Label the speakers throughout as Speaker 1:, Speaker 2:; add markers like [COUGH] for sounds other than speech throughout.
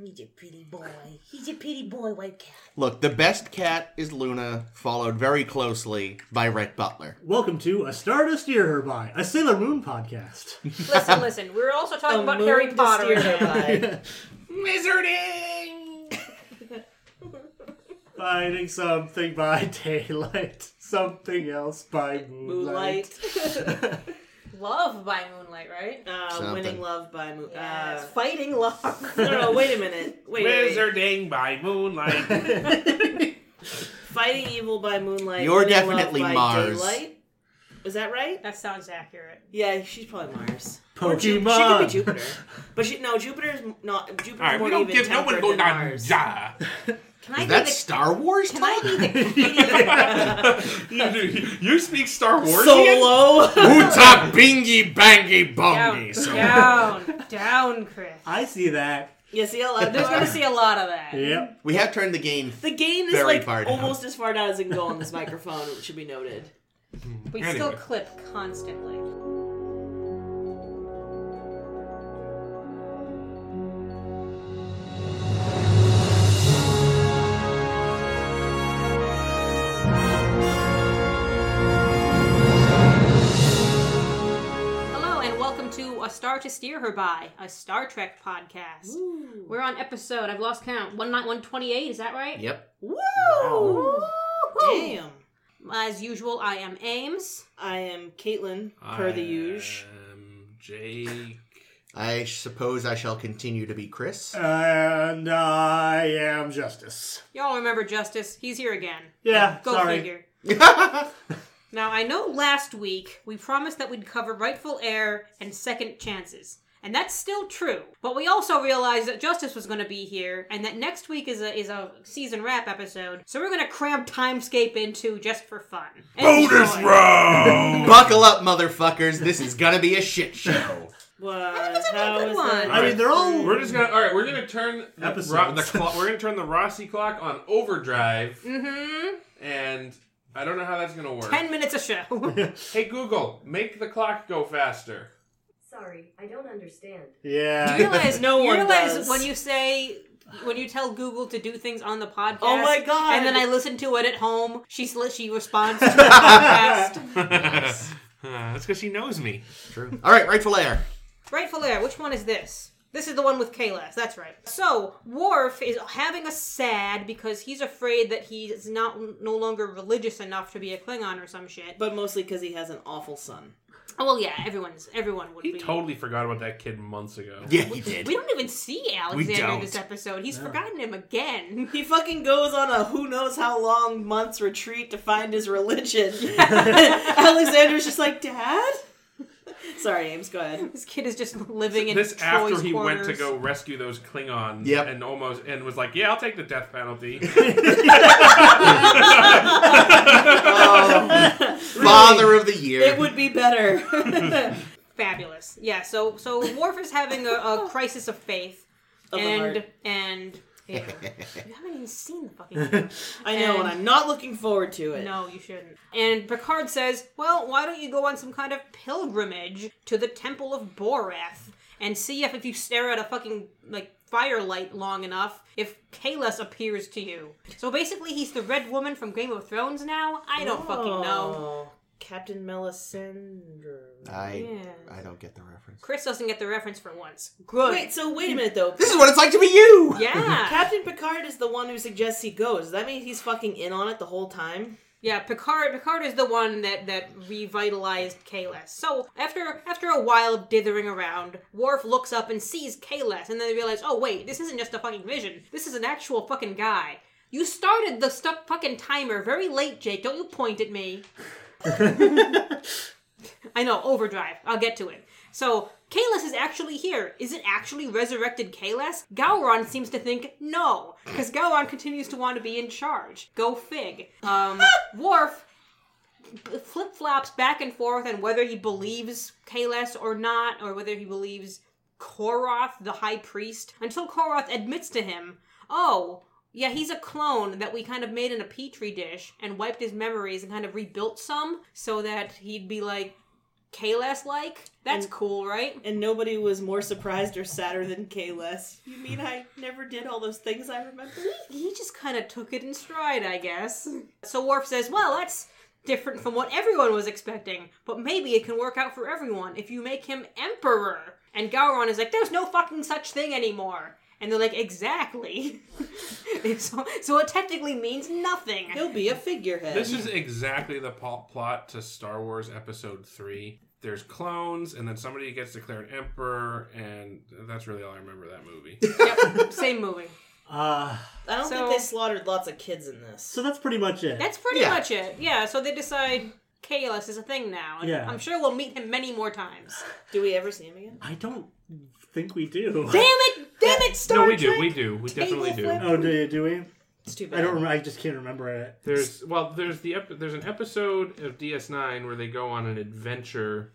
Speaker 1: He's a pretty boy. He's a pretty boy, white
Speaker 2: [LAUGHS]
Speaker 1: cat.
Speaker 3: Look, the best cat is Luna, followed very closely by Rhett Butler.
Speaker 4: Welcome to A Star to Steer Her By, a Sailor Moon
Speaker 2: [LAUGHS]
Speaker 4: podcast.
Speaker 5: Listen, listen. We're also talking
Speaker 1: A
Speaker 5: about
Speaker 1: moon
Speaker 5: Harry
Speaker 1: to
Speaker 5: Potter.
Speaker 1: steer her
Speaker 3: [LAUGHS]
Speaker 5: now.
Speaker 1: by.
Speaker 3: Wizarding!
Speaker 4: Finding something by [LAUGHS] daylight, something else by moonlight.
Speaker 1: Moonlight.
Speaker 5: Love by Moonlight, right?
Speaker 2: Uh,
Speaker 3: Something.
Speaker 2: winning love by moon.
Speaker 5: Yes.
Speaker 2: Uh, fighting love. [LAUGHS] no, no, wait a minute. Wait, wait, wait.
Speaker 6: Wizarding by [LAUGHS] moonlight.
Speaker 2: Fighting evil by moonlight.
Speaker 3: You're
Speaker 2: winning
Speaker 3: definitely
Speaker 2: love by
Speaker 3: Mars.
Speaker 2: Daylight? Is that right?
Speaker 5: That sounds accurate.
Speaker 2: Yeah, she's probably Mars. Or Ju-
Speaker 4: Pokemon.
Speaker 2: She could be Jupiter, but she no Jupiter's not. Jupiter's
Speaker 6: All right,
Speaker 2: more
Speaker 6: we don't
Speaker 2: even
Speaker 6: give no one
Speaker 2: tempered
Speaker 6: go
Speaker 2: than
Speaker 6: down
Speaker 2: Mars. [LAUGHS]
Speaker 6: Ja.
Speaker 5: Can I
Speaker 3: Is
Speaker 5: be
Speaker 3: that
Speaker 5: the?
Speaker 3: Star Wars
Speaker 5: Can I
Speaker 3: talk?
Speaker 5: be
Speaker 3: [LAUGHS]
Speaker 5: the comedian?
Speaker 6: you, do- you speak Star Wars?
Speaker 2: Solo.
Speaker 3: Hoota bingy bangy
Speaker 5: down,
Speaker 3: bongy. So-
Speaker 5: down, down, Chris.
Speaker 4: [LAUGHS] I see that.
Speaker 2: [LAUGHS] you see a lot.
Speaker 5: There's gonna see a lot of that.
Speaker 4: Yep.
Speaker 3: We have turned the game.
Speaker 2: The gain is
Speaker 3: Very
Speaker 2: like
Speaker 3: far down.
Speaker 2: almost as far down as it can go on this microphone. It should be noted.
Speaker 5: We still
Speaker 6: Anyway.
Speaker 5: clip constantly. Hello, and welcome to A Star to Steer Her By, a Star Trek podcast. We're on episode, I've lost count, 128, is that right?
Speaker 3: Yep.
Speaker 2: Woo!
Speaker 5: Woo-hoo.
Speaker 2: Damn.
Speaker 5: As usual, I am Ames.
Speaker 2: I am Caitlin, per the usual.
Speaker 6: Um, Jake.
Speaker 3: I suppose I shall continue to be Chris.
Speaker 4: And I am Justice.
Speaker 5: Y'all remember Justice? He's here again.
Speaker 4: Yeah,
Speaker 5: Go
Speaker 4: sorry.
Speaker 2: [LAUGHS]
Speaker 5: figure. Now, I know last week we promised that we'd cover rightful heir and second chances. And that's still true. But we also realized that Justice was going to be here and that next week is a is a season wrap episode. So we're going to cram Timescape into just for fun.
Speaker 6: Bonus
Speaker 5: Enjoy.
Speaker 6: round!
Speaker 3: Buckle up, motherfuckers. This is gonna be a shit show.
Speaker 2: What?
Speaker 5: was a good
Speaker 2: How
Speaker 5: one.
Speaker 2: is that?
Speaker 4: I mean, they're all.
Speaker 6: We're just gonna. All right, we're gonna turn the,
Speaker 4: Episodes.
Speaker 6: Ro- the clock. We're gonna turn the Rossi clock on overdrive,
Speaker 5: Mhm.
Speaker 6: and I don't know how that's gonna work.
Speaker 5: 10 minutes
Speaker 2: [LAUGHS]
Speaker 5: a show.
Speaker 6: Hey Google, make the clock go faster.
Speaker 7: Sorry, I don't understand.
Speaker 4: Yeah.
Speaker 5: You realize
Speaker 2: No
Speaker 5: you
Speaker 2: one
Speaker 5: realize
Speaker 2: does.
Speaker 5: when you say when you tell Google to do things on the podcast.
Speaker 2: Oh my God.
Speaker 5: And then I listen to it at home. She sli- she
Speaker 2: [LAUGHS]
Speaker 5: responds to the podcast.
Speaker 6: [LAUGHS] that's because she knows me.
Speaker 3: True. All right, rightful heir.
Speaker 5: Rightful heir. Which one is this? This is the one with Kalas. That's right. So Worf is having a sad because he's afraid that he's not no longer religious enough to be a Klingon or some shit. But
Speaker 2: But mostly because he has an awful son.
Speaker 5: oh, well, yeah, everyone's everyone would
Speaker 6: He
Speaker 5: be.
Speaker 6: totally forgot about that kid months ago.
Speaker 3: Yeah, he did.
Speaker 5: we don't even see Alexander
Speaker 3: don't.
Speaker 5: this episode. He's forgotten him again. [LAUGHS]
Speaker 2: He fucking goes on a who knows how long months retreat to find his
Speaker 5: [LAUGHS]
Speaker 2: religion. [LAUGHS] Alexander's just like, Dad? [LAUGHS] Sorry, Ames, go ahead.
Speaker 5: This kid is just living in
Speaker 6: This
Speaker 5: Troy's
Speaker 6: after he went to
Speaker 5: quarters.
Speaker 6: go rescue those Klingons
Speaker 3: Yep.
Speaker 6: and almost and was like, "Yeah, I'll take the
Speaker 5: [LAUGHS]
Speaker 6: death penalty."
Speaker 5: [LAUGHS]
Speaker 3: Oh, father of the year.
Speaker 2: It would be better. [LAUGHS]
Speaker 5: Fabulous. Yeah. So so Worf is having
Speaker 2: [LAUGHS]
Speaker 5: a, a crisis of faith,
Speaker 2: Of the
Speaker 5: and
Speaker 2: heart. [LAUGHS]
Speaker 5: and yeah. you haven't even seen the fucking. Thing.
Speaker 2: I know, and I'm not looking forward to it.
Speaker 5: No, you shouldn't. And Picard says, "Well, why don't you go on some kind of pilgrimage to the Temple of Borath and see if if you stare at a fucking like firelight long enough, if Kalas appears to you." So basically, he's the Red Woman from Game of Thrones now. I don't fucking know.
Speaker 2: Oh, Captain Melisandre.
Speaker 3: I
Speaker 5: Yeah.
Speaker 3: I don't get the reference.
Speaker 5: Chris doesn't get the reference for once. Good.
Speaker 2: Wait, so wait a minute though.
Speaker 3: This is what it's like to be you.
Speaker 5: Yeah.
Speaker 2: [LAUGHS] Captain Picard is the one who suggests he goes. Does that mean he's fucking in on it the whole time?
Speaker 5: Yeah, Picard. Picard is the one that that revitalized Kalas. So after after a while of dithering around, Worf looks up and sees Kalas, and then they realize, oh wait, this isn't just a fucking vision. This is an actual fucking guy. You started the stuff fucking timer very late, Jake. Don't you point at me. I know, overdrive. I'll get to it. So, Kalas is actually here. Is it actually resurrected Kalas? Gowron seems to think no, because Gowron continues to want to be in charge. Go fig. Um, Worf flip flops back and forth on whether he believes Kalas or not, or whether he believes Koroth, the high priest, until Koroth admits to him, oh, yeah, he's a clone that we kind of made in a petri dish and wiped his memories and kind of rebuilt some so that he'd be like, Kalas like. That's
Speaker 2: And-
Speaker 5: cool, right?
Speaker 2: And nobody was more surprised or sadder than Kayless. You mean I never did all those things I remember?
Speaker 5: He just kind of took it in stride, I guess. So Worf says, "Well, that's different from what everyone was expecting, but maybe it can work out for everyone if you make him emperor." And Gowron is like, "There's no fucking such thing anymore." And they're like, "Exactly." [LAUGHS] so, so it technically means nothing.
Speaker 2: He'll be a figurehead.
Speaker 6: This is exactly the pol- plot to Star Wars Episode 3. There's clones, and then somebody gets declared emperor, and that's really all I remember of that movie.
Speaker 5: Yep, same movie.
Speaker 4: [LAUGHS] Uh,
Speaker 2: I don't
Speaker 5: So-
Speaker 2: think they slaughtered lots of kids in this.
Speaker 4: so that's pretty much it.
Speaker 5: That's pretty
Speaker 3: Yeah.
Speaker 5: much it. Yeah. So they decide Kalos is a thing now. And
Speaker 4: Yeah.
Speaker 5: I'm sure we'll meet him many more times.
Speaker 2: Do we ever see him again?
Speaker 4: I don't think we do.
Speaker 5: Damn it! Damn it! Star
Speaker 6: no, we
Speaker 5: Trek!
Speaker 6: do. We do. We definitely do.
Speaker 2: flip.
Speaker 4: Oh, do, do we?
Speaker 2: It's too bad.
Speaker 4: I don't remember. I just can't remember it.
Speaker 6: There's well, there's the ep- there's an episode of DS9 where they go on an adventure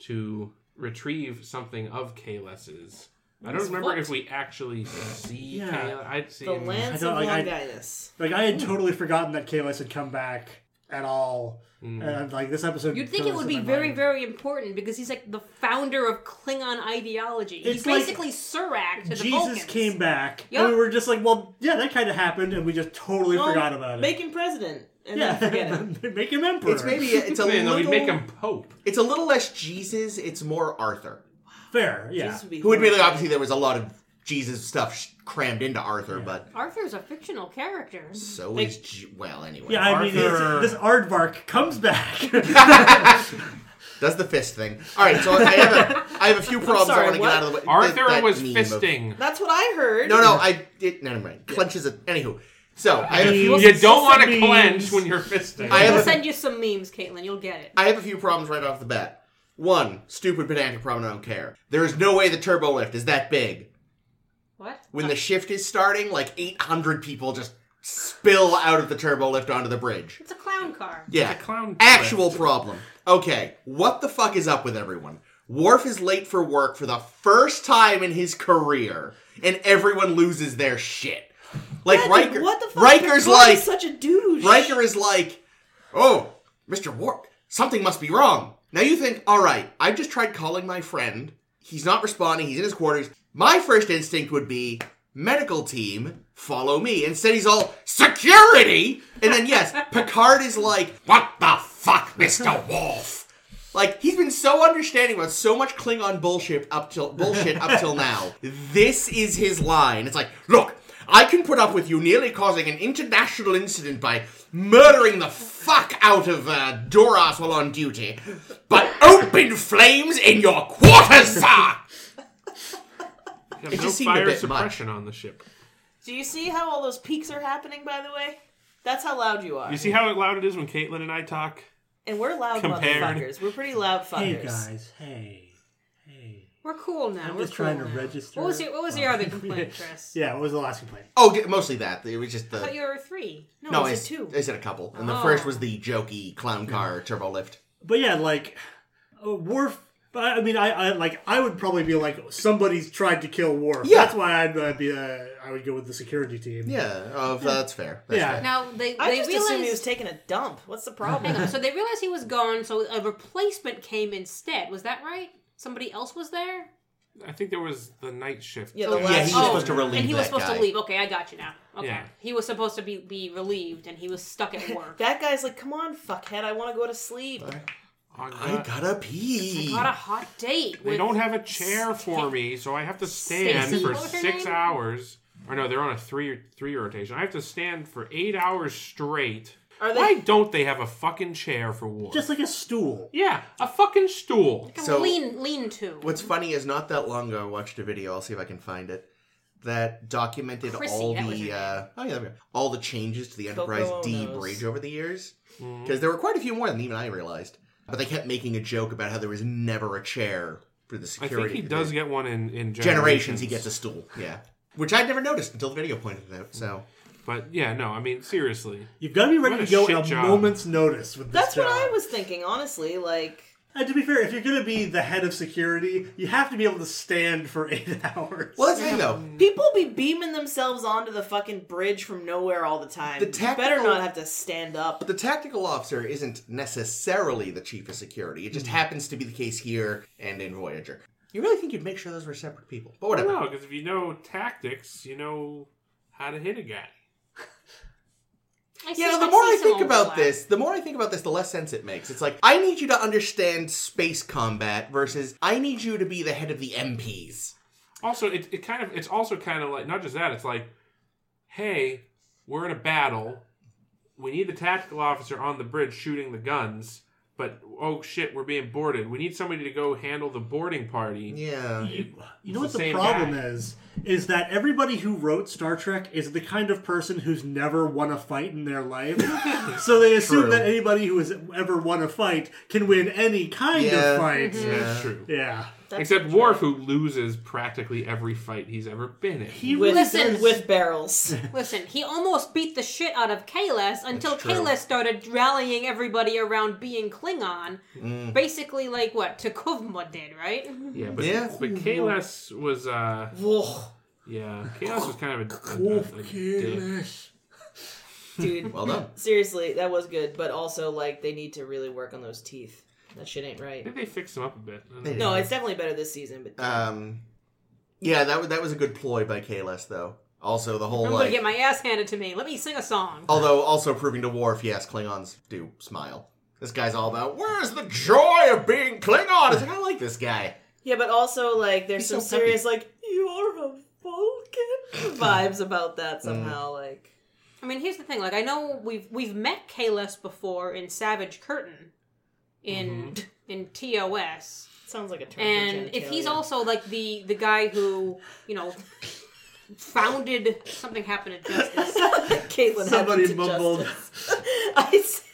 Speaker 6: to retrieve something of Kales's. I don't remember if we actually see
Speaker 4: Yeah.
Speaker 6: Kales. I'd see
Speaker 2: The
Speaker 6: him-
Speaker 2: Lance
Speaker 4: Mm, I
Speaker 2: of
Speaker 4: don't- like, I-
Speaker 2: Longinus.
Speaker 4: Like I had totally forgotten that Kalis had come back at all, and like this episode.
Speaker 5: You'd think
Speaker 4: still
Speaker 5: it would
Speaker 4: is
Speaker 5: be
Speaker 4: in my
Speaker 5: very,
Speaker 4: mind.
Speaker 5: very important because he's like the founder of Klingon ideology. he's
Speaker 4: It's like
Speaker 5: basically Surak to the
Speaker 4: Jesus
Speaker 5: Vulcans.
Speaker 4: came back,
Speaker 5: Yup.
Speaker 4: and we were just like, "Well, yeah, that kind of happened," and we just totally
Speaker 2: Well,
Speaker 4: forgot about it.
Speaker 2: Make him president. And
Speaker 4: yeah,
Speaker 2: then forget
Speaker 4: [LAUGHS]
Speaker 2: him.
Speaker 4: make him emperor.
Speaker 3: It's maybe it's a
Speaker 6: [LAUGHS] Yeah, no,
Speaker 3: little.
Speaker 6: we make him Pope.
Speaker 3: It's a little less Jesus. It's more Arthur,
Speaker 4: fair. Yeah,
Speaker 2: This would be
Speaker 3: who would be like
Speaker 2: horrible.
Speaker 3: obviously there was a lot of Jesus stuff sh- crammed into Arthur, but
Speaker 5: Arthur's a fictional character.
Speaker 3: so is G- well anyway.
Speaker 4: yeah. I mean,
Speaker 6: Arthur.
Speaker 4: it's, this Aardvark comes
Speaker 3: [LAUGHS]
Speaker 4: back.
Speaker 3: Does the fist thing? All right, so I have
Speaker 4: [LAUGHS]
Speaker 3: a, I have a few problems
Speaker 2: sorry,
Speaker 3: I want to
Speaker 2: what?
Speaker 3: get out of the way.
Speaker 6: Arthur
Speaker 3: That- that
Speaker 6: was
Speaker 3: meme of-
Speaker 6: fisting.
Speaker 2: That's what I heard.
Speaker 3: No, no, I did. Never mind. Clenches a. Anywho, so I have a few.
Speaker 6: You don't want to
Speaker 4: Memes.
Speaker 6: clench when you're fisting.
Speaker 3: I
Speaker 5: I'll
Speaker 3: have a,
Speaker 5: send you some memes, Caitlin. You'll get it.
Speaker 3: I have a few problems right off the bat. One, stupid pedantic problem. I don't care. There is no way the turbo lift is that big.
Speaker 5: What?
Speaker 3: When the shift is starting, like 800 people just spill out of the turbo lift onto the bridge.
Speaker 5: It's a clown car.
Speaker 3: Yeah.
Speaker 6: It's a clown
Speaker 3: Actual
Speaker 6: lift.
Speaker 3: problem. Okay, what the fuck is up with everyone? Worf is late for work for the first time in his career, and everyone loses their shit. Like
Speaker 2: Yeah, dude,
Speaker 3: Riker,
Speaker 2: what the fuck?
Speaker 3: Riker's
Speaker 2: Picard
Speaker 3: like,
Speaker 2: is such a douche.
Speaker 3: Riker is like, "Oh, Mr. Warp, something must be wrong." Now you think, "All right, I've just tried calling my friend. He's not responding. He's in his quarters." My first instinct would be, "Medical team, follow me." Instead, he's all, "Security!" And then yes, Picard is like, "What the fuck, Mr. Wolf?" Like he's been so understanding about so much Klingon bullshit up till bullshit up till [LAUGHS] now. This is his line. It's like, look, I can put up with you nearly causing an international incident by murdering the fuck out of uh, Duras while on duty, but open flames in your quarters, sir.
Speaker 6: There's
Speaker 3: It
Speaker 6: no
Speaker 3: just seemed a
Speaker 6: fire
Speaker 3: bit
Speaker 6: suppression on the ship.
Speaker 2: Do you see how all those peaks are happening, by the way? That's how loud you are.
Speaker 6: You see how loud it is when Caitlin and I talk?
Speaker 2: and we're loud
Speaker 6: Compared.
Speaker 2: motherfuckers. We're pretty loud
Speaker 4: hey
Speaker 2: fuckers.
Speaker 4: guys, hey, hey.
Speaker 5: We're cool now.
Speaker 4: I'm
Speaker 5: We're
Speaker 4: just trying
Speaker 5: cool
Speaker 4: to
Speaker 5: now.
Speaker 4: register.
Speaker 5: What was your What was your
Speaker 4: Oh.
Speaker 5: other complaint, Chris?
Speaker 4: Yeah, what was the last complaint?
Speaker 3: [LAUGHS] Oh, d- mostly that. It was just
Speaker 5: I thought
Speaker 3: the.
Speaker 5: you were three.
Speaker 2: No,
Speaker 3: No, I,
Speaker 2: it's a two.
Speaker 3: I said a couple, and the
Speaker 5: Oh.
Speaker 3: first was the jokey clown car turbo lift.
Speaker 4: But yeah, like uh, Worf. But I I mean, I, I like I would probably be like somebody's tried to kill Worf.
Speaker 3: Yeah.
Speaker 4: that's why I'd uh, be. Uh, I would go with the security team.
Speaker 3: Yeah, oh, that's fair. That's
Speaker 4: Yeah.
Speaker 3: fair.
Speaker 5: Now they
Speaker 2: I
Speaker 5: they
Speaker 2: just
Speaker 5: realized
Speaker 2: assumed he was taking a dump. What's the problem?
Speaker 5: [LAUGHS] Hang on. So they realized he was gone, so a replacement came instead. Was that right? Somebody else was there?
Speaker 6: I think there was the night shift.
Speaker 2: Yeah, the
Speaker 3: Yeah, he was
Speaker 2: last.
Speaker 5: Oh,
Speaker 3: supposed to relieve
Speaker 5: and he was
Speaker 3: that
Speaker 5: supposed
Speaker 3: guy.
Speaker 5: to leave. Okay, I got you now. Okay.
Speaker 6: Yeah.
Speaker 5: He was supposed to be, be relieved and he was stuck at
Speaker 3: [LAUGHS]
Speaker 5: work.
Speaker 2: that guy's like, come on, fuckhead, I want to go to sleep.
Speaker 6: I got-
Speaker 3: I gotta pee.
Speaker 5: Got a hot date.
Speaker 6: they
Speaker 5: with-
Speaker 6: don't have a chair for me, so I have to stand
Speaker 5: Stacy,
Speaker 6: for
Speaker 5: what was her
Speaker 6: six
Speaker 5: name?
Speaker 6: hours. Or no, they're on a three three rotation. I have to stand for eight hours straight.
Speaker 2: Are they?
Speaker 6: Why don't they have a fucking chair for war?
Speaker 4: just like a stool.
Speaker 6: yeah, a fucking stool.
Speaker 5: Like a
Speaker 3: So-
Speaker 5: lean lean to.
Speaker 3: What's funny is not that long ago I watched a video. I'll see if I can find it. That documented
Speaker 5: Chrissy,
Speaker 3: all
Speaker 5: that was her
Speaker 3: the
Speaker 5: name.
Speaker 3: uh, oh yeah, there we go. all the changes to the Enterprise D
Speaker 2: Onos.
Speaker 3: bridge over the years
Speaker 6: Mm.
Speaker 3: because there were quite a few more than even I realized. But they kept making a joke about how there was never a chair for the
Speaker 6: I
Speaker 3: security.
Speaker 6: think he does get one in in
Speaker 3: generations. He gets a stool, yeah, which I'd never noticed until the video pointed it out. So
Speaker 6: But yeah, no, I mean seriously.
Speaker 4: You've got to be ready
Speaker 6: What
Speaker 4: to
Speaker 6: a
Speaker 4: go at
Speaker 6: shit
Speaker 4: a
Speaker 6: job.
Speaker 4: moment's notice with this
Speaker 2: That's what
Speaker 4: job.
Speaker 2: I was thinking, honestly. Like,
Speaker 4: And to be fair, if you're going to be the head of security, you have to be able to stand for [LAUGHS] eight hours.
Speaker 3: Well, that's the thing though.
Speaker 2: People be beaming themselves onto the fucking bridge from nowhere all the time.
Speaker 3: The
Speaker 2: You better
Speaker 3: tactical-
Speaker 2: not have to stand up.
Speaker 3: The tactical officer isn't necessarily the chief of security. It
Speaker 6: Mm.
Speaker 3: just happens to be the case here and in Voyager. You really think you'd make sure those were separate people? But whatever.
Speaker 6: No, because if you know tactics, you know how to hit a guy.
Speaker 5: I see-
Speaker 3: You know, the
Speaker 5: I
Speaker 3: more
Speaker 5: see
Speaker 3: I
Speaker 5: some
Speaker 3: think about
Speaker 5: overlap.
Speaker 3: this, the more I think about this, the less sense it makes. It's like I need you to understand space combat versus I need you to be the head of the MPs.
Speaker 6: Also, it, it kind of it's also kind of like not just that. It's like, hey, we're in a battle. We need the tactical officer on the bridge shooting the guns. But oh shit, we're being boarded. We need somebody to go handle the boarding party.
Speaker 3: Yeah.
Speaker 4: You, you know what
Speaker 6: It's the
Speaker 4: the
Speaker 6: same
Speaker 4: problem
Speaker 6: guy.
Speaker 4: is? Is that everybody who wrote Star Trek is the kind of person who's never won a fight in their
Speaker 6: [LAUGHS]
Speaker 4: life. so they assume
Speaker 3: True.
Speaker 4: that anybody who has ever won a fight can win any kind
Speaker 3: Yeah.
Speaker 4: of fight.
Speaker 2: Mm-hmm.
Speaker 6: That's true.
Speaker 4: Yeah.
Speaker 2: That's
Speaker 6: Except Worf, who loses practically every fight he's ever been in.
Speaker 4: He
Speaker 2: with,
Speaker 5: Listen.
Speaker 2: with barrels.
Speaker 5: Listen, he almost beat the shit out of Kalis until
Speaker 3: true.
Speaker 5: Kalis started rallying everybody around being Klingon.
Speaker 3: Mm.
Speaker 5: Basically, like what Takuvma did, right?
Speaker 3: Oh,
Speaker 6: Yeah, but
Speaker 3: Yeah.
Speaker 6: but Kalas was uh
Speaker 2: Whoa,
Speaker 6: yeah Kalas was kind of a, a, a, a dick.
Speaker 2: dude.
Speaker 3: Well done.
Speaker 2: Seriously, that was good, but also like they need to really work on those teeth. That shit ain't
Speaker 6: I
Speaker 2: right.
Speaker 6: think they fixed him up a bit.
Speaker 2: No, it's definitely better this season, but
Speaker 3: Um, yeah, that wa- that was a good ploy by Kales though. Also, the whole
Speaker 5: I'm
Speaker 3: like,
Speaker 5: gonna get my ass handed to me. Let me sing a song.
Speaker 3: although also proving to Worf, yes, Klingons do smile. This guy's all about where's the joy of being Klingon? It's like I like this guy.
Speaker 2: yeah, but also like there's
Speaker 3: He's
Speaker 2: some
Speaker 3: so peppy.
Speaker 2: serious like you are a Vulcan vibes about that somehow. Like
Speaker 5: I mean, here's the thing. Like, I know we've we've met Kalis before in Savage Curtain, in
Speaker 2: Mm-hmm.
Speaker 5: [LAUGHS] in TOS,
Speaker 2: sounds like a term. for
Speaker 5: and if he's
Speaker 2: genitalia.
Speaker 5: also like the the guy who you know founded something happened
Speaker 2: [LAUGHS]
Speaker 5: at
Speaker 2: [LAUGHS]
Speaker 5: Justice.
Speaker 2: Caitlin
Speaker 4: Somebody
Speaker 2: happened to
Speaker 4: mumbled.
Speaker 2: justice. [LAUGHS] I s-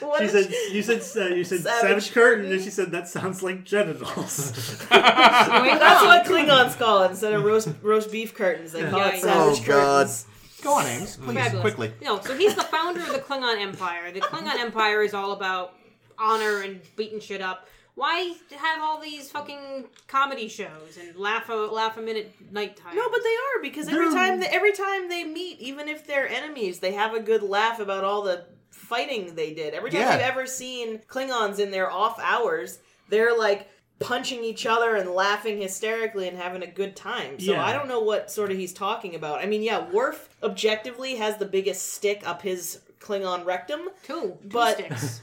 Speaker 2: what
Speaker 4: She
Speaker 2: did
Speaker 4: said,
Speaker 2: you-
Speaker 4: "You said uh, you said
Speaker 2: Savage
Speaker 4: savage, curtain," and she said, "That sounds like [LAUGHS] genitals."
Speaker 5: Wait,
Speaker 2: That's
Speaker 5: no.
Speaker 2: what [LAUGHS] Klingons call it instead of roast roast beef curtains. They call it
Speaker 5: Yikes.
Speaker 2: savage
Speaker 3: Oh, God.
Speaker 2: curtains.
Speaker 3: Go on, Ames, please,
Speaker 5: Fabulous.
Speaker 3: quickly.
Speaker 5: No, so he's the founder of the Klingon Empire. The Klingon Empire is all about honor and beating shit up. Why have all these fucking comedy shows and laugh a laugh a minute nighttime?
Speaker 2: No, but they are because every
Speaker 4: They're-
Speaker 2: time they, every time they meet, even if they're enemies, they have a good laugh about all the fighting they did. Every time
Speaker 3: Yeah.
Speaker 2: you've ever seen Klingons in their off hours, they're like punching each other and laughing hysterically and having a good time. So
Speaker 4: Yeah.
Speaker 2: I don't know what sort of he's talking about. I mean, yeah, Worf objectively has the biggest stick up his Klingon rectum.
Speaker 5: two, two
Speaker 2: But-
Speaker 5: sticks.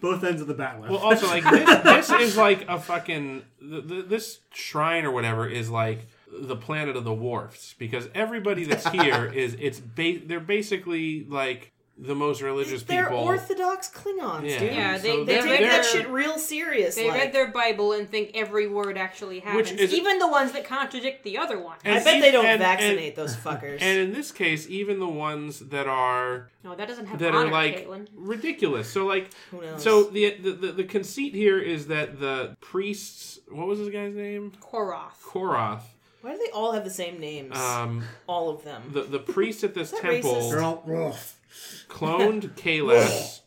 Speaker 4: Both ends of the bat left.
Speaker 6: [LAUGHS] Well, also like this, this is like a fucking th- th- this shrine or whatever is like the planet of the wharfs because
Speaker 3: [LAUGHS]
Speaker 6: everybody that's here is it's ba- they're basically like the most religious
Speaker 2: They're
Speaker 6: people.
Speaker 2: Orthodox Klingons,
Speaker 6: yeah,
Speaker 2: dude.
Speaker 5: Yeah, they-
Speaker 6: so
Speaker 2: They
Speaker 6: they're-
Speaker 2: take that
Speaker 6: they're-
Speaker 2: shit real serious.
Speaker 5: They
Speaker 2: like.
Speaker 5: read their Bible and think every word actually happens,
Speaker 6: Which is-
Speaker 5: even the ones that contradict the other one.
Speaker 2: I
Speaker 6: and
Speaker 2: bet
Speaker 6: ev-
Speaker 2: they don't
Speaker 6: and- and-
Speaker 2: vaccinate those fuckers.
Speaker 6: And in this case, even the ones that are
Speaker 5: No, that doesn't have
Speaker 6: that
Speaker 5: honor,
Speaker 6: are like
Speaker 5: Caitlin.
Speaker 6: ridiculous. So like,
Speaker 2: Who knows?
Speaker 6: so the, the the the conceit here is that the priests, what was this guy's name?
Speaker 5: Koroth.
Speaker 6: Koroth.
Speaker 2: Why do they all have the same names?
Speaker 6: Um,
Speaker 2: all of them.
Speaker 6: the the priest at this
Speaker 2: that
Speaker 6: temple
Speaker 2: racist?
Speaker 4: [LAUGHS] They're all rough. [LAUGHS]
Speaker 6: cloned Kalas,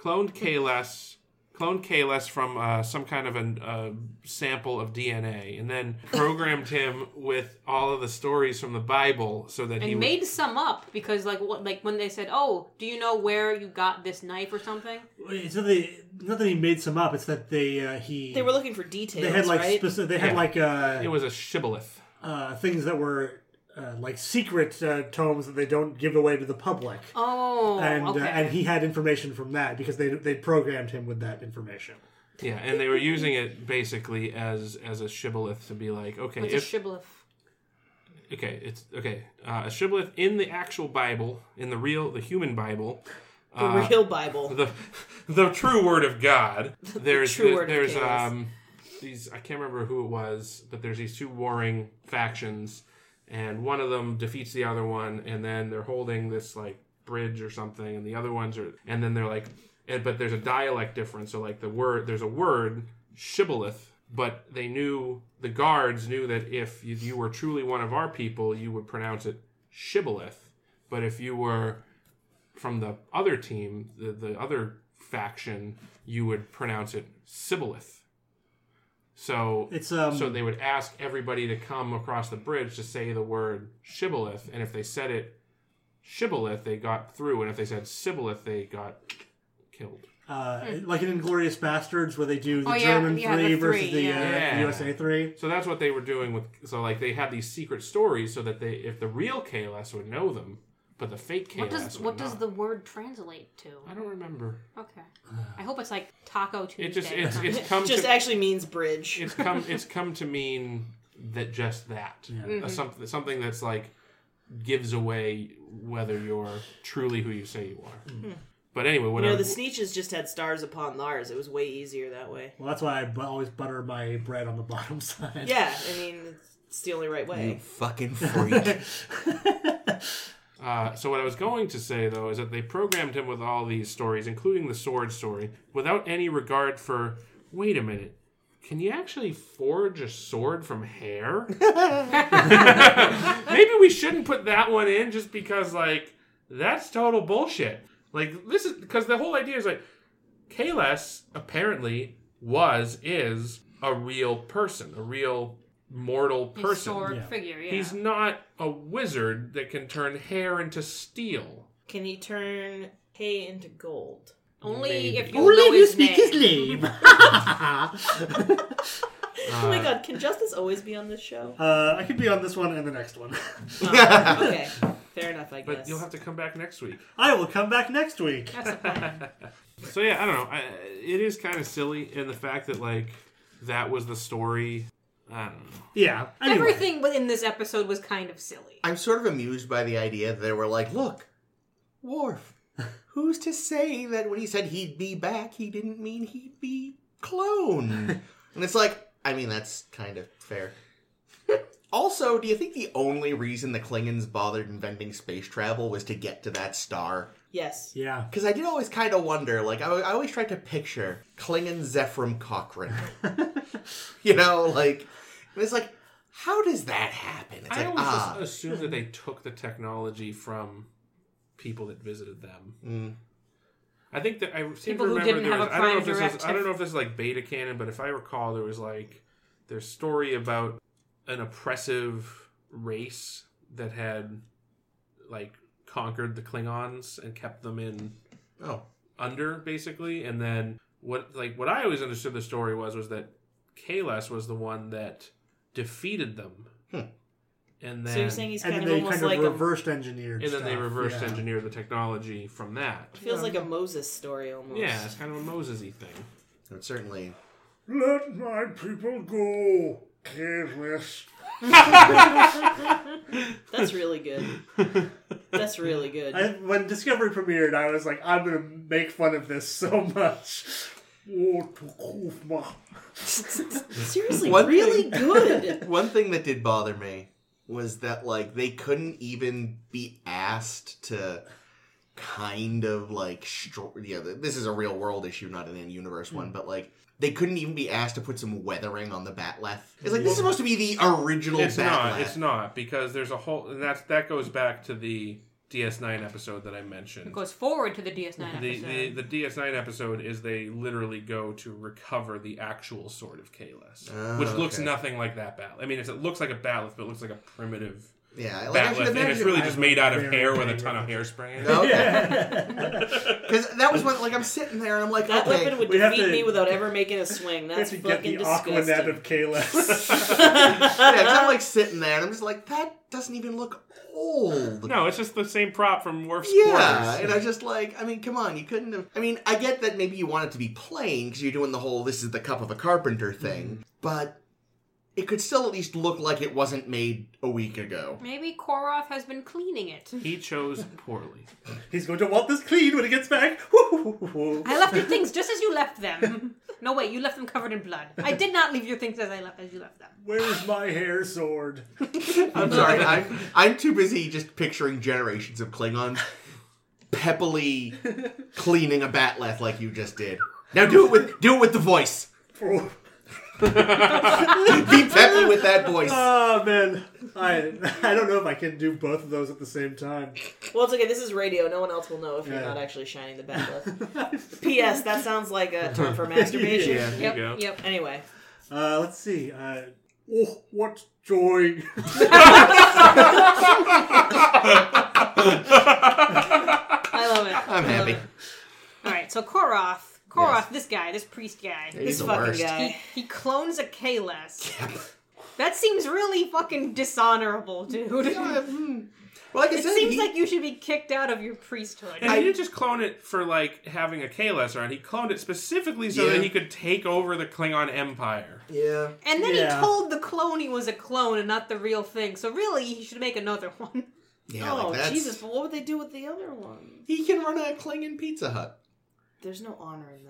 Speaker 6: cloned Kalas, cloned Kalas from uh, some kind of an uh, sample of DNA,
Speaker 5: [LAUGHS]
Speaker 6: and then programmed him with all of the stories from the Bible so that he
Speaker 5: And
Speaker 6: would-
Speaker 5: made some up because, like, what, like when they said, "Oh, do you know where you got this knife or something?"
Speaker 4: It's not that, not that he made some up. It's that they uh, he
Speaker 2: they were looking for details.
Speaker 4: they had like
Speaker 2: right?
Speaker 4: specific. They had
Speaker 6: Yeah.
Speaker 4: like
Speaker 6: it
Speaker 4: uh,
Speaker 6: was a shibboleth.
Speaker 4: uh, things that were uh, like secret uh, tomes that they don't give away to the public.
Speaker 5: Oh,
Speaker 4: and
Speaker 5: okay.
Speaker 4: uh, and he had information from that because they they programmed him with that information.
Speaker 6: Yeah, and they were using it basically as as a shibboleth to be like, okay,
Speaker 5: What's
Speaker 6: if
Speaker 5: a shibboleth?
Speaker 6: okay, it's okay, uh, a shibboleth in the actual Bible, in the real, the human Bible,
Speaker 2: the
Speaker 6: uh,
Speaker 2: real Bible.
Speaker 6: the the true word
Speaker 2: [LAUGHS]
Speaker 6: of God. There's
Speaker 2: true word of
Speaker 6: there's
Speaker 2: chaos.
Speaker 6: um these I can't remember who it was, but there's these two warring factions, and one of them defeats the other one, and then they're holding this like bridge or something, and the other ones are, and then they're like, and, but there's a dialect difference. So like the word there's a word shibboleth. But they knew the guards knew that if you, you were truly one of our people, you would pronounce it shibboleth. But if you were from the other team, the, the other faction, you would pronounce it Sibboleth. So
Speaker 4: It's, um,
Speaker 6: so they would ask everybody to come across the bridge to say the word shibboleth, and if they said it shibboleth, they got through, and if they said sibboleth, they got killed.
Speaker 4: uh, like in Inglorious Bastards, where they do the
Speaker 5: Oh, yeah,
Speaker 4: German
Speaker 5: yeah, the
Speaker 4: three versus
Speaker 5: three,
Speaker 4: the, uh,
Speaker 6: yeah.
Speaker 4: the USA three.
Speaker 6: So that's what they were doing with. So like they had these secret stories, so that they, if the real KLS would know them, but the fake KLS
Speaker 5: What does
Speaker 6: would
Speaker 5: what does
Speaker 6: not.
Speaker 5: the word translate to?
Speaker 6: I don't remember.
Speaker 5: Okay.
Speaker 6: [SIGHS]
Speaker 5: I hope it's like Taco Tuesday.
Speaker 6: It just
Speaker 5: or
Speaker 6: it's
Speaker 5: something. [LAUGHS]
Speaker 6: it's come
Speaker 2: Just
Speaker 6: to
Speaker 2: actually means bridge.
Speaker 6: it's come it's come to mean that just that something something that's like gives away whether you're truly who you say you are. But anyway,
Speaker 2: Hmm. you know,
Speaker 6: whatever.
Speaker 2: the Sneeches just had stars upon Lars. It was way easier that way.
Speaker 4: Well, that's why I bu- always butter my bread on the [LAUGHS] bottom side.
Speaker 2: Yeah, I mean, it's the only right way.
Speaker 3: Fucking freak.
Speaker 6: Uh, so what I was going to say though is that they programmed him with all these stories, including the sword story, without any regard for. Wait a minute. Can you actually forge a sword from hair? Maybe we shouldn't put that one in just because, like, that's total bullshit. Like, this is because the whole idea is like, Kales apparently was, is a real person, a real mortal person.
Speaker 5: Historic
Speaker 4: Yeah.
Speaker 5: figure, yeah.
Speaker 6: He's not a wizard that can turn hair into steel.
Speaker 2: Can he turn hay into gold?
Speaker 5: Only
Speaker 6: Maybe.
Speaker 5: if you
Speaker 4: Only
Speaker 5: know
Speaker 4: if you
Speaker 5: his
Speaker 4: speak
Speaker 5: name.
Speaker 4: his name.
Speaker 6: Uh,
Speaker 2: oh my god, can Justice always be on this
Speaker 4: [LAUGHS]
Speaker 2: show? Um,
Speaker 4: [LAUGHS] uh, I could be on this one and the next one. [LAUGHS]
Speaker 2: Oh, okay, fair enough, I guess.
Speaker 6: But you'll have to come back next week.
Speaker 4: I will come back next week.
Speaker 5: That's the plan.
Speaker 6: So yeah, I don't know. I, it is kind of silly in the fact that like that was the story. I don't know.
Speaker 4: [LAUGHS] Yeah. Anyway.
Speaker 5: Everything within this episode was kind of silly.
Speaker 3: I'm sort of amused by the idea that they were like, look,
Speaker 6: [LAUGHS]
Speaker 3: Worf, who's to say that when he said he'd be back, he didn't mean he'd be
Speaker 6: [LAUGHS]
Speaker 3: cloned? and it's like, I mean, that's kind of fair. also, do you think the only reason the Klingons bothered inventing space travel was to get to that star?
Speaker 2: yes.
Speaker 4: Yeah.
Speaker 3: Because I did always kind of wonder, like, I, I always tried to picture Klingon Zephram
Speaker 6: [LAUGHS]
Speaker 3: Cochrane. you know, like, and it's like, how does that happen? It's
Speaker 6: I
Speaker 3: like,
Speaker 6: always
Speaker 3: ah.
Speaker 6: just assume that they took the technology from people that visited them.
Speaker 3: Mm.
Speaker 6: I think that I seem
Speaker 5: People
Speaker 6: to
Speaker 5: who
Speaker 6: remember
Speaker 5: didn't
Speaker 6: there
Speaker 5: have
Speaker 6: was,
Speaker 5: a
Speaker 6: I don't know
Speaker 5: prime
Speaker 6: if this is I
Speaker 5: directive.
Speaker 6: don't know if this is like beta canon, but if I recall, there was like their story about an oppressive race that had like conquered the Klingons and kept them in
Speaker 3: oh.
Speaker 6: under basically and then what like what i always understood the story was was that kales was the one that defeated them
Speaker 3: Hmm.
Speaker 6: and then
Speaker 2: So you're saying he's
Speaker 4: And
Speaker 2: kind
Speaker 4: then
Speaker 2: of
Speaker 4: they
Speaker 2: almost
Speaker 4: kind of
Speaker 2: like a
Speaker 4: reversed engineered
Speaker 6: and then they
Speaker 4: stuff.
Speaker 6: reversed
Speaker 4: Yeah.
Speaker 6: engineered the technology from that
Speaker 2: feels like a Moses story almost.
Speaker 6: yeah it's kind of a mosesy thing
Speaker 3: It certainly.
Speaker 4: Let my people go, careless.
Speaker 2: That's really good.
Speaker 6: [LAUGHS]
Speaker 2: That's really good.
Speaker 4: I, when Discovery premiered, I was like, I'm gonna make fun of this so much. Oh, to [LAUGHS] Kufma.
Speaker 2: Seriously,
Speaker 3: One
Speaker 2: really
Speaker 3: thing- [LAUGHS]
Speaker 2: good.
Speaker 3: One thing that did bother me was that, like, they couldn't even be asked to kind of, like, stro- you know, this is a real world issue, not an in universe one,
Speaker 6: Hmm.
Speaker 3: but, like, they couldn't even be asked to put some weathering on the batleth. It's like, this is supposed to be the original
Speaker 6: it's
Speaker 3: batleth.
Speaker 6: not it's not because there's a whole and that's that goes back to the ds9 episode that i mentioned
Speaker 5: It goes forward to the DS9
Speaker 6: the,
Speaker 5: episode.
Speaker 6: the the DS9 episode is they literally go to recover the actual sword of Kalis,
Speaker 3: Oh,
Speaker 6: which looks
Speaker 3: okay.
Speaker 6: nothing like that battle. I mean, it's, it looks like a battle, but it looks like a primitive
Speaker 3: Yeah, like, I
Speaker 6: battle,
Speaker 3: should
Speaker 6: and it's
Speaker 3: imagine.
Speaker 6: really just made out of
Speaker 4: Very
Speaker 6: hair with a
Speaker 4: primitive.
Speaker 6: ton of hairspray. in it.
Speaker 3: Okay. Because that was when, like, I'm sitting there and I'm like,
Speaker 2: That
Speaker 3: okay.
Speaker 2: weapon would
Speaker 4: We have
Speaker 2: defeat
Speaker 4: to-
Speaker 2: me without ever making a swing.
Speaker 4: I
Speaker 2: That's
Speaker 4: have to get
Speaker 2: fucking
Speaker 4: the Aquanet
Speaker 2: disgusting.
Speaker 4: of [LAUGHS] Kalis.
Speaker 2: [LAUGHS]
Speaker 3: yeah, 'cause I'm like sitting there and I'm just like, that doesn't even look old.
Speaker 6: [LAUGHS] No, it's just the same prop from Worf's
Speaker 3: Yeah, and
Speaker 6: quarters.
Speaker 3: I just like, I mean, come on, you couldn't have. I mean, I get that maybe you want it to be plain because you're doing the whole "this is the cup of a carpenter" thing, but it could still at least look like it wasn't made a week ago.
Speaker 5: Maybe Koroth has been cleaning it.
Speaker 6: He chose poorly.
Speaker 4: He's going to want this clean when he gets back.
Speaker 5: I left your things just as you left them. [LAUGHS] No, wait, you left them covered in blood. I did not leave your things as I left as you left them.
Speaker 4: Where's my hair sword?
Speaker 3: I'm sorry, I'm I'm too busy just picturing generations of Klingons peppily cleaning a batleth like you just did. Now do it with do it with the voice.
Speaker 4: For- [LAUGHS]
Speaker 3: Be peppy with that voice.
Speaker 4: Oh man, I I don't know if I can do both of those at the same time.
Speaker 2: Well, it's okay. This is radio. No one else will know if you're
Speaker 4: Yeah.
Speaker 2: not actually shining the bat lift.
Speaker 4: [LAUGHS]
Speaker 2: P.S. That sounds like a term for masturbation.
Speaker 6: Yeah, there you go.
Speaker 5: Yep. Yep.
Speaker 2: Anyway,
Speaker 4: Uh, let's see. Uh, oh, what joy! [LAUGHS]
Speaker 5: I love it.
Speaker 3: I'm happy.
Speaker 5: All right, so Koroth. Koroth, this guy, this priest guy.
Speaker 3: He's
Speaker 2: this
Speaker 3: the
Speaker 2: fucking
Speaker 3: worst.
Speaker 2: guy.
Speaker 5: He clones a Kalas. That seems really fucking dishonorable, dude.
Speaker 3: Yeah, hmm. Well, like I
Speaker 5: It
Speaker 3: said,
Speaker 5: seems
Speaker 3: he-
Speaker 5: like you should be kicked out of your priesthood.
Speaker 6: And he didn't just clone it for like having a K lesser on. He cloned it specifically so
Speaker 3: Yeah.
Speaker 6: that he could take over the Klingon Empire.
Speaker 3: yeah.
Speaker 5: And then
Speaker 4: Yeah.
Speaker 5: he told the clone he was a clone and not the real thing. So really, he should make another [LAUGHS] one.
Speaker 3: Yeah,
Speaker 2: oh
Speaker 3: like that's,
Speaker 2: Jesus! But what would they do with the other one?
Speaker 3: He can run a Klingon Pizza Hut.
Speaker 2: There's no honor in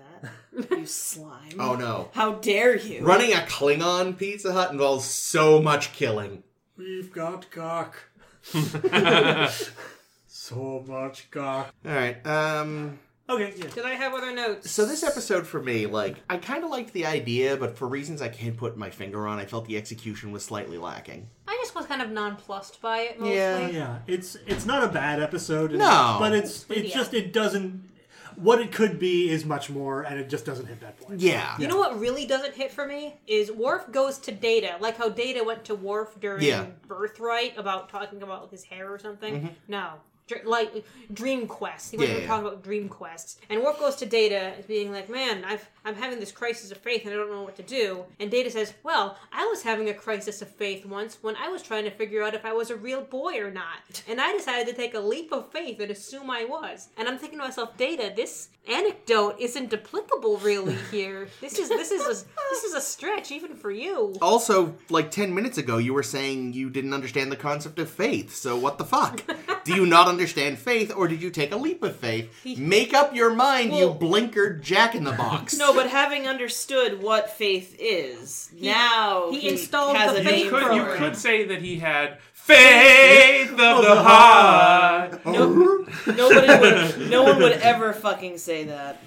Speaker 2: that. you slime.
Speaker 3: Oh no.
Speaker 2: How dare you?
Speaker 3: Running a Klingon Pizza Hut involves so much killing.
Speaker 4: We've got cock. [LAUGHS] so much cock.
Speaker 3: All right. Um
Speaker 4: Okay, yeah.
Speaker 5: Did I have other notes?
Speaker 3: so this episode for me, like I kind of liked the idea, but for reasons I can't put my finger on, I felt the execution was slightly lacking.
Speaker 5: I just was kind of nonplussed by it mostly.
Speaker 3: Yeah.
Speaker 4: Yeah, it's it's not a bad episode.
Speaker 3: No.
Speaker 4: but it's it's
Speaker 5: Yeah.
Speaker 4: just it doesn't. What it could be is much more, and it just doesn't hit that point.
Speaker 3: Yeah.
Speaker 5: You know what really doesn't hit for me is Worf goes to Data, like how Data went to Worf during
Speaker 3: Yeah. Mm-hmm.
Speaker 5: Birthright about talking about his hair or something. No. Dr- Like Dream Quest, he went
Speaker 3: Yeah,
Speaker 5: to
Speaker 3: yeah.
Speaker 5: talk about Dream Quests, and Worf goes to Data, being like, "Man, I've I'm having this crisis of faith, and I don't know what to do." And Data says, "Well, I was having a crisis of faith once when I was trying to figure out if I was a real boy or not, and I decided to take a leap of faith and assume I was." And I'm thinking to myself, "Data, this anecdote isn't applicable really here. This is this is a, this is a stretch even for you."
Speaker 3: Also, like 10 minutes ago, you were saying you didn't understand the concept of faith, so what the [LAUGHS] fuck? Do you not understand faith, or did you take a leap of faith? Make up your mind, you
Speaker 2: Well-
Speaker 3: blinkered jack in the [LAUGHS] box.
Speaker 2: No, but having understood what faith is, now
Speaker 5: he installed
Speaker 2: has
Speaker 5: the
Speaker 2: a
Speaker 5: faith
Speaker 2: name
Speaker 6: Could,
Speaker 2: for
Speaker 6: you
Speaker 2: it.
Speaker 6: could say that he had faith of the heart.
Speaker 4: Oh.
Speaker 2: Nobody would. No one would ever fucking say that.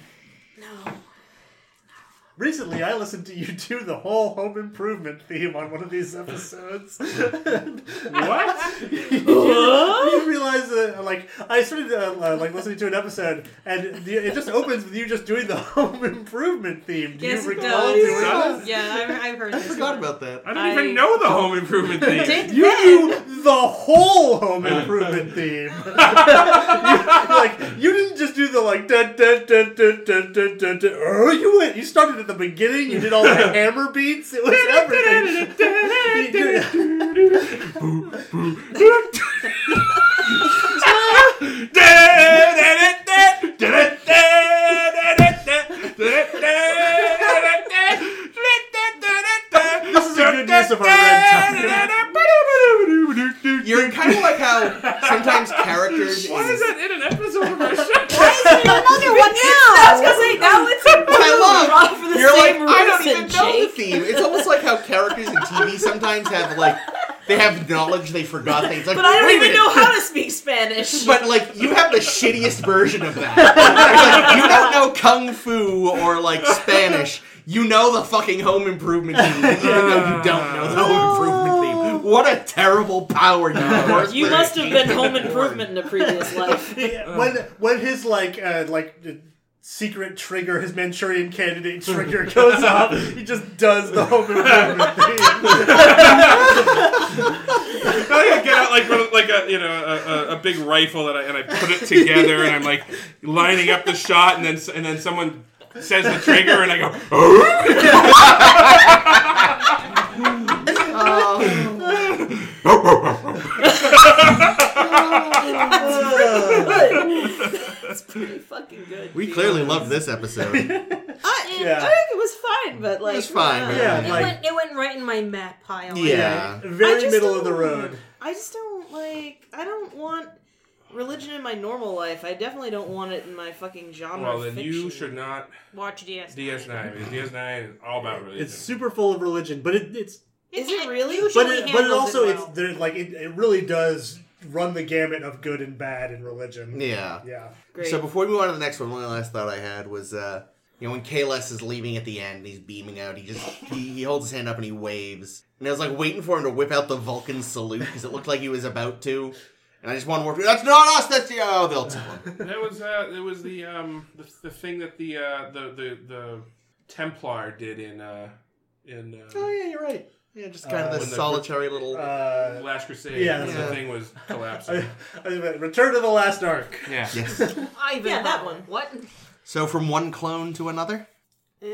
Speaker 4: Recently, I listened to you do the whole home improvement theme on one of these episodes. what? you realize that, like, I started uh, uh, like listening to an episode, and the, it just opens with you just doing the [LAUGHS] home improvement theme. Do
Speaker 5: Yes,
Speaker 4: you
Speaker 5: it
Speaker 4: recall
Speaker 5: does.
Speaker 4: doing
Speaker 3: Yeah.
Speaker 4: this?
Speaker 5: Yeah, I, I've heard.
Speaker 3: I forgot about that.
Speaker 6: I don't
Speaker 2: I-
Speaker 6: even know the home improvement thing.
Speaker 5: Did
Speaker 4: You do the whole home improvement
Speaker 6: [LAUGHS]
Speaker 4: theme. you, like you didn't just do the like da da da da da da da. da. Oh, you went. You started at the beginning. You did all the
Speaker 6: [LAUGHS]
Speaker 4: hammer beats. It was everything.
Speaker 6: This
Speaker 4: is a good use of our red
Speaker 6: time.
Speaker 3: You're kind of like how sometimes characters.
Speaker 6: Why is that in an episode of our show?
Speaker 5: another one now.
Speaker 2: I was gonna say now it's
Speaker 3: What [LAUGHS] I love.
Speaker 2: wrong for the
Speaker 3: You're like,
Speaker 2: same
Speaker 3: I don't
Speaker 2: reason,
Speaker 3: even know the
Speaker 2: Jake."
Speaker 3: theme. It's almost like how characters in TV sometimes have like they have knowledge they forgot things. Like,
Speaker 2: But I don't
Speaker 3: wait a
Speaker 2: even
Speaker 3: minute.
Speaker 2: know how to speak Spanish.
Speaker 3: But like you have the shittiest version
Speaker 2: [LAUGHS]
Speaker 3: of that. It's like, you don't know kung fu or like Spanish. You know the fucking home improvement theme, even though you don't know the home improvement theme. What a terrible power you are.
Speaker 2: you must have been home improvement in a
Speaker 6: [LAUGHS]
Speaker 2: previous life.
Speaker 4: [LAUGHS] when when his like uh, like uh, secret trigger, his Manchurian candidate
Speaker 6: [LAUGHS]
Speaker 4: trigger goes off, he just does the home improvement theme.
Speaker 6: I think I get out like one of- like a you know a, a, a big rifle and I and I put it together and I'm like lining up the shot and then s- and then someone says the trigger and I go
Speaker 2: [LAUGHS]
Speaker 6: "Oh."
Speaker 4: [LAUGHS]
Speaker 2: It's pretty fucking good.
Speaker 3: [LAUGHS] We clearly loved this
Speaker 2: I,
Speaker 3: episode.
Speaker 4: Yeah.
Speaker 2: I think it was fine, but like
Speaker 3: It's fine,
Speaker 2: uh,
Speaker 3: but-
Speaker 4: Yeah,
Speaker 5: It
Speaker 4: like
Speaker 5: went, it went right in my map pile.
Speaker 3: Yeah.
Speaker 2: I
Speaker 4: very
Speaker 2: just
Speaker 4: middle of the
Speaker 2: don't-
Speaker 4: road.
Speaker 2: I just don't like. I don't want religion in my normal life. I definitely don't want it in my fucking genre.
Speaker 6: well then you
Speaker 2: fiction.
Speaker 6: should not
Speaker 5: Watch DS.
Speaker 6: DS9 because DS9 is all about religion.
Speaker 4: It's super full of religion, but it, it's
Speaker 2: Is it really?
Speaker 5: Usually
Speaker 4: but it, but it
Speaker 5: handles
Speaker 4: also
Speaker 5: well.
Speaker 4: it's there, like it, it really does run the gamut of good and bad in religion.
Speaker 3: Yeah.
Speaker 4: Yeah.
Speaker 2: Great.
Speaker 3: So before we move on to the next one, one last thought I had was uh, You know, when Kales is leaving at the end and he's beaming out, he just he, he holds his hand up and he waves. And I was like waiting for him to whip out the Vulcan salute because it looked like he was about to. And I just want to warp. That's not us. That's the oh, they'll tell him.
Speaker 6: [LAUGHS] That was uh, it was the um the, the thing that the uh the the, the Templar did in uh in uh,
Speaker 3: Oh yeah, you're right. Yeah, just kind
Speaker 4: Uh,
Speaker 3: of
Speaker 6: when
Speaker 3: this
Speaker 6: the-
Speaker 3: solitary little.
Speaker 4: Uh,
Speaker 6: Last Crusade.
Speaker 4: Yeah,
Speaker 6: when
Speaker 3: yeah.
Speaker 6: the thing was collapsing.
Speaker 4: [LAUGHS] I, I, Return to the Last Ark. [LAUGHS]
Speaker 6: yeah.
Speaker 3: yes.
Speaker 5: I even
Speaker 2: Yeah, that
Speaker 5: know.
Speaker 2: one.
Speaker 5: What?
Speaker 3: So from one clone to another.
Speaker 5: Uh,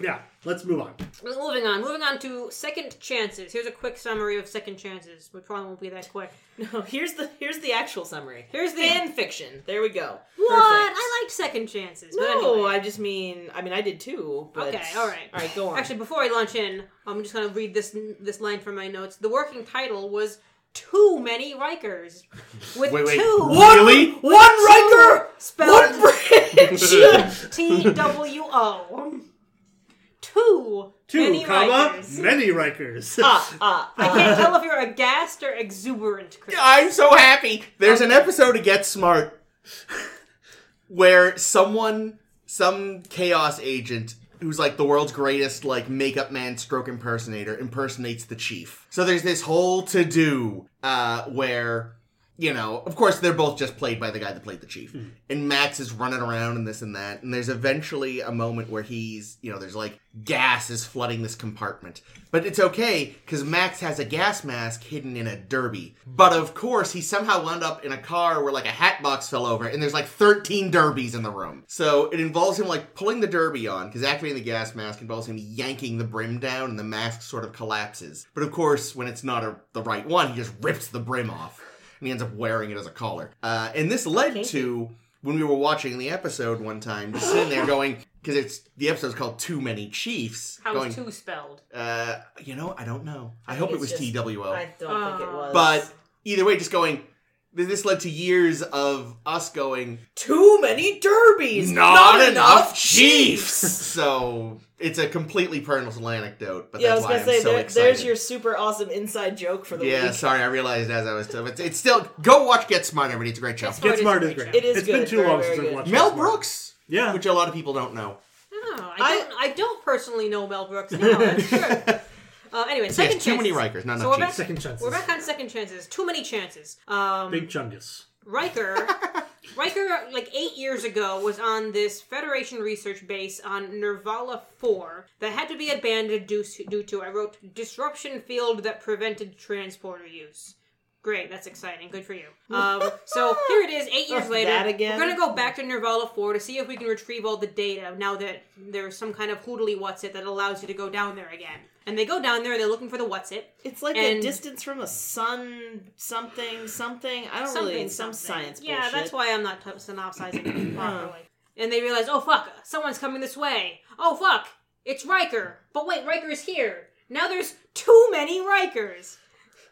Speaker 4: Yeah, let's move on.
Speaker 5: Moving on, moving on to second chances. Here's a quick summary of second chances. We probably won't be that quick.
Speaker 2: No, [LAUGHS] here's the here's the actual summary.
Speaker 5: Here's the
Speaker 2: Fan fiction. There we go.
Speaker 5: what?
Speaker 2: Perfect.
Speaker 5: I liked second chances. but
Speaker 2: No,
Speaker 5: anyway.
Speaker 2: I just mean I mean I did too. But...
Speaker 5: Okay, all right.
Speaker 2: all right. Go on.
Speaker 5: Actually, before I launch in, I'm just gonna read this this line from my notes. The working title was "Too Many Rikers," with
Speaker 3: Wait, wait.
Speaker 5: two
Speaker 3: Really? One Riker.
Speaker 5: spelled
Speaker 2: branch.
Speaker 5: [LAUGHS]
Speaker 3: [LAUGHS]
Speaker 5: T W O. Two,
Speaker 4: Two,
Speaker 5: many
Speaker 4: comma,
Speaker 5: Rikers.
Speaker 4: many Rikers.
Speaker 2: ah, ah,
Speaker 5: I
Speaker 2: ah.
Speaker 5: can't tell if you're aghast or exuberant, Chris.
Speaker 3: I'm so happy. There's an episode of Get Smart where someone, some chaos agent who's like the world's greatest like makeup man stroke impersonator impersonates the chief. So there's this whole to do uh, where. You know, of course, they're both just played by the guy that played the chief. And Max is running around and this and that. And there's eventually a moment where he's, you know, there's like gas is flooding this compartment. But it's okay because Max has a gas mask hidden in a derby. But of course, he somehow wound up in a car where like a hat box fell over and there's like 13 derbies in the room. So it involves him like pulling the derby on because activating the gas mask involves him yanking the brim down and the mask sort of collapses. But of course, when it's not a, the right one, he just rips the brim off and he ends up wearing it as a collar. Uh, and this led to when we were watching the episode one time, just sitting there going, because it's the episode's called "Too Many Chiefs."
Speaker 5: How's
Speaker 3: going,
Speaker 5: two spelled?
Speaker 3: uh, you know, I don't know. I, hope it
Speaker 2: it's
Speaker 3: was
Speaker 2: just-
Speaker 3: TWO.
Speaker 2: I don't think
Speaker 5: uh,
Speaker 2: it was.
Speaker 3: But either way, just going. th- This led to years of us going.
Speaker 2: too many derbies.
Speaker 3: chiefs. [LAUGHS] so it's a completely personal anecdote, but
Speaker 2: Yeah, I
Speaker 3: that's
Speaker 2: was
Speaker 3: why
Speaker 2: gonna
Speaker 3: I'm
Speaker 2: say
Speaker 3: so
Speaker 2: there,
Speaker 3: excited.
Speaker 2: there's your super awesome inside joke for the
Speaker 3: yeah,
Speaker 2: week.
Speaker 3: sorry, I realized as I was. But it's still go watch Get Smart, everybody. It's a great show.
Speaker 4: [LAUGHS]
Speaker 5: Smart
Speaker 4: Get
Speaker 5: is
Speaker 4: Smart
Speaker 5: a
Speaker 4: is
Speaker 5: great
Speaker 4: great.
Speaker 2: It is
Speaker 4: It's
Speaker 2: good.
Speaker 4: been too
Speaker 2: Very,
Speaker 4: long
Speaker 2: very
Speaker 4: since I've
Speaker 2: good.
Speaker 4: watched
Speaker 3: Mel
Speaker 4: Get Smart.
Speaker 3: Brooks,
Speaker 4: Yeah.
Speaker 3: which a lot of people don't know.
Speaker 5: Oh, I don't. I, don't personally know Mel
Speaker 3: [LAUGHS]
Speaker 5: Brooks now. That's true. Uh, anyway,
Speaker 3: So
Speaker 5: second
Speaker 3: yes, too many
Speaker 5: chances.
Speaker 3: Rikers, not
Speaker 5: So
Speaker 3: enough Chiefs.
Speaker 5: we're back,
Speaker 4: Second chances.
Speaker 5: we're back on second chances. Too many chances. Um,
Speaker 4: Big Chungus.
Speaker 2: [LAUGHS]
Speaker 5: Riker, Riker, like eight years ago, was on this Federation research base on Nirvala 4 that had to be abandoned due to, due to I wrote, disruption field that prevented transporter use. Great, that's exciting. Good for you. Um, so here it is, eight years
Speaker 2: That
Speaker 5: later.
Speaker 2: again?
Speaker 5: We're gonna go back to Nirvala 4 to see if we can retrieve all the data now that there's some kind of hoodly what's it that allows you to go down there again. And they go down there and they're looking for the what's it.
Speaker 2: It's like
Speaker 5: And-
Speaker 2: a distance from the sun, something, something. I don't really some science.
Speaker 5: Yeah,
Speaker 2: bullshit.
Speaker 5: that's why I'm not t- synopsizing
Speaker 2: [CLEARS THROAT]
Speaker 5: it properly. And they realize, oh fuck, someone's coming this way. Oh fuck, it's Riker. But wait, Riker's here. Now there's too many Rikers.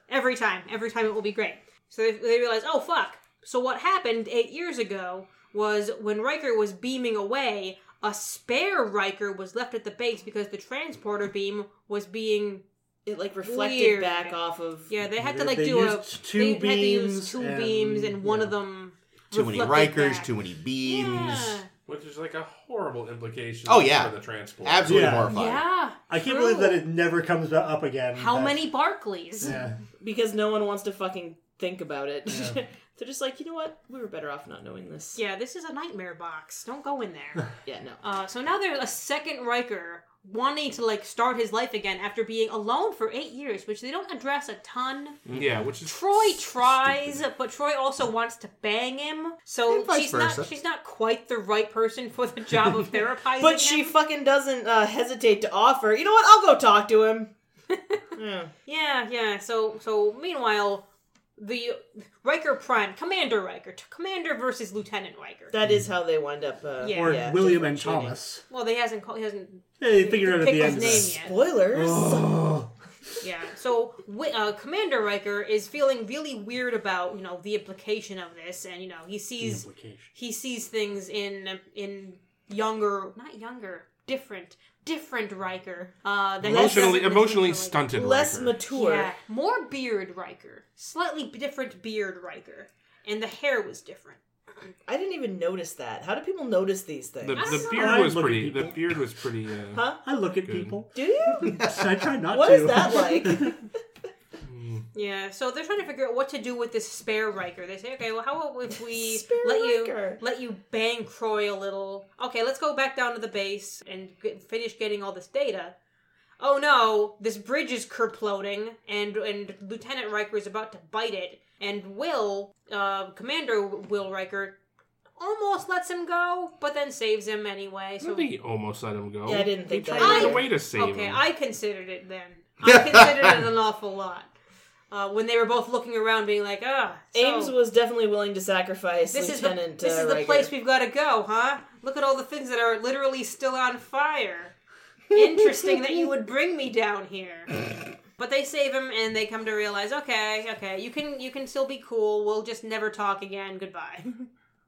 Speaker 5: Every time, every time it will be great. So they, they realize, oh fuck. So what happened eight years ago was when Riker was beaming away, a spare Riker was left at the base because the transporter beam was being
Speaker 2: it like reflected
Speaker 5: Weird.
Speaker 2: back off of.
Speaker 5: yeah, they had to
Speaker 4: They-
Speaker 5: like
Speaker 4: they
Speaker 5: do a
Speaker 4: used two
Speaker 5: they had to use
Speaker 4: beams
Speaker 5: two
Speaker 4: and-
Speaker 5: beams, and one of
Speaker 4: yeah.
Speaker 5: them
Speaker 3: Too many
Speaker 5: reflected
Speaker 3: Rikers,
Speaker 5: back.
Speaker 3: too many beams.
Speaker 5: Yeah,
Speaker 6: Which is like a horrible implication
Speaker 3: Oh, yeah.
Speaker 6: for the transport.
Speaker 3: Absolutely
Speaker 4: Yeah.
Speaker 3: horrifying.
Speaker 5: yeah.
Speaker 4: I can't
Speaker 5: true.
Speaker 4: believe that it never comes up again.
Speaker 5: How
Speaker 4: That-
Speaker 5: many Barclays?
Speaker 4: Yeah.
Speaker 2: because no one wants to fucking think about it. [LAUGHS] They're just like, you know what? We were better off not knowing this.
Speaker 5: Yeah, this is a nightmare box. Don't go
Speaker 3: [LAUGHS]
Speaker 5: in there.
Speaker 2: yeah no.
Speaker 5: uh, so now there's a second Riker wanting to like start his life again after being alone for eight years, which they don't address a ton.
Speaker 6: Mm, Yeah, which is
Speaker 5: Troy tries, but Troy also wants to bang him, so
Speaker 3: And vice
Speaker 5: she's
Speaker 3: versa.
Speaker 5: not she's not quite the right person for the
Speaker 3: [LAUGHS]
Speaker 5: job of therapizing.
Speaker 2: But she
Speaker 5: him.
Speaker 2: fucking doesn't uh, hesitate to offer. You know what? I'll go talk to him.
Speaker 5: Yeah, yeah. So, so meanwhile, the Riker Prime, Commander Riker, t- Commander versus Lieutenant Riker.
Speaker 2: That is how they wind up. Uh,
Speaker 5: Yeah.
Speaker 4: Or
Speaker 2: yeah,
Speaker 4: William and
Speaker 2: differentiating.
Speaker 4: Thomas.
Speaker 5: well, they hasn't called, he hasn't
Speaker 4: Yeah, you figure it out at
Speaker 5: picked
Speaker 4: the end. of
Speaker 5: his
Speaker 4: that.
Speaker 5: name yet.
Speaker 2: Spoilers.
Speaker 4: Oh.
Speaker 5: Yeah. So, wi- uh, Commander Riker is feeling really weird about you know the implication of this, and you know he sees
Speaker 4: Implication.
Speaker 5: he sees things in in younger, not younger, different, different Riker. Uh, that he
Speaker 6: emotionally
Speaker 5: doesn't
Speaker 6: emotionally
Speaker 5: necessarily-
Speaker 6: stunted.
Speaker 2: Less
Speaker 6: Riker.
Speaker 2: mature.
Speaker 5: Yeah, more beard Riker, slightly different beard Riker, and the hair was different.
Speaker 2: I didn't even notice that. How do people notice these things?
Speaker 6: The, the
Speaker 4: I
Speaker 6: beard was
Speaker 4: look at
Speaker 6: pretty. The
Speaker 4: people.
Speaker 6: beard was pretty. Uh,
Speaker 2: Huh?
Speaker 4: I look at
Speaker 6: Good.
Speaker 4: people.
Speaker 2: do [LAUGHS]
Speaker 6: Oh.
Speaker 2: you?
Speaker 4: I try not
Speaker 2: What
Speaker 4: to.
Speaker 2: is that
Speaker 4: [LAUGHS]
Speaker 2: like?
Speaker 5: Yeah, so they're trying to figure out what to do with this spare Riker. They say, okay, well, how about if we
Speaker 2: [LAUGHS] Spare
Speaker 5: let
Speaker 2: Riker.
Speaker 5: you let you bang Croy a little? Okay, let's go back down to the base and get, finish getting all this data. Oh no, this bridge is kerploding, and and Lieutenant Riker is about to bite it, and Will, uh, Commander Will Riker, almost lets him go, but then saves him anyway.
Speaker 6: I
Speaker 5: So
Speaker 6: don't think he almost let him go.
Speaker 2: Yeah, I didn't think
Speaker 6: he
Speaker 2: that
Speaker 6: tried
Speaker 5: either.
Speaker 6: a way to save
Speaker 5: Okay,
Speaker 6: him.
Speaker 5: I considered it
Speaker 6: [LAUGHS]
Speaker 5: then. I considered it an awful lot. Uh, when they were both looking around, being like, ah, so
Speaker 2: Ames was definitely willing to sacrifice
Speaker 5: this is the,
Speaker 2: Lieutenant.
Speaker 5: this
Speaker 2: uh,
Speaker 5: is the
Speaker 2: Riker.
Speaker 5: place we've got to go, huh? Look at all the things that are literally still on fire. Interesting that you would bring me down
Speaker 6: [LAUGHS]
Speaker 5: here. But they save him, and they come to realize, okay, okay, you can you can still be cool. We'll just never talk again. Goodbye.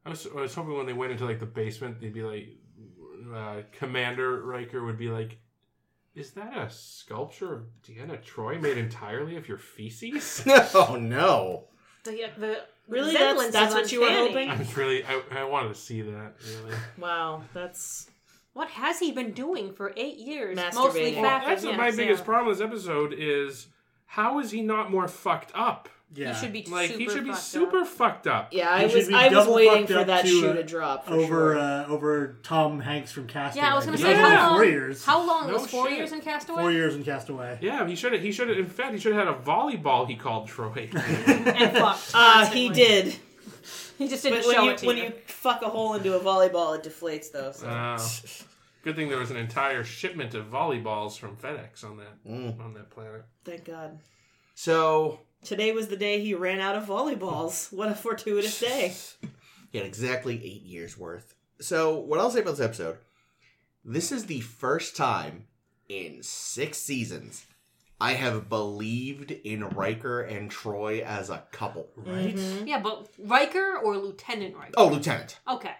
Speaker 6: I was, I was hoping when they went into like the basement, they'd be like, uh, Commander Riker would be like, "Is that a sculpture of Deanna Troy made entirely of
Speaker 3: [LAUGHS]
Speaker 6: your feces?"
Speaker 3: oh no.
Speaker 5: [LAUGHS] The, the
Speaker 2: Really? That's-
Speaker 5: resemblance is
Speaker 2: that's what you were
Speaker 5: uncanny.
Speaker 2: hoping?
Speaker 6: I was really, I, I wanted to see that. Really,
Speaker 2: Wow, that's
Speaker 5: What has he been doing for eight years?
Speaker 2: Masturbating.
Speaker 5: Mostly
Speaker 2: Well,
Speaker 6: well,
Speaker 5: fapping.
Speaker 6: that's
Speaker 5: yes,
Speaker 6: my
Speaker 5: yeah.
Speaker 6: biggest problem. This episode is how is he not more fucked up?
Speaker 4: Yeah.
Speaker 5: He should be
Speaker 6: Like
Speaker 5: super
Speaker 6: he should be
Speaker 5: fucked
Speaker 6: super
Speaker 5: Up.
Speaker 6: fucked up.
Speaker 2: yeah. I
Speaker 4: You should
Speaker 2: was
Speaker 4: be
Speaker 2: I was
Speaker 4: double
Speaker 2: waiting
Speaker 4: fucked
Speaker 2: for
Speaker 4: up
Speaker 2: that
Speaker 4: to,
Speaker 2: shoe
Speaker 4: uh,
Speaker 2: to drop for
Speaker 4: over
Speaker 2: sure.
Speaker 4: uh, over Tom Hanks from Castaway.
Speaker 5: Yeah, I was gonna
Speaker 4: He
Speaker 5: say
Speaker 4: was
Speaker 5: how
Speaker 4: only
Speaker 5: long?
Speaker 4: four years.
Speaker 5: How long
Speaker 6: No
Speaker 5: was four
Speaker 6: shit.
Speaker 5: years in Castaway?
Speaker 4: Four years in Castaway.
Speaker 6: Yeah, he should have. He should have. In fact, he should have had a volleyball. He called Troy.
Speaker 5: [LAUGHS] and fucked.
Speaker 2: Ah, he
Speaker 5: constantly.
Speaker 2: did.
Speaker 5: He just
Speaker 2: But
Speaker 5: didn't
Speaker 2: when
Speaker 5: show
Speaker 2: you
Speaker 5: it to
Speaker 2: when
Speaker 5: you.
Speaker 2: you fuck a hole into a volleyball, it deflates though. So.
Speaker 6: Uh, good thing there was an entire shipment of volleyballs from FedEx on that on that planet.
Speaker 2: Thank God.
Speaker 3: So
Speaker 2: Today was the day he ran out of volleyballs. What a fortuitous
Speaker 3: [LAUGHS]
Speaker 2: day.
Speaker 3: he had exactly eight years worth. So what I'll say about this episode, this is the first time in six seasons I have believed in Riker and Troy as a couple.
Speaker 4: Right?
Speaker 5: Yeah, but Riker or Lieutenant Riker?
Speaker 3: Oh, Lieutenant.
Speaker 5: Okay.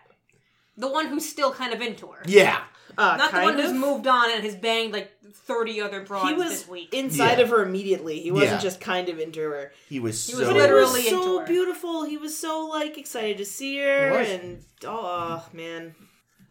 Speaker 5: The one who's still kind of into her.
Speaker 3: Yeah.
Speaker 2: Uh,
Speaker 5: Not the
Speaker 2: kind
Speaker 5: one who's
Speaker 2: of.
Speaker 5: moved on and has banged like 30 other broads
Speaker 2: He was
Speaker 5: this week.
Speaker 2: inside
Speaker 3: Yeah.
Speaker 2: of her immediately. He wasn't
Speaker 3: Yeah.
Speaker 2: just kind of into her.
Speaker 3: He was
Speaker 5: He
Speaker 3: so
Speaker 5: was
Speaker 2: But
Speaker 5: literally-
Speaker 2: it was
Speaker 5: into
Speaker 2: so
Speaker 5: her.
Speaker 2: beautiful. He was so like excited to see her,
Speaker 3: He was.
Speaker 2: and oh man,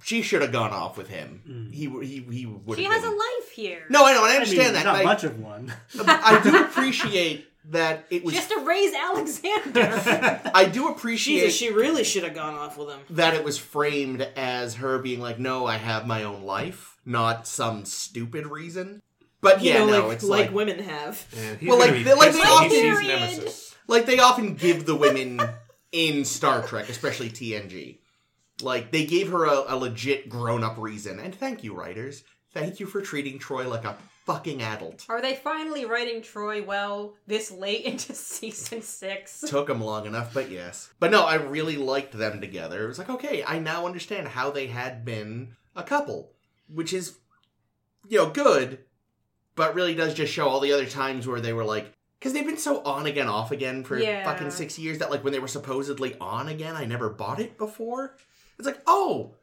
Speaker 3: she should have gone off with him. He w- he he would.
Speaker 5: she has a life here.
Speaker 3: No, I know, and I
Speaker 4: Mm. I mean,
Speaker 3: understand that.
Speaker 4: not
Speaker 3: and I,
Speaker 4: much of one. [LAUGHS]
Speaker 3: I do appreciate that it was.
Speaker 5: Just to raise Alexander. [LAUGHS]
Speaker 3: I do appreciate
Speaker 2: Jesus, she really should have gone off with him.
Speaker 3: that it was framed as her being like, "No, I have my own life, not some stupid reason." But
Speaker 2: You
Speaker 3: yeah,
Speaker 2: know,
Speaker 3: no,
Speaker 2: like,
Speaker 3: it's
Speaker 2: like
Speaker 3: like like,
Speaker 2: women have.
Speaker 6: And he's
Speaker 3: Well,
Speaker 6: gonna
Speaker 3: like-
Speaker 6: be
Speaker 3: they- like
Speaker 6: pissed
Speaker 3: they
Speaker 6: when he
Speaker 3: all-
Speaker 6: sees
Speaker 5: Period.
Speaker 6: Nemesis.
Speaker 3: they often give the women in Star Trek, especially TNG, like they gave her a, a legit grown-up reason. And thank you, writers. Thank you for treating Troy like a fucking adult.
Speaker 5: Are they finally writing Troy well this late into season six?
Speaker 3: took them long enough, but yes. But no, I really liked them together. It was like, okay, I now understand how they had been a couple, which is, you know, good, but really does just show all the other times where they were like, because they've been so on again, off again for
Speaker 5: Yeah.
Speaker 3: fucking six years that, like, when they were supposedly on again, I never bought it before. It's like, oh,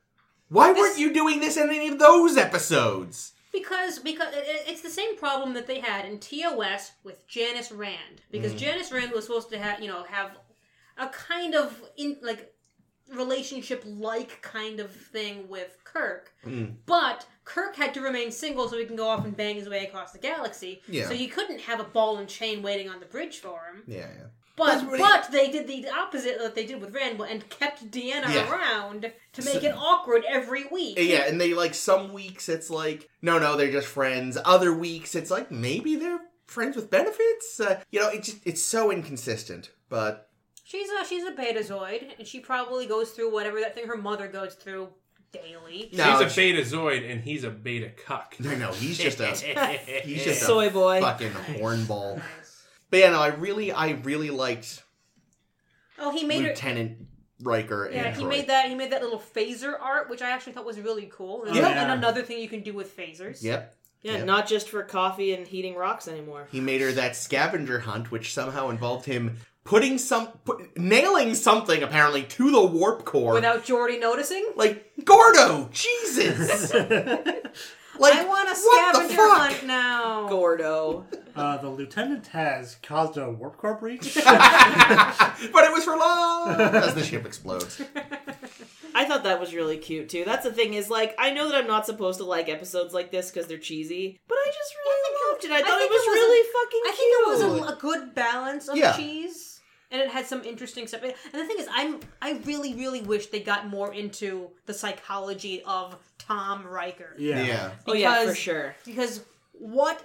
Speaker 3: why weren't you doing this in any of those episodes?
Speaker 5: Because because it- it- it's the same problem that they had in TOS with Janice Rand. Because
Speaker 3: Mm.
Speaker 5: Janice Rand was supposed to have you know have a kind of in like relationship like kind of thing with Kirk,
Speaker 3: Mm.
Speaker 5: but Kirk had to remain single so he can go off and bang his way across the galaxy.
Speaker 3: Yeah.
Speaker 5: So he couldn't have a ball and chain waiting on the bridge for him.
Speaker 3: Yeah, yeah. That's
Speaker 5: But
Speaker 3: what he-
Speaker 5: but they did the opposite of what they did with Rand and kept Deanna
Speaker 3: Yeah.
Speaker 5: around to make it awkward every week.
Speaker 3: Yeah, and they like some weeks it's like no, no, they're just friends. Other weeks it's like maybe they're friends with benefits. Uh, you know, it just, it's so inconsistent. But
Speaker 5: She's a she's a betazoid, and she probably goes through whatever that thing her mother goes through daily.
Speaker 3: no,
Speaker 6: She's a beta zoid and he's a beta cuck.
Speaker 3: no, no, he's just a he's just a
Speaker 2: Soy boy.
Speaker 3: fucking hornball. But yeah, no, I really, I really liked
Speaker 5: Oh, he made her.
Speaker 3: Lieutenant Riker.
Speaker 5: Yeah,
Speaker 3: and
Speaker 5: he
Speaker 3: Troy.
Speaker 5: made that. He made that little phaser art, which I actually thought was really cool. And,
Speaker 4: Yeah.
Speaker 5: and another thing you can do with phasers.
Speaker 3: Yep,
Speaker 2: Yeah,
Speaker 3: Yep.
Speaker 2: not just for coffee and heating rocks anymore.
Speaker 3: he made her that scavenger hunt, which somehow involved him putting some, put, nailing something apparently to the warp core.
Speaker 5: Without Jordy noticing.
Speaker 3: [LAUGHS] like Gordo, Jesus. Like,
Speaker 5: I want a
Speaker 3: what the
Speaker 5: scavenger
Speaker 3: fuck?
Speaker 5: hunt now.
Speaker 2: Gordo.
Speaker 4: Uh, the lieutenant has caused a warp core
Speaker 3: [LAUGHS]
Speaker 4: breach.
Speaker 3: but it was for love as the ship explodes.
Speaker 2: I thought that was really cute too. That's the thing is like I know that I'm not supposed to like episodes like this because they're cheesy, but I just really loved it. I thought
Speaker 5: think
Speaker 2: it was
Speaker 5: it was a-
Speaker 2: really fucking
Speaker 5: I
Speaker 2: cute.
Speaker 5: think it was a, a good balance of
Speaker 3: Yeah.
Speaker 5: cheese, and it had some interesting stuff. And the thing is, I'm I really really wish they got more into the psychology of Tom Riker.
Speaker 4: yeah.
Speaker 3: Yeah.
Speaker 2: oh yeah, for
Speaker 5: because-
Speaker 2: sure.
Speaker 5: because what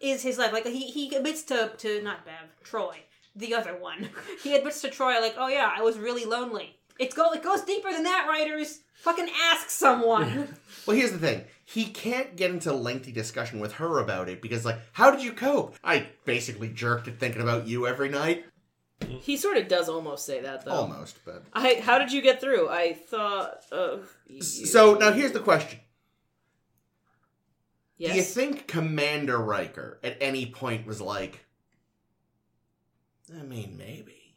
Speaker 5: is his life like? He he admits to to not Bev Troy, the other one. [LAUGHS] he admits to Troy like, oh yeah, I was really lonely. It's go it goes deeper than that, writers. Fucking ask someone.
Speaker 3: Well, here's the thing. He can't get into lengthy discussion with her about it because, like, how did you cope? I basically jerked at thinking about you every night.
Speaker 2: He sort of does almost say that though.
Speaker 3: Almost, but.
Speaker 2: I how did you get through? I thought uh, of you.
Speaker 3: So now here's the question
Speaker 2: yes.
Speaker 3: Do you think Commander Riker at any point was like, I mean, maybe.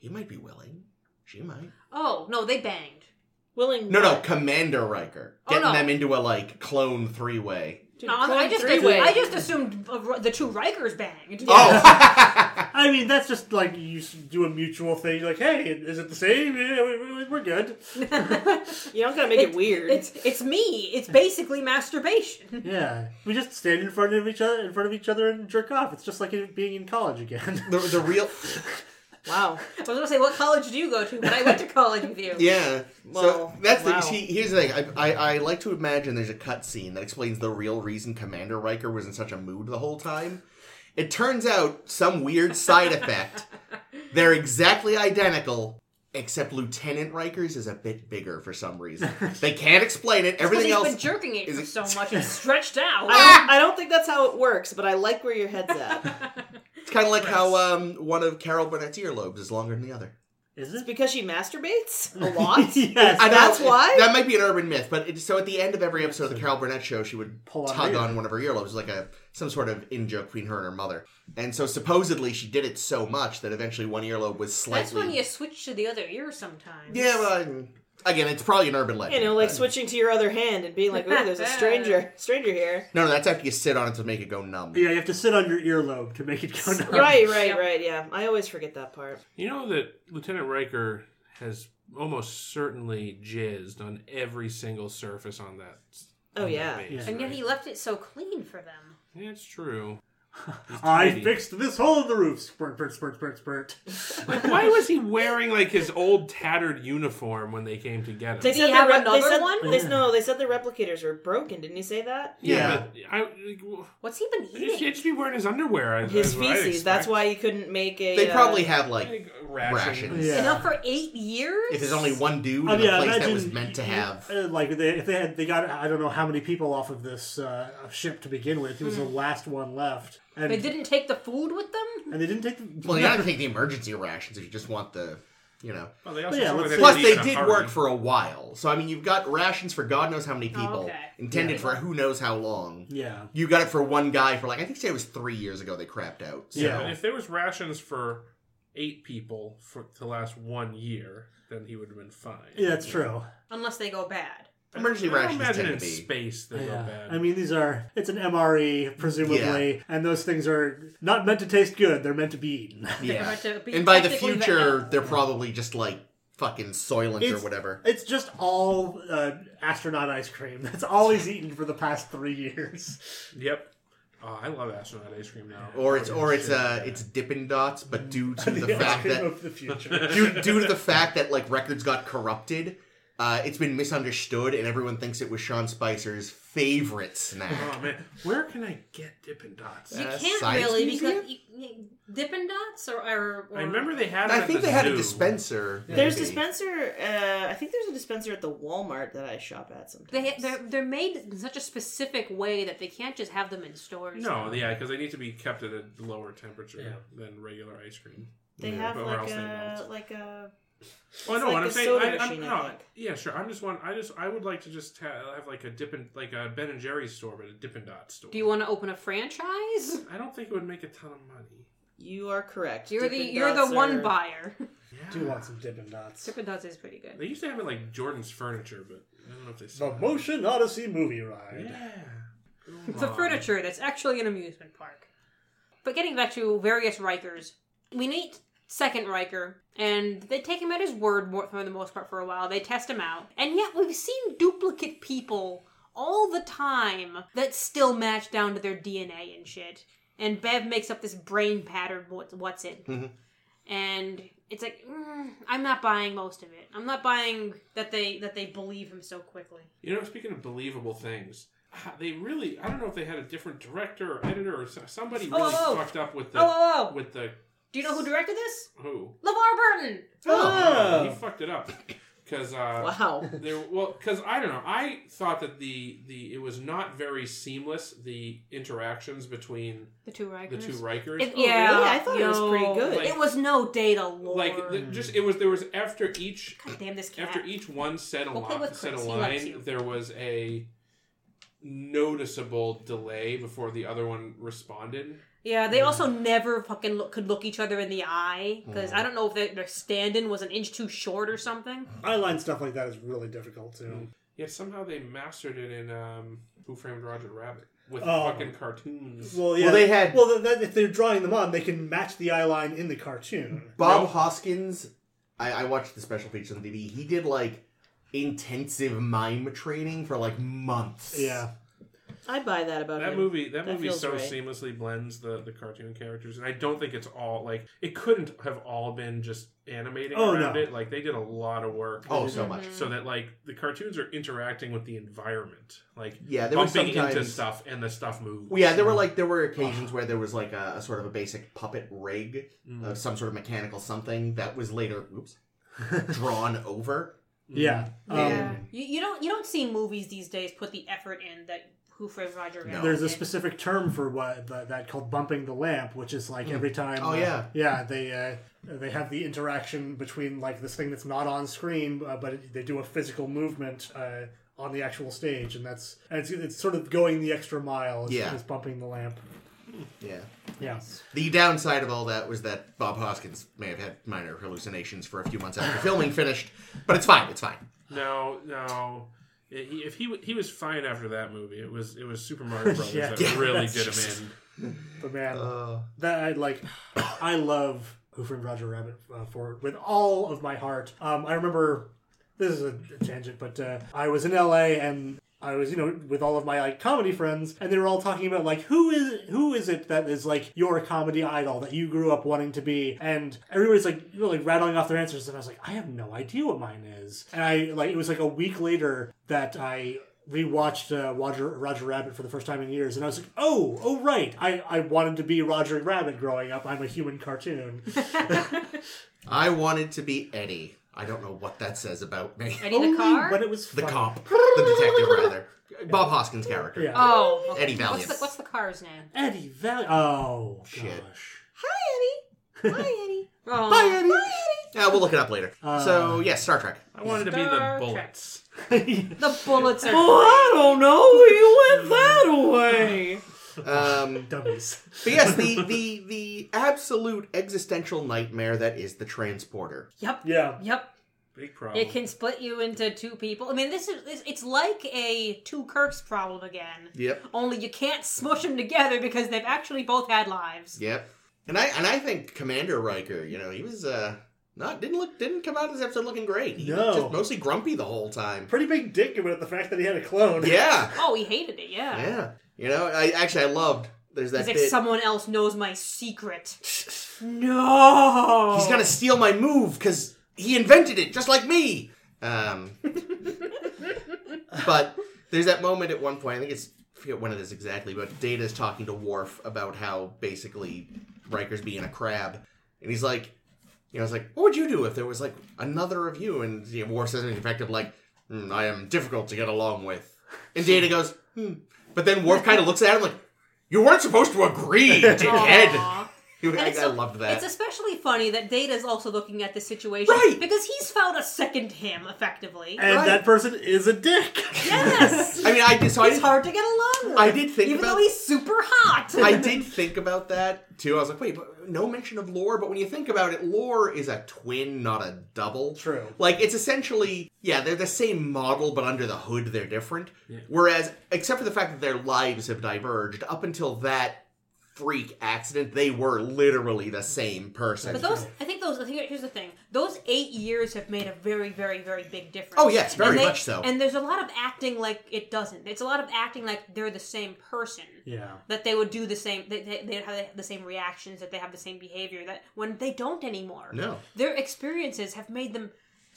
Speaker 3: He might be willing. She might.
Speaker 5: [LAUGHS] oh no, they banged.
Speaker 2: willing?
Speaker 3: No, no, Commander Riker.
Speaker 5: Oh,
Speaker 3: Getting
Speaker 5: no.
Speaker 3: them into a, like, clone three way.
Speaker 2: Dude,
Speaker 5: No, I
Speaker 2: clone
Speaker 5: I just
Speaker 2: three-way.
Speaker 5: I just assumed uh, the two Rikers banged. [LAUGHS]
Speaker 3: Oh!
Speaker 4: I mean, that's just like you s- do a mutual thing. You're like, hey, is it the same? Yeah, we- we- we're good.
Speaker 2: you don't gotta make it, weird.
Speaker 5: It's it's me. It's basically masturbation. [LAUGHS]
Speaker 4: Yeah, we just stand in front of each other, in front of each other, and jerk off. It's just like it being in college again.
Speaker 3: the, the real.
Speaker 2: wow.
Speaker 5: I was gonna say, what college do you go to? But I went to college with you.
Speaker 3: Yeah. so
Speaker 2: Well,
Speaker 3: that's the
Speaker 2: wow.
Speaker 3: see, here's the thing. I, I I like to imagine there's a cutscene that explains the real reason Commander Riker was in such a mood the whole time. It turns out some weird side
Speaker 5: [LAUGHS]
Speaker 3: effect. They're exactly identical, except Lieutenant Riker's is a bit bigger for some
Speaker 5: [LAUGHS]
Speaker 3: reason. They can't explain it.
Speaker 5: Because
Speaker 3: Everything
Speaker 5: he's
Speaker 3: else.
Speaker 5: been jerking it
Speaker 3: is
Speaker 5: for
Speaker 3: it-
Speaker 5: so much, it's stretched out.
Speaker 2: I
Speaker 3: [LAUGHS]
Speaker 2: don't, I don't think that's how it works, but I like where your head's at. [LAUGHS]
Speaker 5: [LAUGHS]
Speaker 3: It's kind of like how um, one of Carol Burnett's earlobes is longer than the other.
Speaker 4: [LAUGHS] Is
Speaker 2: It's
Speaker 4: it?
Speaker 2: because she masturbates a
Speaker 3: [LAUGHS]
Speaker 2: lot.
Speaker 4: yes.
Speaker 3: I know
Speaker 2: That's
Speaker 3: it-
Speaker 2: why?
Speaker 3: That might be an urban myth, but it, so at the end of every episode of the Carol Burnett show, she would
Speaker 4: Pull on
Speaker 3: tug
Speaker 4: her ear.
Speaker 3: on one of her earlobes, like a some sort of in joke between her and her mother. And so supposedly she did it so much that eventually one earlobe was slightly.
Speaker 5: That's when you switch to the other ear sometimes.
Speaker 3: Yeah, well, I- again, it's probably an urban legend.
Speaker 2: You know, like
Speaker 3: but-
Speaker 2: switching to your other hand and being like, "Ooh, there's
Speaker 5: [LAUGHS]
Speaker 2: a stranger, stranger
Speaker 3: [LAUGHS]
Speaker 2: here."
Speaker 3: No, no, that's after you sit on it to make it go numb.
Speaker 4: Yeah, you have to sit on your earlobe to make it go numb.
Speaker 2: Right, right, right. Yeah, I always forget that part.
Speaker 6: You know that Lieutenant Riker has almost certainly jizzed on every single surface on that.
Speaker 2: Oh,
Speaker 6: on that
Speaker 2: yeah.
Speaker 6: base,
Speaker 5: And yet
Speaker 6: right?
Speaker 5: he left it so clean for them.
Speaker 6: Yeah, it's true.
Speaker 4: I
Speaker 6: tidy.
Speaker 4: fixed this hole in the roof. Spurt, spurt, spurt, spurt,
Speaker 3: [LAUGHS]
Speaker 4: spurt.
Speaker 6: Like, why was he wearing like his old tattered uniform when they came together?
Speaker 2: They
Speaker 5: he
Speaker 2: said the
Speaker 5: have
Speaker 2: re-
Speaker 5: another
Speaker 2: they said,
Speaker 5: one?
Speaker 2: They, no, they said the replicators were broken. Didn't he say that?
Speaker 6: yeah, but I like, w-
Speaker 5: What's he been
Speaker 6: he
Speaker 5: eating?
Speaker 6: should be wearing his underwear. I-
Speaker 2: His
Speaker 6: is what I'd
Speaker 2: feces. That's
Speaker 6: expect.
Speaker 2: why he couldn't make a.
Speaker 3: They
Speaker 2: uh,
Speaker 3: probably have like
Speaker 6: Like, rations.
Speaker 3: rations.
Speaker 4: Yeah.
Speaker 5: Enough for eight years?
Speaker 3: If there's only one dude
Speaker 4: I
Speaker 3: in
Speaker 4: mean,
Speaker 3: the
Speaker 4: I
Speaker 3: place that
Speaker 4: imagine
Speaker 3: was meant to have.
Speaker 4: [LAUGHS] Uh, like they, if they had, they got I don't know how many people off of this uh, ship to begin with. He was the last one left, and
Speaker 5: They didn't take the food with them?
Speaker 4: and they didn't take. The,
Speaker 3: Well, you gotta take the emergency rations if you just want the, you know.
Speaker 6: Well, they also
Speaker 4: Yeah,
Speaker 6: told me
Speaker 4: let's
Speaker 6: that
Speaker 4: see.
Speaker 3: Plus,
Speaker 6: leave
Speaker 3: they
Speaker 6: in a
Speaker 3: did
Speaker 6: hurry.
Speaker 3: work for a while. So, I mean, you've got rations for God knows how many people
Speaker 5: Oh, okay.
Speaker 3: intended for who knows how long.
Speaker 4: [LAUGHS] yeah,
Speaker 3: You got it for one guy for like, I think say it was three years ago they crapped out. So.
Speaker 6: But
Speaker 4: yeah.
Speaker 6: if there was rations for eight people for to last one year, then he would have been fine.
Speaker 4: Yeah, that's true.
Speaker 5: Unless they go bad.
Speaker 3: Emergency
Speaker 6: I don't
Speaker 3: rations
Speaker 6: Imagine
Speaker 3: tend
Speaker 6: in
Speaker 3: to be.
Speaker 6: space they go
Speaker 4: Yeah.
Speaker 6: bad.
Speaker 4: I mean, these are it's an MRE presumably, and those things are not meant to taste good. They're meant to be eaten. [LAUGHS]
Speaker 3: Yeah.
Speaker 5: But to be
Speaker 3: And by the
Speaker 5: technically
Speaker 3: future,
Speaker 5: bad-
Speaker 3: they're probably just like fucking Soylent or
Speaker 4: It's-
Speaker 3: whatever.
Speaker 4: It's just all uh, astronaut ice cream [LAUGHS] that's always eaten for the past three years.
Speaker 6: yep. Oh, I love astronaut ice cream now.
Speaker 3: Or it's or it's
Speaker 6: Shit.
Speaker 3: uh it's Dippin' Dots, but due to
Speaker 4: [LAUGHS]
Speaker 3: the
Speaker 4: ice
Speaker 3: fact
Speaker 4: cream
Speaker 3: that
Speaker 4: of the
Speaker 6: [LAUGHS]
Speaker 4: future.
Speaker 3: due, due to the fact that like records got corrupted, uh, it's been misunderstood and everyone thinks it was Sean Spicer's favorite snack.
Speaker 6: Oh man, where can I get Dippin' Dots?
Speaker 5: You
Speaker 3: Uh,
Speaker 5: can't
Speaker 3: science
Speaker 5: really
Speaker 3: museum?
Speaker 5: because you, you, Dippin' Dots or, or, or
Speaker 6: I remember they had.
Speaker 3: And
Speaker 6: it
Speaker 3: I
Speaker 6: at
Speaker 3: think
Speaker 6: the
Speaker 3: they had
Speaker 6: zoo.
Speaker 3: a dispenser.
Speaker 2: There's
Speaker 3: maybe.
Speaker 2: dispenser. Uh, I think there's a dispenser at the Walmart that I shop at
Speaker 5: they
Speaker 2: sometimes.
Speaker 5: they're, they're made in such a specific way that they can't just have them in stores.
Speaker 6: No, yeah, because they need to be kept at a lower temperature than regular ice cream.
Speaker 2: They
Speaker 3: Yeah,
Speaker 2: have
Speaker 6: but where
Speaker 2: like
Speaker 6: else they
Speaker 2: a
Speaker 6: melt.
Speaker 2: like a.
Speaker 6: Well,
Speaker 2: It's
Speaker 6: no,
Speaker 2: like
Speaker 6: what
Speaker 2: the
Speaker 6: I'm saying,
Speaker 2: soda
Speaker 6: I, I'm,
Speaker 2: machine, I
Speaker 6: no,
Speaker 2: think.
Speaker 6: yeah, sure. I'm just one. I just I would like to just ha- have like a Dippin' like a Ben and Jerry's store, but a Dippin' Dot store.
Speaker 5: Do you want to open a franchise?
Speaker 6: I don't think it would make a ton of money.
Speaker 2: You are correct.
Speaker 5: You're the
Speaker 2: Dippin'
Speaker 5: you're the
Speaker 2: Dots
Speaker 5: one
Speaker 2: are-
Speaker 5: buyer. [LAUGHS]
Speaker 4: Do you want some Dippin' Dots?
Speaker 5: Dippin' Dots is pretty good.
Speaker 6: They used to have it like Jordan's furniture, but I don't know if they
Speaker 4: The
Speaker 6: sell. it.
Speaker 4: Motion Odyssey movie ride.
Speaker 6: Yeah.
Speaker 5: Some
Speaker 6: Oh.
Speaker 5: furniture that's actually an amusement park. But getting back to various Rikers, we meet Second Riker, and they take him at his word more, for the most part for a while. They test him out, and yet we've seen duplicate people all the time that still match down to their DNA and shit. And Bev makes up this brain pattern. What, what's it? and it's like mm, I'm not buying most of it. I'm not buying that they that they believe him so quickly.
Speaker 6: You know, speaking of believable things, ah, they really, I don't know if they had a different director or editor or so- somebody really
Speaker 5: oh, oh.
Speaker 6: fucked up with the,
Speaker 5: Oh, oh, oh.
Speaker 6: with the,
Speaker 5: Do you know who directed this?
Speaker 6: who?
Speaker 5: LeVar Burton.
Speaker 4: Oh,
Speaker 3: Oh,
Speaker 6: He fucked it up. Because, uh,
Speaker 2: Wow.
Speaker 6: There, well, because I don't know. I thought that the the it was not very seamless the interactions between
Speaker 5: The two Rikers.
Speaker 6: the two Rikers.
Speaker 5: It-
Speaker 2: Oh,
Speaker 5: yeah,
Speaker 2: really? I thought it was pretty good.
Speaker 6: Like-
Speaker 5: it was no data lore.
Speaker 6: like the, just it was there was after each
Speaker 5: God damn this cat.
Speaker 6: after each one said a
Speaker 5: Go play
Speaker 6: line,
Speaker 5: with
Speaker 6: said a
Speaker 5: Chris. He likes you.
Speaker 6: line there was a noticeable delay before the other one responded.
Speaker 5: yeah, they also never fucking look, could look each other in the eye because I don't know if their, their stand-in was an inch too short or something.
Speaker 4: I line stuff like that is really difficult too.
Speaker 6: Yet somehow they mastered it in um, Who Framed Roger Rabbit with
Speaker 4: Oh.
Speaker 6: fucking cartoons.
Speaker 4: Well, yeah.
Speaker 3: they had-
Speaker 4: Well, th- that, if they're drawing them on, they can match the eye line in the cartoon.
Speaker 3: Bob Hoskins, I, I watched the special features on TV. He did like intensive mime training for like months.
Speaker 4: Yeah.
Speaker 2: I'd buy that about
Speaker 6: That
Speaker 2: him.
Speaker 6: movie, that,
Speaker 2: That
Speaker 6: movie
Speaker 2: feels
Speaker 6: so
Speaker 2: right.
Speaker 6: seamlessly blends the, the cartoon characters, and I don't think it's all like it couldn't have all been just animating
Speaker 4: Oh,
Speaker 6: around
Speaker 4: no.
Speaker 6: it. Like they did a lot of work.
Speaker 3: Oh, so much.
Speaker 6: so that like the cartoons are interacting with the environment, like
Speaker 3: Yeah, there were
Speaker 6: bumping into
Speaker 3: sometimes-
Speaker 6: stuff, and the stuff moves.
Speaker 3: Well, yeah, there were like there were occasions where there was like a, a sort of a basic puppet rig
Speaker 6: Mm.
Speaker 3: of some sort of mechanical something that was later, oops, drawn over.
Speaker 6: Mm. Mm-hmm.
Speaker 4: Yeah. Um,
Speaker 5: Yeah. You, you don't you don't see movies these days put the effort in that Who Framed Roger Rabbit.
Speaker 3: No.
Speaker 4: There's a
Speaker 5: did.
Speaker 4: specific term for what that, that called bumping the lamp, which is like every time.
Speaker 3: Oh,
Speaker 4: uh,
Speaker 3: yeah.
Speaker 4: yeah. They uh, they have the interaction between like this thing that's not on screen, uh, but it, they do a physical movement uh, on the actual stage, and that's and it's, it's sort of going the extra mile. Is,
Speaker 3: Yeah.
Speaker 4: is bumping the lamp.
Speaker 3: Yeah.
Speaker 4: Yeah.
Speaker 3: The downside of all that was that Bob Hoskins may have had minor hallucinations for a few months after filming finished, but it's fine. It's fine.
Speaker 6: No, no. I- he- If he w- he was fine after that movie, it was it was
Speaker 3: [LAUGHS]
Speaker 6: Super Mario Brothers
Speaker 4: Yeah.
Speaker 6: that
Speaker 4: Yeah,
Speaker 6: really
Speaker 4: that's
Speaker 6: did
Speaker 4: just-
Speaker 6: him in.
Speaker 4: But man,
Speaker 3: Uh,
Speaker 4: that I like. I love Who Framed Roger Rabbit uh, for with all of my heart. Um, I remember this is a tangent, but uh, I was in LA and I was you know with all of my like comedy friends, and they were all talking about like who is who is it that is like your comedy idol that you grew up wanting to be, and everybody's like you know, like rattling off their answers, and I was like I have no idea what mine is, and I like it was like a week later that I rewatched uh, Roger Roger Rabbit for the first time in years, and I was like, "Oh, oh, right! I, I wanted to be Roger Rabbit growing up. I'm a human cartoon."
Speaker 3: I wanted to be Eddie. I don't know what that says about me.
Speaker 5: Eddie the car.
Speaker 4: But it was
Speaker 3: The
Speaker 4: fun.
Speaker 3: cop, the detective, rather.
Speaker 4: [LAUGHS]
Speaker 3: Bob Hoskins' character.
Speaker 4: Yeah.
Speaker 5: Oh, okay.
Speaker 3: Eddie Valiant.
Speaker 5: What's the, what's the car's name?
Speaker 4: Eddie Valley. Oh
Speaker 3: Shit.
Speaker 4: gosh.
Speaker 5: Oh,
Speaker 3: Bye, Eddie. Yeah, we'll look it up later.
Speaker 4: Uh,
Speaker 3: so, yes, Star Trek.
Speaker 6: I wanted to be the
Speaker 5: Star
Speaker 6: bullets.
Speaker 5: the bullets are.
Speaker 2: Well, I don't know. You went that away.
Speaker 4: [LAUGHS]
Speaker 3: Um,
Speaker 4: Dummies.
Speaker 3: but yes, the, the the absolute existential nightmare that is the transporter.
Speaker 5: Yep.
Speaker 4: Yeah.
Speaker 5: Yep.
Speaker 6: Big problem.
Speaker 5: It can split you into two people. I mean, this is this- it's like a two Kirks problem again.
Speaker 3: Yep.
Speaker 5: Only you can't smush them together because they've actually both had lives.
Speaker 3: Yep. And I and I think Commander Riker, you know, he was uh not didn't look didn't come out of this episode looking great. He
Speaker 4: No.
Speaker 3: was just mostly grumpy the whole time.
Speaker 4: Pretty big dick about the fact that he had a clone.
Speaker 5: [LAUGHS]
Speaker 3: Yeah.
Speaker 5: Oh, he hated it. Yeah.
Speaker 3: Yeah. You know, I actually I loved there's that
Speaker 5: He's like
Speaker 3: bit
Speaker 5: someone else knows my secret. no.
Speaker 3: He's gonna steal my move because he invented it just like me.
Speaker 5: [LAUGHS]
Speaker 3: Um, but there's that moment at one point. I think it's I forget when it is exactly, but Data's talking to Worf about how basically Riker's being a crab, and he's like, you know, it's like, what would you do if there was like another of you? And you know, Worf says something effective like, "Hmm, I am difficult to get along with. And Data goes,
Speaker 5: [LAUGHS]
Speaker 3: hmm. But then Worf kind of looks at him like, you weren't supposed to agree, dickhead.
Speaker 5: Aw.
Speaker 3: I,
Speaker 5: it's
Speaker 3: I
Speaker 5: so-
Speaker 3: loved that.
Speaker 5: It's especially funny that Data's also looking at this situation
Speaker 3: Right.
Speaker 5: because he's found a second him, effectively.
Speaker 4: And
Speaker 3: Right.
Speaker 4: that person is a dick.
Speaker 5: yes,
Speaker 3: I mean, I did. So I
Speaker 5: it's
Speaker 3: did,
Speaker 5: hard to get along with.
Speaker 3: I did think
Speaker 5: even
Speaker 3: about-
Speaker 5: though he's super hot.
Speaker 3: I did think about that too. I was like, wait, but no mention of lore. But when you think about it, lore is a twin, not a double.
Speaker 4: True.
Speaker 3: Like it's essentially, yeah, they're the same model, but under the hood they're different.
Speaker 6: Yeah.
Speaker 3: Whereas, except for the fact that their lives have diverged, up until that freak accident, they were literally the same person.
Speaker 5: But those, I think those. I think here's the thing: those eight years have made a very, very, very big difference.
Speaker 3: Oh, yes, very
Speaker 5: And they-
Speaker 3: much so.
Speaker 5: And there's a lot of acting like it doesn't. It's a lot of acting like they're the same person.
Speaker 4: [LAUGHS] Yeah.
Speaker 5: That they would do the same. They, they, they have the same reactions. That they have the same behavior. That when they don't anymore.
Speaker 3: No.
Speaker 5: Their experiences have made them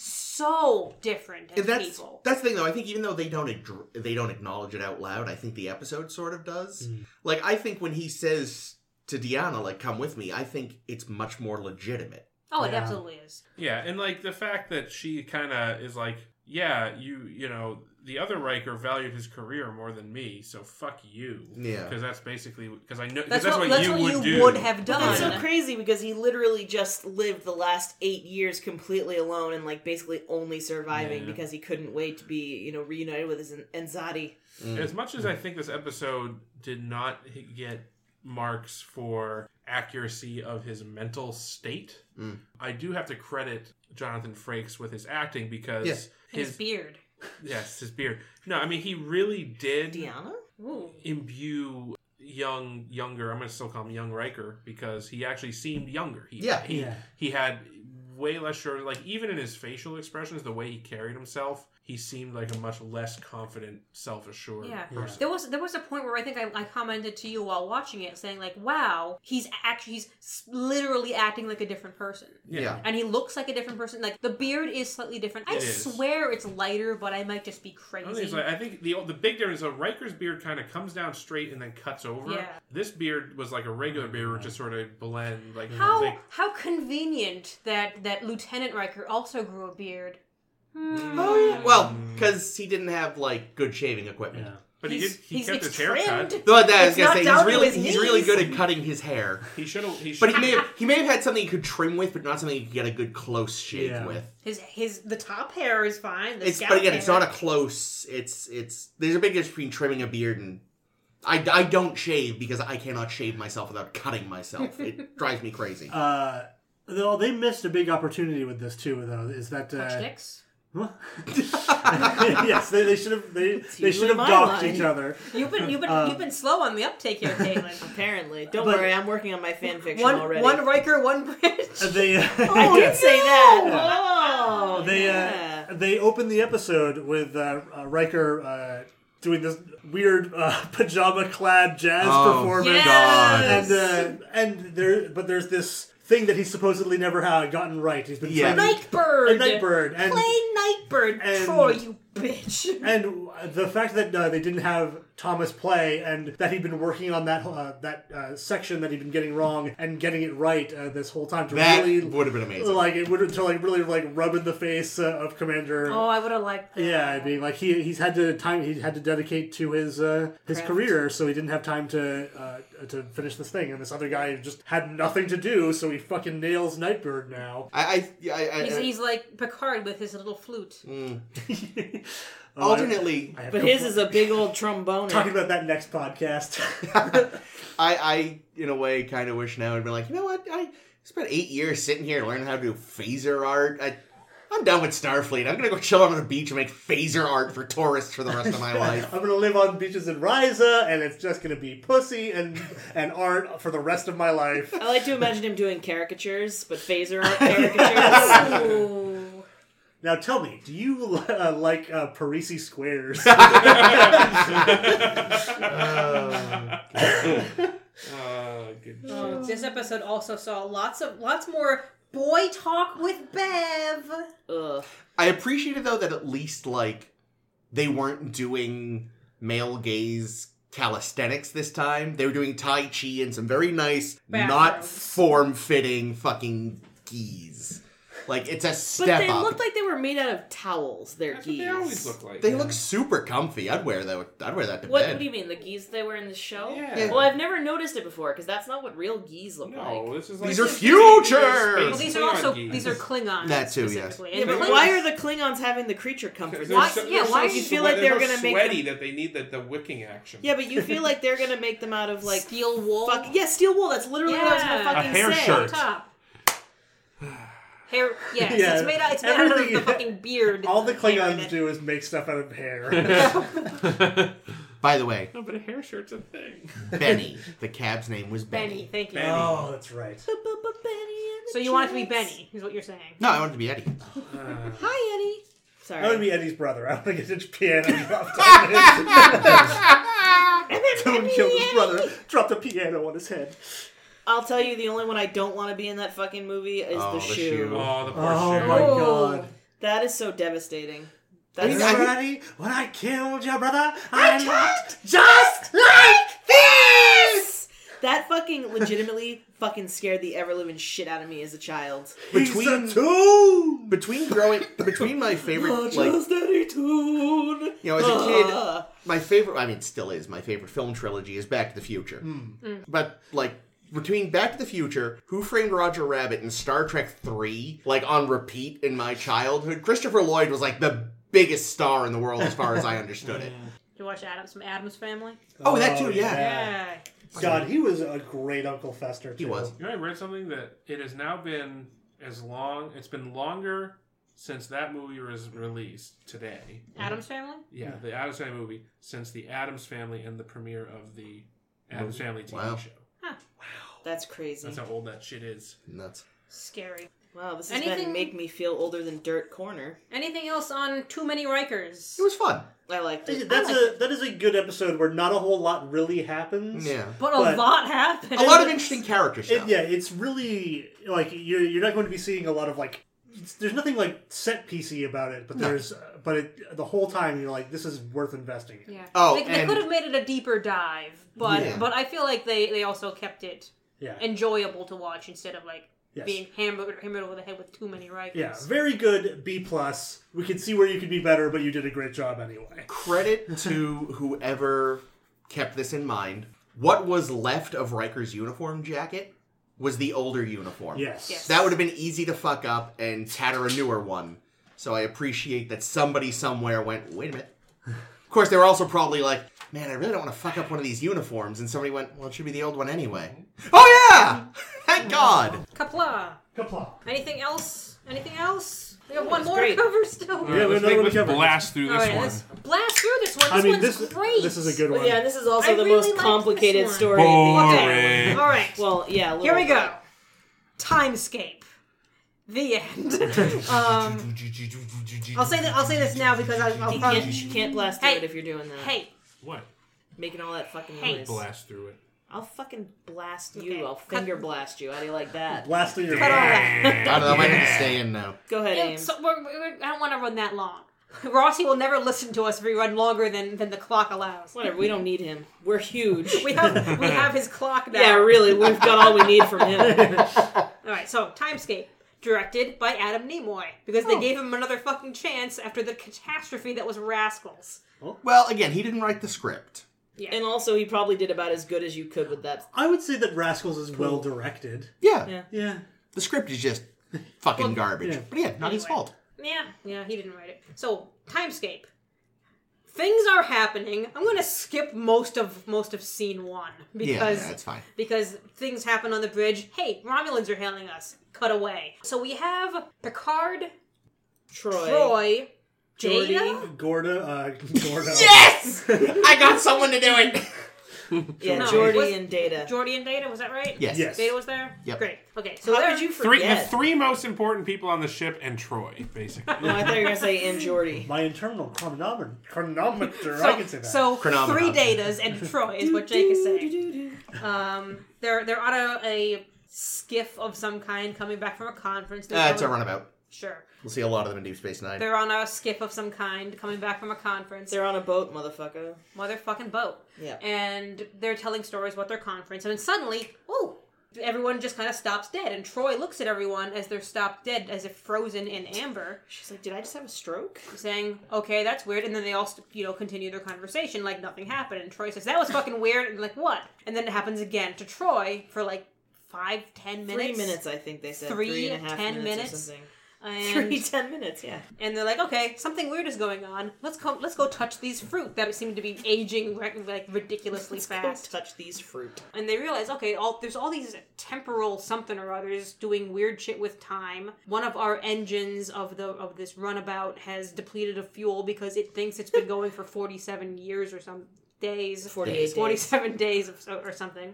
Speaker 5: so different as
Speaker 3: And that's
Speaker 5: people.
Speaker 3: that's the thing though. I think even though they don't adr- they don't acknowledge it out loud, I think the episode sort of does.
Speaker 4: Mm.
Speaker 3: Like I think when he says to Deanna, like "Come with me," I think it's much more legitimate.
Speaker 5: oh, it
Speaker 4: Yeah.
Speaker 5: absolutely is.
Speaker 6: Yeah, and like the fact that she kind of is like, yeah, you you know, the other Riker valued his career more than me, so fuck you.
Speaker 3: Yeah.
Speaker 6: because that's basically because I know 'cause
Speaker 5: That's,
Speaker 6: that's,
Speaker 5: what,
Speaker 6: what,
Speaker 5: that's
Speaker 6: you
Speaker 5: what
Speaker 6: would
Speaker 5: you
Speaker 6: do.
Speaker 5: would have
Speaker 2: But
Speaker 5: done.
Speaker 2: that's so crazy because he literally just lived the last eight years completely alone and like basically only surviving
Speaker 6: Yeah.
Speaker 2: because he couldn't wait to be you know reunited with his an- anxiety.
Speaker 4: Mm.
Speaker 6: As much as I think this episode did not h- get marks for accuracy of his mental state,
Speaker 3: Mm.
Speaker 6: I do have to credit Jonathan Frakes with his acting because
Speaker 3: Yes.
Speaker 5: And his
Speaker 6: his
Speaker 5: beard.
Speaker 6: yes his beard. No, I mean he really did
Speaker 2: Deanna,
Speaker 5: Ooh.
Speaker 6: imbue young younger i'm gonna still call him young riker because he actually seemed younger he,
Speaker 3: Yeah.
Speaker 6: he,
Speaker 4: Yeah.
Speaker 6: he had way less sure like even in his facial expressions the way he carried himself he seemed like a much less confident self-assured
Speaker 5: Yeah.
Speaker 4: Yeah.
Speaker 6: person
Speaker 5: There was there was a point where I think I, I commented to you while watching it, saying like, "Wow, he's actually he's s- literally acting like a different person,
Speaker 3: Yeah.
Speaker 5: and he looks like a different person. Like the beard is slightly different. I
Speaker 6: It is.
Speaker 5: swear it's lighter, but I might just be
Speaker 6: I, don't think
Speaker 5: crazy.
Speaker 6: it's like, I think the the big difference is that Riker's beard kind of comes down straight and then cuts over.
Speaker 5: Yeah.
Speaker 6: This beard was like a regular beard, which just sort of blend.
Speaker 3: Mm,
Speaker 6: Like
Speaker 5: how
Speaker 6: they-
Speaker 5: how convenient that that Lieutenant Riker also grew a beard.
Speaker 3: Mm.
Speaker 5: Hmm.
Speaker 2: Oh,
Speaker 3: Well, because he didn't have like good shaving equipment.
Speaker 4: Yeah.
Speaker 6: but he did.
Speaker 5: He's-
Speaker 6: He
Speaker 5: he's-
Speaker 6: kept his
Speaker 5: it's
Speaker 6: hair cut.
Speaker 5: trimmed.
Speaker 3: Though that I was
Speaker 2: It's
Speaker 3: gonna
Speaker 2: not
Speaker 3: say he's
Speaker 2: down to
Speaker 3: really
Speaker 2: his
Speaker 3: he's really
Speaker 2: knees.
Speaker 3: good at cutting his hair,
Speaker 6: He should have. He
Speaker 3: but
Speaker 6: should.
Speaker 3: he may have, he may have had something he could trim with, but not something you could get a good close shave
Speaker 4: Yeah.
Speaker 3: with.
Speaker 5: His his the top hair is fine. The
Speaker 3: It's
Speaker 5: scalp
Speaker 3: but again, it's
Speaker 5: hair-
Speaker 3: not a close. It's it's there's a big difference between trimming a beard and I, I don't shave because I cannot shave myself without cutting myself. It drives me crazy.
Speaker 4: Uh, though they missed a big opportunity with this too, though. Is that
Speaker 5: Touch
Speaker 4: uh,
Speaker 5: dicks.
Speaker 4: [LAUGHS] yes, they, they should have they, they should
Speaker 2: usually
Speaker 4: have
Speaker 2: my
Speaker 4: docked
Speaker 2: line. [LAUGHS]
Speaker 4: each other.
Speaker 5: You've been
Speaker 3: [LAUGHS]
Speaker 5: you've been
Speaker 3: Uh,
Speaker 5: you've been slow on the uptake here, Caitlin.
Speaker 2: apparently. Don't
Speaker 4: But-
Speaker 2: worry, I'm working on my fan fiction
Speaker 5: One,
Speaker 2: already.
Speaker 5: one Riker, one bridge. [LAUGHS]
Speaker 4: And They uh, [LAUGHS]
Speaker 2: oh, did say that. Oh,
Speaker 4: they
Speaker 2: yeah.
Speaker 4: uh, they opened the episode with uh, uh, Riker uh, doing this weird uh, [LAUGHS] pajama clad jazz
Speaker 3: Oh,
Speaker 4: performance.
Speaker 3: God.
Speaker 4: And
Speaker 5: Yes.
Speaker 4: uh, and there, but there's this thing that he supposedly never had gotten right. He's been
Speaker 3: Yeah.
Speaker 4: trying to-
Speaker 5: Nightbird.
Speaker 4: A Nightbird, and-
Speaker 5: Play Nightbird,
Speaker 4: and-
Speaker 5: Troy, you bitch.
Speaker 3: [LAUGHS]
Speaker 4: And the fact that uh, they didn't have Thomas play, and that he'd been working on that uh, that uh, section that he'd been getting wrong and getting it right uh, this whole time to
Speaker 3: That
Speaker 4: really
Speaker 3: would have been amazing.
Speaker 4: Like it would to like really like rub in the face uh, of Commander.
Speaker 5: Oh, I would have liked that.
Speaker 4: Yeah, I mean, like he he's had to time he had to dedicate to his uh, his
Speaker 2: Craft.
Speaker 4: career, so he didn't have time to uh, to finish this thing. And this other guy just had nothing to do, so he fucking nails Nightbird now.
Speaker 3: I I, yeah, I, I,
Speaker 5: He's, he's like Picard with his little flute.
Speaker 3: alternately
Speaker 4: I have
Speaker 2: But
Speaker 4: no
Speaker 2: his
Speaker 4: pro-
Speaker 2: is a big old trombone.
Speaker 4: talking about that next podcast.
Speaker 3: [LAUGHS] I I in a way kind of wish now I'd been like you know what I spent eight years sitting here learning how to do phaser art. I, I'm done with Starfleet. I'm gonna go chill out on the beach and make phaser art for tourists for the rest of my life.
Speaker 4: I'm gonna live on beaches in Riza, and it's just gonna be pussy and and art for the rest of my life.
Speaker 2: I like to imagine him doing caricatures, but phaser art
Speaker 3: Mm.
Speaker 2: caricatures.
Speaker 5: Ooh.
Speaker 4: Now tell me, do you uh, like uh, Parisi squares?
Speaker 2: [LAUGHS]
Speaker 6: Uh, good.
Speaker 5: This episode also saw lots of lots more boy talk with Bev.
Speaker 2: Ugh.
Speaker 3: I appreciated though that at least like they weren't doing male gaze calisthenics this time. They were doing tai chi and some very nice, not
Speaker 5: Bathrobes.
Speaker 3: form fitting fucking geese. Like it's a
Speaker 2: But
Speaker 3: step
Speaker 2: they
Speaker 3: up.
Speaker 2: looked like they were made out of towels. Their
Speaker 6: That's what
Speaker 2: geese.
Speaker 6: they always look like.
Speaker 3: they look super comfy. I'd wear that. I'd wear that to
Speaker 2: What,
Speaker 3: bed.
Speaker 2: what do you mean the geese they wear in the show?
Speaker 6: Yeah.
Speaker 2: Well, I've never noticed it before because that's not what real geese look
Speaker 6: No,
Speaker 2: like.
Speaker 6: this is like
Speaker 3: These are
Speaker 6: These are
Speaker 3: future!
Speaker 6: space
Speaker 5: Well, these are
Speaker 6: Klingon
Speaker 5: also
Speaker 6: geese.
Speaker 5: these
Speaker 6: [LAUGHS]
Speaker 5: are Klingons.
Speaker 3: That too, yes.
Speaker 5: specifically.
Speaker 2: Yeah,
Speaker 5: And
Speaker 2: but
Speaker 5: Klingons-
Speaker 2: why are the Klingons having the creature comfort?
Speaker 6: They're
Speaker 5: Why-
Speaker 6: so-
Speaker 5: yeah,
Speaker 6: they're
Speaker 5: why
Speaker 6: so
Speaker 5: do you
Speaker 2: feel like
Speaker 6: sweat-
Speaker 2: they're
Speaker 6: so
Speaker 2: gonna make
Speaker 6: sweaty that they need that the wicking action?
Speaker 2: Yeah, but you feel like they're gonna make them out of like
Speaker 5: steel wool?
Speaker 2: fuck. Yeah, steel wool. That's literally what I was gonna
Speaker 5: Yeah.
Speaker 2: fucking
Speaker 6: A hair
Speaker 2: say.
Speaker 6: shirt.
Speaker 5: Top. [SIGHS] Hair, yes,
Speaker 4: Yeah,
Speaker 5: it's made out. It's made out of
Speaker 4: everything-
Speaker 5: the fucking beard.
Speaker 4: All the
Speaker 5: hair in
Speaker 4: Klingons
Speaker 5: it.
Speaker 4: do is make stuff out
Speaker 2: [LAUGHS]
Speaker 4: of hair.
Speaker 3: By the way,
Speaker 6: no, but a hair shirt's
Speaker 4: [LAUGHS]
Speaker 6: a thing.
Speaker 3: Benny. The cab's name was
Speaker 5: Benny,
Speaker 3: Benny.
Speaker 5: thank you.
Speaker 4: oh, that's right.
Speaker 5: So you want it to be Benny, is what you're saying.
Speaker 3: No, I wanted to be Eddie.
Speaker 4: Uh,
Speaker 2: Hi, Eddie. Sorry.
Speaker 4: I want to be Eddie's brother. I want to get his piano [LAUGHS] dropped on
Speaker 3: [LAUGHS]
Speaker 4: his Someone killed his brother. Dropped a piano on his head.
Speaker 2: I'll tell you, the only one I don't want to be in that fucking movie is
Speaker 3: Oh,
Speaker 2: the,
Speaker 3: the
Speaker 2: shoe.
Speaker 3: shoe.
Speaker 6: Oh, the poor
Speaker 4: Oh
Speaker 6: shoe.
Speaker 4: my
Speaker 5: Oh.
Speaker 4: god.
Speaker 2: That is so devastating.
Speaker 4: Are
Speaker 2: That's
Speaker 4: you
Speaker 3: I-
Speaker 4: not ready? When I killed your brother, I looked just
Speaker 3: like this.
Speaker 2: that fucking legitimately [LAUGHS] fucking scared the ever living shit out of me as a child.
Speaker 3: Between
Speaker 4: two.
Speaker 3: between growing between my favorite like
Speaker 2: any tune.
Speaker 3: you know as a
Speaker 2: Ah.
Speaker 3: kid my favorite i mean still is my favorite film trilogy is back to the future
Speaker 4: Hmm.
Speaker 3: but like between back to the future who framed roger rabbit and star trek 3 like on repeat in my childhood christopher lloyd was like the biggest star in the world as far as i understood
Speaker 4: [LAUGHS]
Speaker 3: it
Speaker 5: Did you watch Adams from Adams Family?
Speaker 3: oh that too yeah,
Speaker 5: Yeah.
Speaker 4: God, he was a great Uncle Fester. Too.
Speaker 3: he was
Speaker 6: You know, I read something that it has now been as long. It's been longer since that movie was released today.
Speaker 5: Adams Family.
Speaker 6: Yeah, the Adams Family movie since the Adams Family and the premiere of the
Speaker 4: Mm,
Speaker 6: Adams Family TV
Speaker 3: Wow.
Speaker 6: show.
Speaker 2: That's crazy.
Speaker 6: That's how old that shit is.
Speaker 3: nuts
Speaker 5: Scary.
Speaker 2: wow, this is
Speaker 5: Anything-
Speaker 2: gonna make me feel older than Dirt Corner.
Speaker 5: Anything else on Too Many Rikers?
Speaker 3: it was fun
Speaker 2: I liked it.
Speaker 4: That's a that is a good episode where not a whole lot really happens.
Speaker 3: yeah
Speaker 5: but a
Speaker 4: but-
Speaker 5: lot happened.
Speaker 3: a lot [LAUGHS] of interesting character
Speaker 4: It-
Speaker 3: stuff
Speaker 4: yeah, it's really like you're you're not going to be seeing a lot of like. it's- There's nothing like set piecey about it, but there's but it, the whole time you're like, this is worth investing in.
Speaker 5: Yeah.
Speaker 3: Oh,
Speaker 5: they, they
Speaker 3: and-
Speaker 5: could have made it a deeper dive, but
Speaker 3: Yeah.
Speaker 5: but I feel like they they also kept it
Speaker 4: Yeah,
Speaker 5: enjoyable to watch instead of like
Speaker 4: Yes.
Speaker 5: being hammered hammered over the head with too many Rikers.
Speaker 4: yeah, very good B plus. We can see where you could be better, but you did a great job anyway. [LAUGHS]
Speaker 3: credit to whoever kept this in mind. What was left of Riker's uniform jacket was the older uniform.
Speaker 4: Yes,
Speaker 5: Yes.
Speaker 3: That would have been easy to fuck up and tatter a newer one. So I appreciate that somebody somewhere went, wait a minute. Of course, they were also probably like, man, I really don't want to fuck up one of these uniforms. And somebody went, well, it should be the old one anyway. Oh, yeah! [LAUGHS] Thank God!
Speaker 5: Kapla.
Speaker 4: Kapla.
Speaker 5: Anything else? Anything else? We have one
Speaker 2: was
Speaker 5: more
Speaker 2: great.
Speaker 5: to cover still.
Speaker 4: Yeah,
Speaker 6: let's
Speaker 4: no,
Speaker 6: make-
Speaker 4: we
Speaker 6: let's
Speaker 4: covered it.
Speaker 6: blast through this
Speaker 5: All right,
Speaker 6: one.
Speaker 5: let's blast through this one. This
Speaker 4: I mean,
Speaker 5: one's
Speaker 4: this
Speaker 5: great.
Speaker 4: this is a good one.
Speaker 2: Well, yeah, this is also
Speaker 5: I
Speaker 2: the
Speaker 5: really
Speaker 2: most
Speaker 5: liked this
Speaker 2: complicated
Speaker 5: one.
Speaker 2: story. of the
Speaker 6: Boring.
Speaker 2: entire one.
Speaker 5: All right.
Speaker 2: Well, yeah. a
Speaker 5: Here we
Speaker 2: little
Speaker 5: go. Timescape.
Speaker 4: [LAUGHS]
Speaker 5: The end. um, I'll say that. I'll say this now because I, I'll
Speaker 2: bit. You can't,
Speaker 5: probably.
Speaker 2: you can't blast through
Speaker 5: Hey.
Speaker 2: it if you're doing that.
Speaker 5: Hey,
Speaker 6: What?
Speaker 2: making all that fucking
Speaker 5: Hey.
Speaker 2: noise.
Speaker 6: Blast through it.
Speaker 2: I'll fucking blast you.
Speaker 5: Okay.
Speaker 2: I'll finger blast you. How do you like that?
Speaker 4: Blasting your
Speaker 5: cut all that.
Speaker 3: I don't know, I might have to stay in now.
Speaker 2: Go ahead, Aim.
Speaker 5: So we're, we're, I don't want to run that long. Rossi will never listen to us if we run longer than, than the clock allows.
Speaker 2: Whatever. We don't need him. We're huge. [LAUGHS]
Speaker 5: [LAUGHS] We have we have his clock now.
Speaker 2: yeah, really. We've got all we need from
Speaker 6: [LAUGHS]
Speaker 2: him.
Speaker 5: All right, so Timescape, directed by Adam Nimoy, because they
Speaker 2: Oh.
Speaker 5: gave him another fucking chance after the catastrophe that was Rascals.
Speaker 3: Well, again, he didn't write the script.
Speaker 2: and also, he probably did about as good as you could with that.
Speaker 4: I would say that Rascals is well directed.
Speaker 3: Yeah.
Speaker 2: Yeah.
Speaker 4: Yeah.
Speaker 3: The script is just fucking garbage.
Speaker 4: yeah.
Speaker 3: But yeah, not his
Speaker 5: Anyway.
Speaker 3: fault.
Speaker 5: Yeah, yeah, he didn't write it. So Timescape, things are happening. I'm gonna skip most of most of scene one because
Speaker 3: yeah, that's fine.
Speaker 5: because things happen on the bridge. Hey, Romulans are hailing us. Cut away. So we have Picard,
Speaker 2: Troy.
Speaker 5: Troy,
Speaker 2: Geordi.
Speaker 5: Data.
Speaker 4: Gorda, uh, [LAUGHS] Gorda.
Speaker 3: Yes! [LAUGHS] I got someone to do it.
Speaker 2: Yeah,
Speaker 5: No,
Speaker 2: Jordy
Speaker 5: was-
Speaker 2: and Data.
Speaker 5: Jordy and Data, was that right?
Speaker 3: Yes.
Speaker 4: Yes.
Speaker 5: Data was there?
Speaker 3: Yep.
Speaker 5: Great. Okay, so
Speaker 2: How
Speaker 5: there
Speaker 2: could you
Speaker 6: Three,
Speaker 2: forget?
Speaker 6: the three most important people on the ship and Troy, basically.
Speaker 2: No, Oh, I thought you were gonna say and
Speaker 3: [LAUGHS]
Speaker 2: Jordy.
Speaker 4: My internal chronometer. Chronometer. I can say
Speaker 5: So,
Speaker 4: that.
Speaker 5: so
Speaker 3: Chronometer.
Speaker 5: three datas and Troy is what Jake
Speaker 2: [LAUGHS]
Speaker 5: is saying. Um, they're they're on a, a skiff of some kind coming back from a conference. They're
Speaker 3: Uh, it's a
Speaker 5: going-
Speaker 3: runabout.
Speaker 5: Sure.
Speaker 3: We'll see a lot of them in Deep Space Nine.
Speaker 5: They're on a skiff of some kind coming back from a conference.
Speaker 2: They're on a boat, motherfucker.
Speaker 5: motherfucking boat.
Speaker 2: Yeah.
Speaker 5: And they're telling stories about their conference, and then suddenly, oh, everyone just kind of stops dead, and Troy looks at everyone as they're stopped dead, as if frozen in amber,
Speaker 2: She's like, did I just have a stroke?
Speaker 5: saying, "Okay, that's weird." And then they all, st- you know, continue their conversation like nothing happened. And Troy says, "That was fucking weird." And like, what? And then it happens again to Troy for like five, ten minutes.
Speaker 2: Three minutes, [LAUGHS] I think they said.
Speaker 5: Three,
Speaker 2: Three and a half
Speaker 5: ten
Speaker 2: minutes, or
Speaker 5: minutes.
Speaker 2: something.
Speaker 5: And,
Speaker 2: Three, ten minutes, yeah.
Speaker 5: and they're like, "Okay, something weird is going on. Let's come. Let's go touch these fruit that seem to be aging re- like
Speaker 2: [LAUGHS]
Speaker 5: ridiculously
Speaker 2: Let's go
Speaker 5: fast."
Speaker 2: touch these fruit.
Speaker 5: and they realize okay all there's all these temporal something or others doing weird shit with time one of our engines of the of this runabout has depleted of fuel because it thinks it's been going for 47 years or some days
Speaker 2: 48 days.
Speaker 5: 47 days of, or something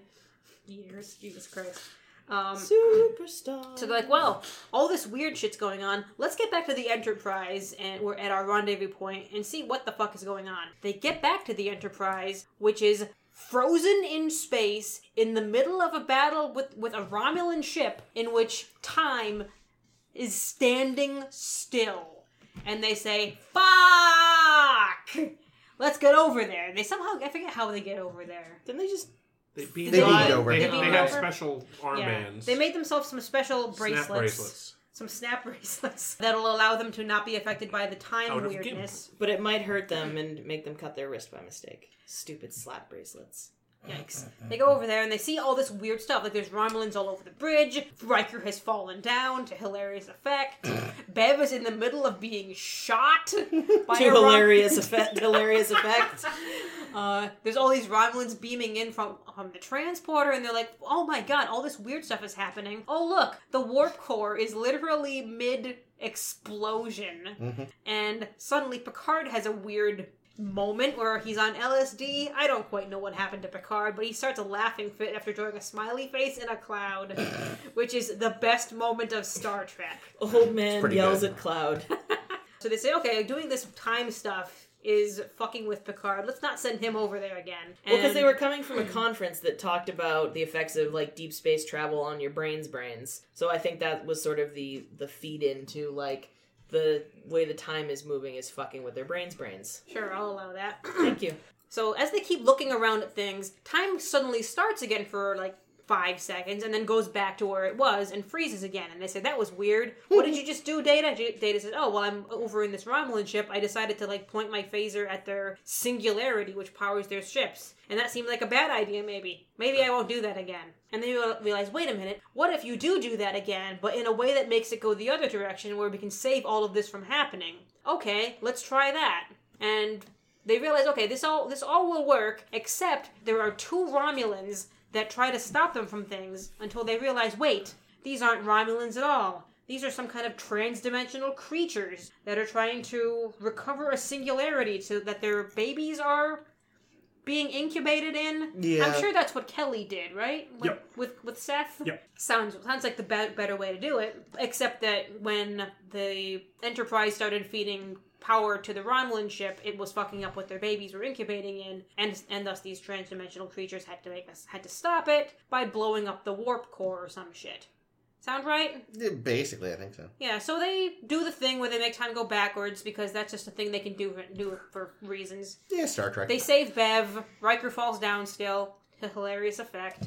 Speaker 5: years jesus christ um,
Speaker 2: Superstar.
Speaker 5: so they're like, well, all this weird shit's going on. Let's get back to the Enterprise, and we're at our rendezvous point and see what the fuck is going on. They get back to the Enterprise, which is frozen in space in the middle of a battle with with a Romulan ship in which time is standing still. And they say, "Fuck, let's get over there." And they somehow I forget how they get over there.
Speaker 2: Then they just
Speaker 6: They beamed
Speaker 3: They
Speaker 6: over.
Speaker 3: beamed over.
Speaker 6: They,
Speaker 3: They
Speaker 6: they
Speaker 5: beamed
Speaker 6: have
Speaker 5: over.
Speaker 6: special armbands.
Speaker 5: They made themselves some special
Speaker 6: Snap bracelets.
Speaker 5: some snap [LAUGHS] bracelets that'll allow them to not be affected by the time
Speaker 6: Out of
Speaker 5: weirdness.
Speaker 2: But it might hurt them and make them cut their wrist by mistake. Stupid slap bracelets.
Speaker 5: Yikes. They go over there and they see all this weird stuff. Like there's Romulans all over the bridge. Riker has fallen down to
Speaker 2: [CLEARS THROAT]
Speaker 5: hilarious effect. Bev is in the middle of being shot [LAUGHS] by
Speaker 2: To
Speaker 5: a Rom- [LAUGHS]
Speaker 2: hilarious effect. hilarious effect.
Speaker 5: Uh, there's all these Romulans beaming in from um, the transporter, and they're like, "Oh my god, all this weird stuff is happening! Oh look, the warp core is literally mid explosion." And suddenly, Picard has a weird moment where he's on LSD. I don't quite know what happened to Picard, but he starts a laughing fit after drawing a smiley face in a cloud, which is the best moment of Star Trek.
Speaker 2: Old man
Speaker 3: pretty
Speaker 2: yells
Speaker 3: good.
Speaker 2: at Cloud.
Speaker 5: So they say, "Okay, doing this time stuff." Is fucking with Picard. Let's not send him over there again.
Speaker 2: Well, because they
Speaker 5: And-
Speaker 2: were coming
Speaker 5: [CLEARS THROAT]
Speaker 2: from a conference that talked about the effects of like deep space travel on your brain's brains. So I think that was sort of the the feed into like the way the time is moving is fucking with their brains brains.
Speaker 5: Sure, I'll allow that. [CLEARS THROAT]
Speaker 2: Thank you.
Speaker 5: so as they keep looking around at things, time suddenly starts again for like five seconds and then goes back to where it was and freezes again. And they say, That was weird. What did you just do, Data? J- Data says, Oh, well, I'm over in this Romulan ship. I decided to like point my phaser at their singularity, which powers their ships. And that seemed like a bad idea, maybe. Maybe I won't do that again. And then you realize, wait a minute, what if you do do that again, but in a way that makes it go the other direction where we can save all of this from happening? Okay, let's try that. And they realize okay this all this all will work except there are two romulans that try to stop them from things until they realize wait these aren't romulans at all these are some kind of trans-dimensional creatures that are trying to recover a singularity to that their babies are being incubated in i'm
Speaker 3: Yeah.
Speaker 5: sure that's what kelly did right with
Speaker 4: Yep.
Speaker 5: with, with seth
Speaker 4: Yep.
Speaker 5: sounds sounds like the be- better way to do it except that when the enterprise started feeding power to the romulan ship it was fucking up what their babies were incubating in and and thus these transdimensional creatures had to make us had to stop it by blowing up the warp core or some shit sound right
Speaker 3: Basically, I think so.
Speaker 5: yeah so they do the thing where they make time go backwards because that's just a thing they can do do for reasons
Speaker 3: Yeah, Star Trek.
Speaker 5: they save Bev. Riker falls down still, to hilarious
Speaker 6: [LAUGHS]
Speaker 5: effect.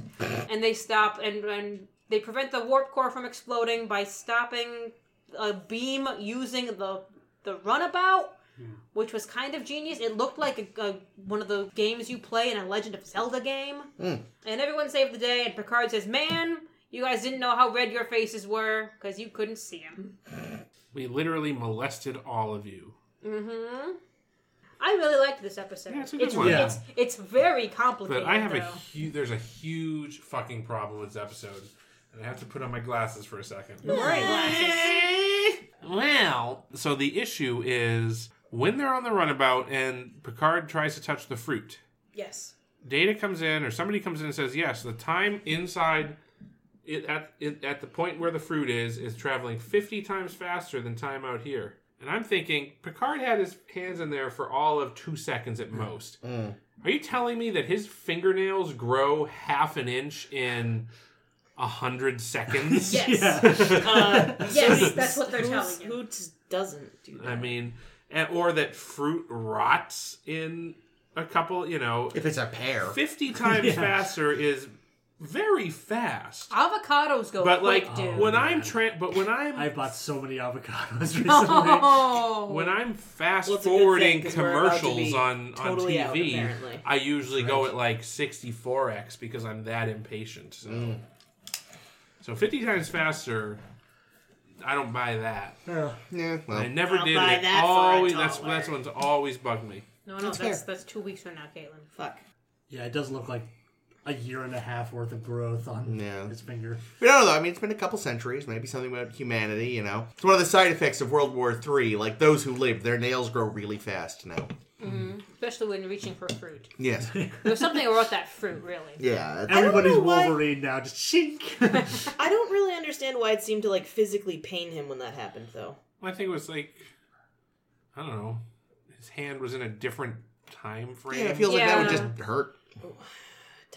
Speaker 5: And they stop and, and they prevent the warp core from exploding by stopping a beam using the the runabout,
Speaker 6: Hmm.
Speaker 5: which was kind of genius. It looked like a, a, one of the games you play in a Legend of Zelda game.
Speaker 6: Hmm.
Speaker 5: And everyone saved the day. And Picard says, "Man." You guys didn't know how red your faces were because you couldn't see them.
Speaker 6: We literally molested all of you.
Speaker 5: Mm-hmm. I really liked this episode.
Speaker 6: Yeah, it's a good
Speaker 5: it's,
Speaker 6: one.
Speaker 4: Yeah.
Speaker 5: it's it's very complicated.
Speaker 6: But I have a
Speaker 5: though.
Speaker 6: huge. There's a huge fucking problem with this episode, and I have to put on my glasses for a second. Well, so the issue is when they're on the runabout and Picard tries to touch the fruit.
Speaker 2: Yes.
Speaker 6: Data comes in, or somebody comes in and says, "Yes, the time inside." It, at it, at the point where the fruit is is traveling 50 times faster than time out here and i'm thinking picard had his hands in there for all of two seconds at most are you telling me that his fingernails grow half an inch in a hundred
Speaker 4: [LAUGHS]
Speaker 6: seconds
Speaker 5: Yes.
Speaker 2: Uh,
Speaker 5: [LAUGHS] Yes, that's what they're
Speaker 2: who's-
Speaker 5: telling you.
Speaker 2: who t- doesn't do that?
Speaker 6: I mean, and, or that fruit rots in a couple, you know,
Speaker 3: if it's a pair.
Speaker 6: 50 times faster is very fast.
Speaker 5: Avocados go
Speaker 6: But
Speaker 5: quick,
Speaker 3: Oh,
Speaker 6: like
Speaker 5: dude.
Speaker 6: when I'm tra- but when I'm
Speaker 4: I bought so many
Speaker 2: [LAUGHS]
Speaker 4: avocados [LAUGHS] recently.
Speaker 5: [LAUGHS] oh,
Speaker 6: when I'm fast
Speaker 2: Well, it's a good
Speaker 6: forwarding
Speaker 2: thing, 'cause we're about to
Speaker 6: commercials
Speaker 2: be
Speaker 6: on
Speaker 2: totally
Speaker 6: on
Speaker 2: out,
Speaker 6: TV,
Speaker 2: apparently.
Speaker 6: I usually go at like 64x because I'm that impatient. So,
Speaker 3: Mm.
Speaker 6: so 50 times faster. I don't buy that.
Speaker 3: Yeah,
Speaker 6: I
Speaker 3: well,
Speaker 6: never
Speaker 2: I'll
Speaker 6: did.
Speaker 2: buy
Speaker 6: and it
Speaker 2: that for a
Speaker 6: always that's
Speaker 2: dollar.
Speaker 6: that's one's always bugged me.
Speaker 5: no, no, that's that's two weeks from now, Caitlin.
Speaker 2: Fuck.
Speaker 4: Yeah, it does look like a year and a half worth of growth on
Speaker 3: Yeah.
Speaker 4: his finger.
Speaker 3: we don't know. Though. I mean, it's been a couple centuries. Maybe something about humanity. You know, it's one of the side effects of World War Three. Like those who lived, their nails grow really fast now.
Speaker 2: Mm-hmm.
Speaker 5: Mm-hmm. Especially when reaching for fruit.
Speaker 3: Yes.
Speaker 5: There's something about that fruit, really.
Speaker 3: Yeah. that's-
Speaker 4: Everybody's
Speaker 2: know why-
Speaker 4: Wolverine now,
Speaker 2: [LAUGHS]
Speaker 4: just shink.
Speaker 2: I don't really understand why it seemed to like physically pain him when that happened, though.
Speaker 6: I think it was like I don't know. His hand was in a different time
Speaker 3: Yeah,
Speaker 6: frame.
Speaker 3: it feels like that would
Speaker 5: Yeah.
Speaker 3: just hurt.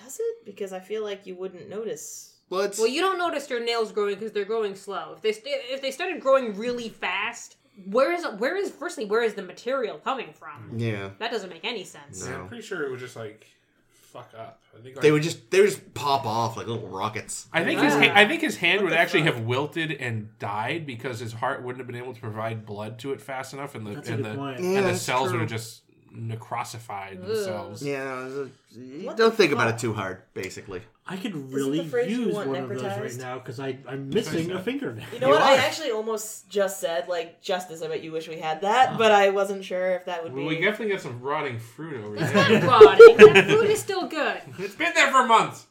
Speaker 2: Does it? Because I feel like you wouldn't notice.
Speaker 3: Well, it's
Speaker 5: Well, you don't notice your nails growing because they're growing slow. If they st- if they started growing really fast, where is where is firstly where is the material coming from?
Speaker 3: yeah.
Speaker 5: That doesn't make any sense.
Speaker 6: [LAUGHS] Yeah, I'm pretty sure it was just like fuck up. I think like,
Speaker 3: They would just they would just pop off like little rockets.
Speaker 6: I think his
Speaker 5: Yeah.
Speaker 6: ha- I think his hand would actually have wilted and died because his heart wouldn't have been able to provide blood to it fast enough, and the
Speaker 4: That's a
Speaker 6: and
Speaker 4: good
Speaker 6: the
Speaker 4: point.
Speaker 3: Yeah,
Speaker 6: and the
Speaker 3: that's
Speaker 6: cells
Speaker 3: true.
Speaker 6: would have just necrosified themselves.
Speaker 3: Yeah, it was a- you
Speaker 2: What
Speaker 3: don't
Speaker 2: the
Speaker 3: think about
Speaker 2: fuck?
Speaker 3: it too hard. Basically, [LAUGHS]
Speaker 4: I could really
Speaker 2: the phrase you
Speaker 4: use
Speaker 2: want
Speaker 4: one of those right
Speaker 2: necrotized?
Speaker 4: now because I'm missing a fingernail.
Speaker 2: You know
Speaker 3: You
Speaker 2: what? I
Speaker 3: are.
Speaker 2: actually almost just said like justice. I bet you wish we had that, but I wasn't sure if that would
Speaker 6: Ah. Well,
Speaker 2: be.
Speaker 6: we definitely got some rotting fruit over
Speaker 5: It's
Speaker 4: [LAUGHS]
Speaker 6: here.
Speaker 5: not rotting. that fruit is still good.
Speaker 6: it's been there for months.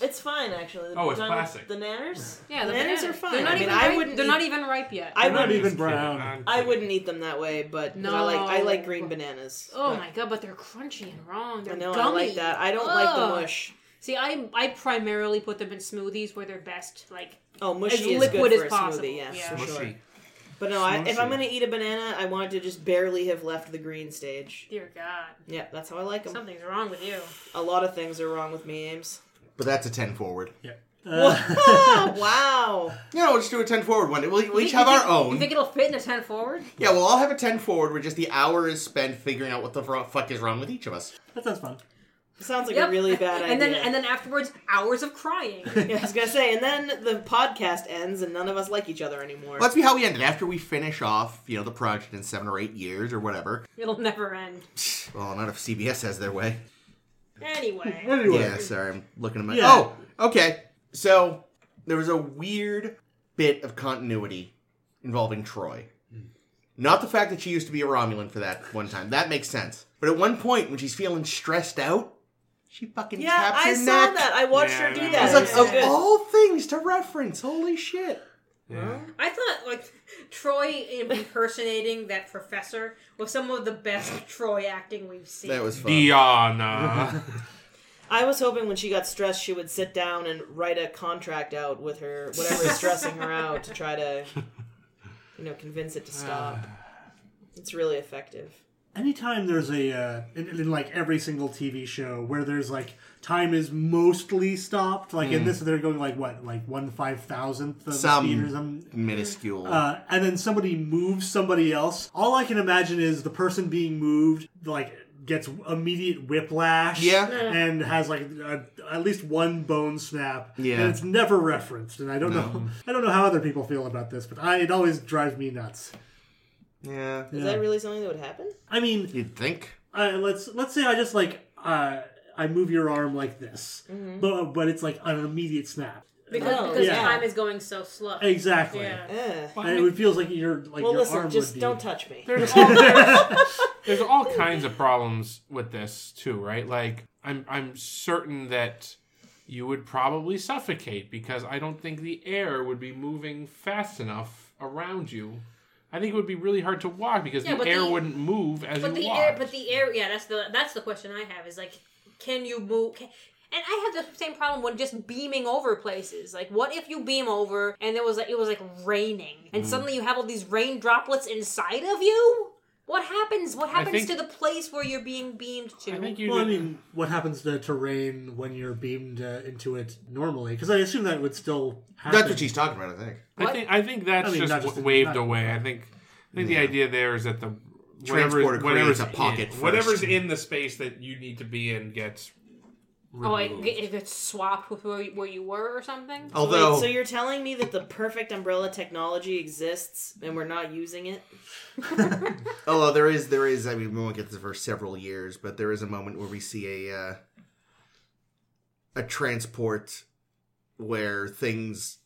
Speaker 2: It's fine actually.
Speaker 6: Oh, it's
Speaker 2: Done-
Speaker 6: plastic.
Speaker 2: The nanners.
Speaker 5: Yeah, the
Speaker 2: Bananas
Speaker 5: banana-
Speaker 2: are fine.
Speaker 5: They're not
Speaker 2: I mean,
Speaker 5: even
Speaker 2: I
Speaker 5: ripe-
Speaker 2: wouldn't
Speaker 5: They're
Speaker 2: eat-
Speaker 5: not even ripe yet.
Speaker 2: I
Speaker 4: not
Speaker 2: would.
Speaker 4: even
Speaker 6: Just kidding.
Speaker 4: brown.
Speaker 6: I'm
Speaker 2: I
Speaker 6: kidding.
Speaker 2: wouldn't eat them that way, but 'cause I like I
Speaker 5: No.
Speaker 2: like green bananas.
Speaker 5: Oh my god, but they're crunchy and wrong. They're
Speaker 2: I know I
Speaker 5: gummy.
Speaker 2: like that. I don't like the
Speaker 5: Ugh.
Speaker 2: mush.
Speaker 5: See, I I primarily put them in smoothies where they're best. Like
Speaker 2: Oh, mushy
Speaker 5: As
Speaker 2: is
Speaker 5: liquid
Speaker 2: good
Speaker 5: as
Speaker 2: for a
Speaker 5: possible,
Speaker 2: smoothie. Yeah,
Speaker 5: yeah.
Speaker 2: for sure.
Speaker 6: Mushy.
Speaker 2: But no, I, if
Speaker 6: Smushy.
Speaker 2: I'm gonna eat a banana, I want it to just barely have left the green stage.
Speaker 5: dear God,
Speaker 2: Yeah, that's how I like them.
Speaker 5: something's wrong with you.
Speaker 2: A lot of things are wrong with me,
Speaker 6: [LAUGHS]
Speaker 2: Ames.
Speaker 3: but that's a ten forward.
Speaker 4: Yeah.
Speaker 2: Ah, [LAUGHS] wow.
Speaker 3: You know, we'll just do a ten forward one day. We'll, we'll
Speaker 5: You
Speaker 3: each
Speaker 5: think-
Speaker 3: have
Speaker 5: you
Speaker 3: our
Speaker 5: think- You
Speaker 3: own.
Speaker 5: think it'll fit in a ten forward?
Speaker 3: Yeah, we'll all have a ten forward where just the hour is spent figuring out what the fro- fuck is wrong with each of us.
Speaker 4: [LAUGHS] that sounds fun.
Speaker 2: Sounds like a really bad idea.
Speaker 5: [LAUGHS] And then and then afterwards, hours of crying.
Speaker 2: [LAUGHS] Yeah, I was gonna say, and then the podcast ends, and none of us like each other anymore.
Speaker 3: Let's be how we end it after we finish off, you know, the project in seven or eight years or whatever.
Speaker 5: It'll never end.
Speaker 3: Well, not if CBS has their way.
Speaker 5: Anyway,
Speaker 4: Anyway,
Speaker 3: Yeah, sorry, I'm looking at my.
Speaker 4: Yeah.
Speaker 3: Oh, okay. So there was a weird bit of continuity involving Troy.
Speaker 4: Hmm.
Speaker 3: Not the fact that she used to be a Romulan for that one time. That makes sense. But at one point, when she's feeling stressed out, she fucking
Speaker 2: yeah,
Speaker 3: taps her
Speaker 2: I
Speaker 3: neck.
Speaker 2: saw that. I watched
Speaker 6: Yeah, I
Speaker 2: her do
Speaker 6: remember
Speaker 2: that.
Speaker 3: It's
Speaker 2: It was
Speaker 3: like
Speaker 2: so
Speaker 3: oh, of
Speaker 2: good.
Speaker 3: all things to reference. Holy shit!
Speaker 6: Yeah.
Speaker 5: I thought like Troy impersonating that professor was some of the best Troy acting we've seen.
Speaker 3: That was fun.
Speaker 6: Diana.
Speaker 4: [LAUGHS]
Speaker 2: I was hoping when she got stressed, she would sit down and write a contract out with her whatever is stressing her out to try to, you know, convince it to stop. It's really effective.
Speaker 4: anytime there's a uh, in, in like every single TV show where there's like time is mostly stopped, like in this they're going like what like one five thousandth of
Speaker 3: Mm. Some-
Speaker 4: the speed or something.
Speaker 3: Minuscule.
Speaker 4: Uh, and then somebody moves somebody else. All I can imagine is the person being moved like gets immediate whiplash,
Speaker 3: Yeah.
Speaker 4: and has like a, at least one bone snap.
Speaker 3: Yeah.
Speaker 4: and it's never referenced. And I don't know, [LAUGHS] I don't know how other people feel about this, but I it always drives me nuts.
Speaker 3: yeah,
Speaker 2: Is that really something that would happen?
Speaker 4: I mean,
Speaker 3: you'd think.
Speaker 4: uh, let's let's say I just like uh, I move your arm like this,
Speaker 2: Mm-hmm.
Speaker 4: but but it's like an immediate snap.
Speaker 5: because
Speaker 2: Oh,
Speaker 5: because
Speaker 4: yeah.
Speaker 5: time is going so slow.
Speaker 4: Exactly.
Speaker 5: Yeah.
Speaker 2: Ugh.
Speaker 4: And it feels like your like
Speaker 2: Well,
Speaker 4: your
Speaker 2: listen,
Speaker 4: arm
Speaker 2: just
Speaker 4: would be.
Speaker 2: don't touch me.
Speaker 6: There's all, there's, there's all kinds of problems with this too, right? Like I'm I'm certain that you would probably suffocate because I don't think the air would be moving fast enough around you. I think it would be really hard to walk because
Speaker 5: Yeah,
Speaker 6: the
Speaker 5: but
Speaker 6: air
Speaker 5: the-
Speaker 6: wouldn't move as
Speaker 5: But
Speaker 6: you
Speaker 5: the
Speaker 6: walk.
Speaker 5: air, but the air, yeah, that's the that's the question I have is like, can you move? Can, and I have the same problem when just beaming over places. Like, what if you beam over and there was like it was like raining, and
Speaker 6: Mm.
Speaker 5: suddenly you have all these rain droplets inside of you? What happens? What happens
Speaker 6: think-
Speaker 5: to the place where you're being beamed to?
Speaker 6: I think you.
Speaker 4: Well, I
Speaker 6: did-
Speaker 4: mean, what happens to terrain when you're beamed uh, into it normally? Because I assume that would still happen.
Speaker 3: That's what she's talking about. I think.
Speaker 6: I think I think that's
Speaker 4: I mean,
Speaker 6: just,
Speaker 4: not just
Speaker 6: wa-
Speaker 4: in-
Speaker 6: waved
Speaker 4: not-
Speaker 6: away. I think I think the idea there is that the
Speaker 3: Transporter
Speaker 6: whatever
Speaker 3: creates
Speaker 6: whatever's
Speaker 3: a pocket
Speaker 6: in, whatever's
Speaker 3: first.
Speaker 6: in the space that you need to be in gets
Speaker 5: Oh, it,
Speaker 6: removed.
Speaker 5: it gets swapped with where you, where you were or something.
Speaker 6: Oh.
Speaker 3: Although,
Speaker 2: Wait, so you're telling me that the perfect umbrella technology exists and we're not using it?
Speaker 3: although there is, there is. I mean, we won't get this for several years, but there is a moment where we see a uh, a transport where things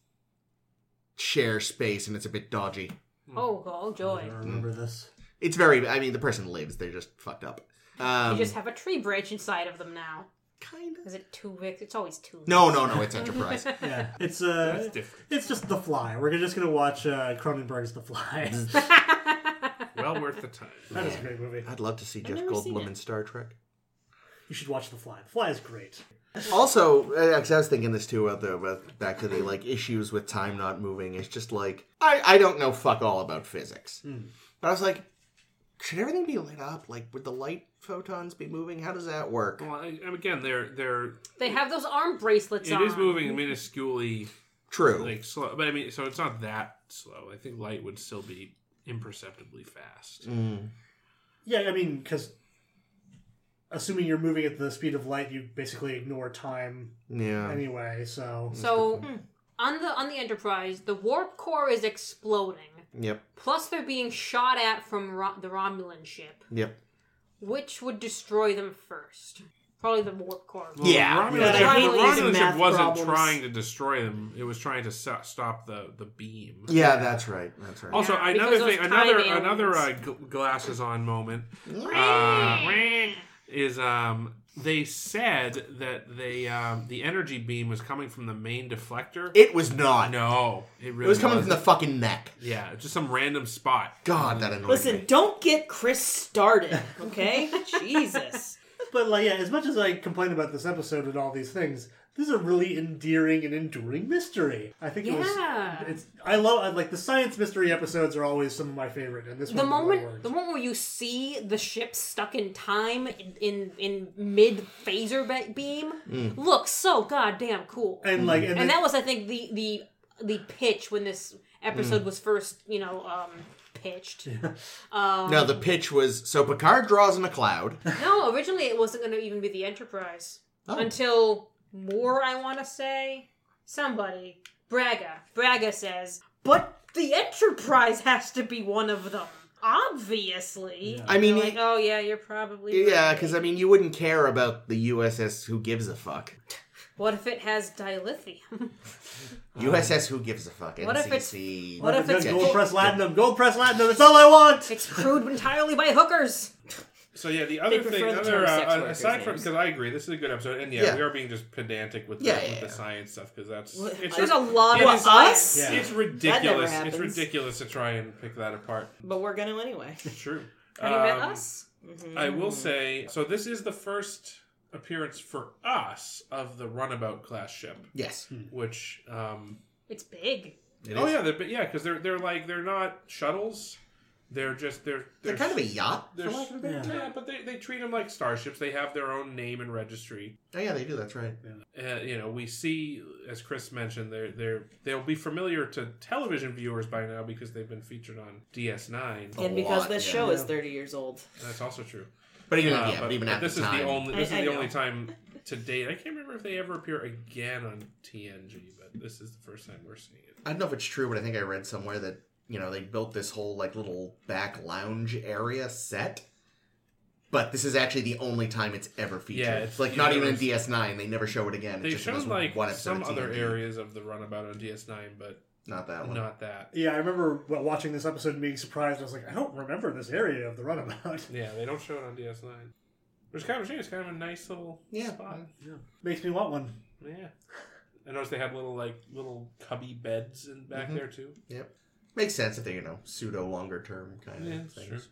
Speaker 3: share space, and it's a bit dodgy.
Speaker 5: Oh, oh joy!
Speaker 4: remember [LAUGHS] this.
Speaker 3: It's very. I mean, the person lives. They're just fucked up. Um,
Speaker 5: you just have a tree branch inside of them now.
Speaker 3: kind of.
Speaker 5: Is it two Vicks? It's always two.
Speaker 3: No, no,
Speaker 2: [LAUGHS]
Speaker 3: no. It's Enterprise.
Speaker 4: Yeah, it's uh,
Speaker 6: That's different.
Speaker 4: It's just The Fly. We're just gonna watch uh, Cronenberg's The Fly.
Speaker 6: well worth the time.
Speaker 4: [LAUGHS]
Speaker 5: [LAUGHS]
Speaker 4: that is a great movie.
Speaker 3: I'd love to see Jeff
Speaker 2: never seen
Speaker 3: Goldblum
Speaker 2: it.
Speaker 3: in Star Trek.
Speaker 4: You should watch The Fly. The Fly is great.
Speaker 3: Also, uh, 'cause I was thinking this too about the about back to the like issues with time not moving. It's just like I I don't know fuck all about physics,
Speaker 6: Hmm.
Speaker 3: but I was like, should everything be lit up? Like, would the light photons be moving? How does that work?
Speaker 6: Well, I, and again, they're they're
Speaker 5: [LAUGHS] They have those arm bracelets
Speaker 6: it
Speaker 5: on.
Speaker 6: is moving minusculely,
Speaker 3: True.
Speaker 6: like slow. But I mean, so it's not that slow. I think light would still be imperceptibly fast.
Speaker 3: Mm.
Speaker 4: Yeah, I mean, because assuming you're moving at the speed of light, you basically ignore time
Speaker 3: Yeah.
Speaker 4: anyway. So
Speaker 5: So on the on the Enterprise, the warp core is exploding.
Speaker 3: yep.
Speaker 5: Plus, they're being shot at from Ro- the Romulan ship.
Speaker 3: Yep.
Speaker 5: Which would destroy them first? Probably the warp core.
Speaker 6: Well, the
Speaker 3: Yeah.
Speaker 6: Romulan
Speaker 2: Yeah,
Speaker 6: ship-
Speaker 2: I hate
Speaker 6: the
Speaker 2: using
Speaker 6: Romulan ship
Speaker 2: math
Speaker 6: wasn't
Speaker 2: problems.
Speaker 6: trying to destroy them; it was trying to so- stop the the beam.
Speaker 3: Yeah, that's right. That's right.
Speaker 6: Also,
Speaker 5: Yeah,
Speaker 6: another
Speaker 5: because those
Speaker 6: thing, another
Speaker 5: tiny
Speaker 6: another uh,
Speaker 5: aliens.
Speaker 6: gl- glasses on moment uh, is um they said that they um, the energy beam was coming from the main deflector.
Speaker 3: it was not.
Speaker 6: no, it really
Speaker 3: It was coming
Speaker 6: wasn't.
Speaker 3: from the fucking neck.
Speaker 6: yeah, just some random spot.
Speaker 3: God, that annoyed
Speaker 2: Listen,
Speaker 3: me.
Speaker 2: don't get Chris started, okay? [LAUGHS] Jesus.
Speaker 4: But like, yeah, as much as I complain about this episode and all these things, this is a really endearing and enduring mystery. I think it
Speaker 5: Yeah.
Speaker 4: was. It's I love I, like the science mystery episodes are always some of my favorite, and this
Speaker 5: The
Speaker 4: one really
Speaker 5: moment,
Speaker 4: worked.
Speaker 5: the moment where you see the ship stuck in time in in, in mid phaser be- beam, looks so goddamn cool.
Speaker 4: and like and,
Speaker 5: And
Speaker 4: then-
Speaker 5: that was, I think, the the the pitch when this episode was first, you know, um, pitched. Um,
Speaker 3: no, the pitch was so Picard draws in a
Speaker 6: [LAUGHS]
Speaker 3: cloud.
Speaker 5: no, originally it wasn't going to even be the Enterprise
Speaker 3: Oh.
Speaker 5: until Moore, I want to say, somebody Braga. Braga says, but the Enterprise has to be one of them, obviously.
Speaker 3: I mean,
Speaker 5: They're
Speaker 3: it-
Speaker 5: like, oh yeah, you're probably
Speaker 3: yeah,
Speaker 5: right.
Speaker 3: because I mean, you wouldn't care about the USS. Who gives a fuck?
Speaker 5: What if it has dilithium? [LAUGHS]
Speaker 3: USS, who gives a fuck?
Speaker 5: What if it's-
Speaker 3: NCC.
Speaker 5: what if it's
Speaker 3: Yeah.
Speaker 4: gold press latinum, gold press latinum. That's all I want.
Speaker 5: it's crewed entirely by hookers.
Speaker 6: So yeah, the other
Speaker 2: prefer
Speaker 6: thing,
Speaker 2: the term
Speaker 6: other,
Speaker 2: sex
Speaker 6: uh,
Speaker 2: workers
Speaker 6: aside from
Speaker 2: names.
Speaker 6: because I agree, this is a good episode, and yeah,
Speaker 3: Yeah.
Speaker 6: we are being just pedantic with the,
Speaker 3: Yeah, yeah,
Speaker 6: with the
Speaker 3: yeah.
Speaker 6: science stuff because that's
Speaker 2: Well,
Speaker 6: it's,
Speaker 5: There's a lot
Speaker 2: What,
Speaker 5: of
Speaker 2: us?
Speaker 5: science.
Speaker 4: Yeah.
Speaker 6: it's ridiculous. It's
Speaker 2: happens.
Speaker 6: ridiculous to try and pick that apart.
Speaker 2: But we're gonna anyway.
Speaker 6: True.
Speaker 5: Have you read
Speaker 6: Um,
Speaker 5: us?
Speaker 6: I will say, so this is the first appearance for us of the Runabout class ship,
Speaker 3: Yes.
Speaker 6: which um,
Speaker 5: It's big.
Speaker 6: Hmm. oh yeah, they're, but yeah, because they're they're like they're not shuttles, they're just they're
Speaker 3: They're kind of a yacht.
Speaker 6: they're,
Speaker 3: for lack of a better-
Speaker 6: yeah. but they, they treat them like starships. They have their own name and registry.
Speaker 3: Oh yeah, they do. That's right.
Speaker 6: Uh, you know, we see, as Chris mentioned, they're they're they'll be familiar to television viewers by now because they've been featured on DS9.
Speaker 2: And because
Speaker 3: lot,
Speaker 2: this
Speaker 3: yeah.
Speaker 2: show is 30 years old.
Speaker 6: That's also true.
Speaker 3: But even
Speaker 6: Uh,
Speaker 3: yeah, but, even at
Speaker 6: this
Speaker 3: the time,
Speaker 6: is the only this
Speaker 2: I-
Speaker 6: is
Speaker 2: I
Speaker 6: the
Speaker 2: know.
Speaker 6: only time to date. I can't remember if they ever appear again on TNG, but this is the first time we're seeing it.
Speaker 3: I don't know if it's true, but I think I read somewhere that you know they built this whole like little back lounge area set. But this is actually the only time it's ever featured.
Speaker 6: Yeah, it's-
Speaker 3: like
Speaker 6: you
Speaker 3: not
Speaker 6: know,
Speaker 3: even in
Speaker 6: there's-
Speaker 3: DS9. They never show it again. It's
Speaker 6: They've
Speaker 3: just in
Speaker 6: shown
Speaker 3: this
Speaker 6: like
Speaker 3: one episode
Speaker 6: some
Speaker 3: of
Speaker 6: other
Speaker 3: TNG.
Speaker 6: areas of the runabout on DS9, but
Speaker 3: Not that one.
Speaker 6: not that.
Speaker 4: Yeah, I remember wa- watching this episode and being surprised. I was like, I don't remember this area of the runabout. [LAUGHS]
Speaker 6: Yeah, they don't show it on DS9. Which is kind of a shame. It's kind of a nice little
Speaker 3: Yeah.
Speaker 6: spot.
Speaker 4: Makes me want one.
Speaker 6: Yeah. I noticed they had little like little cubby beds in back
Speaker 3: Mm-hmm.
Speaker 6: there too.
Speaker 3: Yep. Makes sense if they you know pseudo longer term kind
Speaker 6: Yeah,
Speaker 3: of
Speaker 6: that's true.
Speaker 3: things.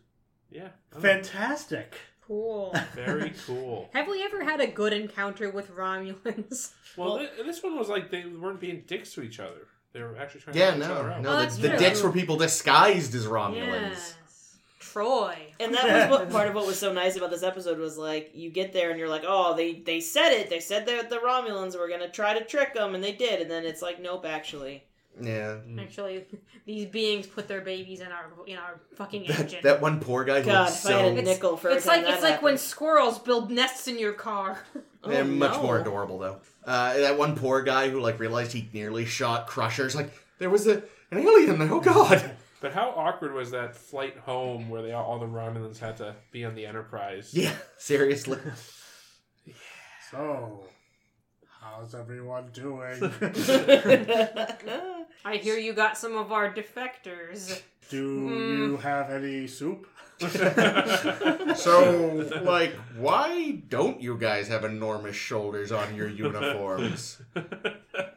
Speaker 6: Yeah. Oh.
Speaker 4: Fantastic.
Speaker 5: Cool.
Speaker 6: Very cool.
Speaker 5: Have we ever had a good encounter with Romulans?
Speaker 6: [LAUGHS] Well, thi- this one was like they weren't being dicks to each other. They were actually trying
Speaker 3: Yeah,
Speaker 6: to help each other
Speaker 3: no,
Speaker 6: out.
Speaker 3: no.
Speaker 5: that's
Speaker 3: the the
Speaker 5: true.
Speaker 3: dicks were people disguised as Romulans.
Speaker 5: Troy.
Speaker 2: And that
Speaker 3: [LAUGHS]
Speaker 2: was what part of what was so nice about this episode was like you get there and you're like, oh, they they said it. They said that the Romulans were gonna try to trick them, and they did. And then it's like, nope, actually,
Speaker 3: Yeah.
Speaker 5: Actually, these beings put their babies in our in our fucking engine.
Speaker 3: That, that one poor guy
Speaker 2: God,
Speaker 3: looks
Speaker 2: if I had a
Speaker 3: so.
Speaker 2: nickel for
Speaker 5: it's like it's like when squirrels build nests in your car. [LAUGHS]
Speaker 2: Oh,
Speaker 3: They're
Speaker 2: [LAUGHS]
Speaker 3: much more
Speaker 2: adorable.
Speaker 3: adorable though. Uh, and that one poor guy who like realized he nearly shot Crusher's like there was a an alien there. Oh God. [LAUGHS]
Speaker 6: But how awkward was that flight home where they all, all the Romulans had to be on the Enterprise? [LAUGHS]
Speaker 3: Yeah. [LAUGHS] Seriously.
Speaker 4: So, how's everyone doing?
Speaker 5: I hear you got some of our defectors.
Speaker 4: Do you
Speaker 5: Hmm.
Speaker 4: have any soup?
Speaker 3: [LAUGHS] So like, why don't you guys have enormous shoulders on your uniforms?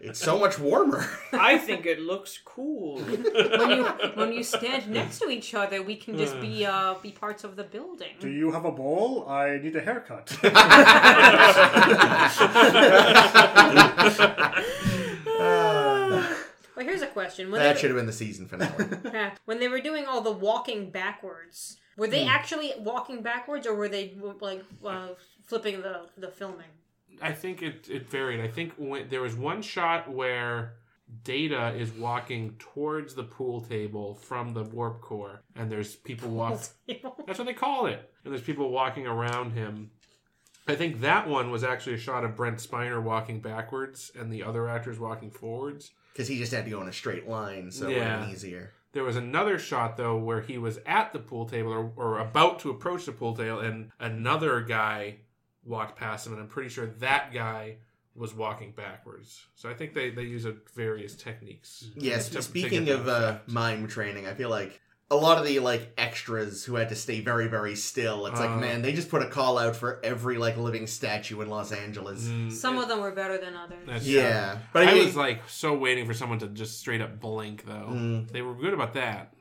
Speaker 3: It's so much warmer.
Speaker 2: [LAUGHS]
Speaker 5: [LAUGHS]
Speaker 2: I think it looks cool.
Speaker 5: When you when you stand next to each other, we can just be uh be parts of the building.
Speaker 4: Do you have a bowl? I need a haircut. [LAUGHS]
Speaker 5: Well, here's a question.
Speaker 3: [LAUGHS]
Speaker 5: When
Speaker 3: that
Speaker 5: they,
Speaker 3: should have been the season finale.
Speaker 5: Huh. when they were [LAUGHS] doing all the walking backwards, were they actually walking backwards, or were they like uh, flipping the the filming?
Speaker 6: I think it, it varied. I think when, there was one shot where Data is walking towards the pool table from the warp core, and there's people walking. That's what they call it. And there's people walking around him. I think that one was actually a shot of Brent Spiner walking backwards and the other actors walking forwards.
Speaker 3: Because he just had to go in a straight line, so it would
Speaker 6: Yeah.
Speaker 3: have easier.
Speaker 6: There was another shot though where he was at the pool table or, or about to approach the pool table, and another guy walked past him, and I'm pretty sure that guy was walking backwards. So I think they they use a various techniques.
Speaker 3: Mm-hmm. Yes.
Speaker 6: to- to
Speaker 3: speaking
Speaker 6: get
Speaker 3: of
Speaker 6: that
Speaker 3: uh,
Speaker 6: effect.
Speaker 3: mime training, I feel like a lot of the like extras who had to stay very, very still. It's
Speaker 6: Uh.
Speaker 3: like, man, they just put a call out for every like living statue in Los Angeles.
Speaker 6: Mm,
Speaker 5: Some
Speaker 6: it-
Speaker 5: of them were better than others.
Speaker 6: that's
Speaker 3: Yeah,
Speaker 6: true.
Speaker 3: but I,
Speaker 6: I
Speaker 3: mean,
Speaker 6: was like so waiting for someone to just straight up blink though.
Speaker 3: Mm.
Speaker 6: They were good about that.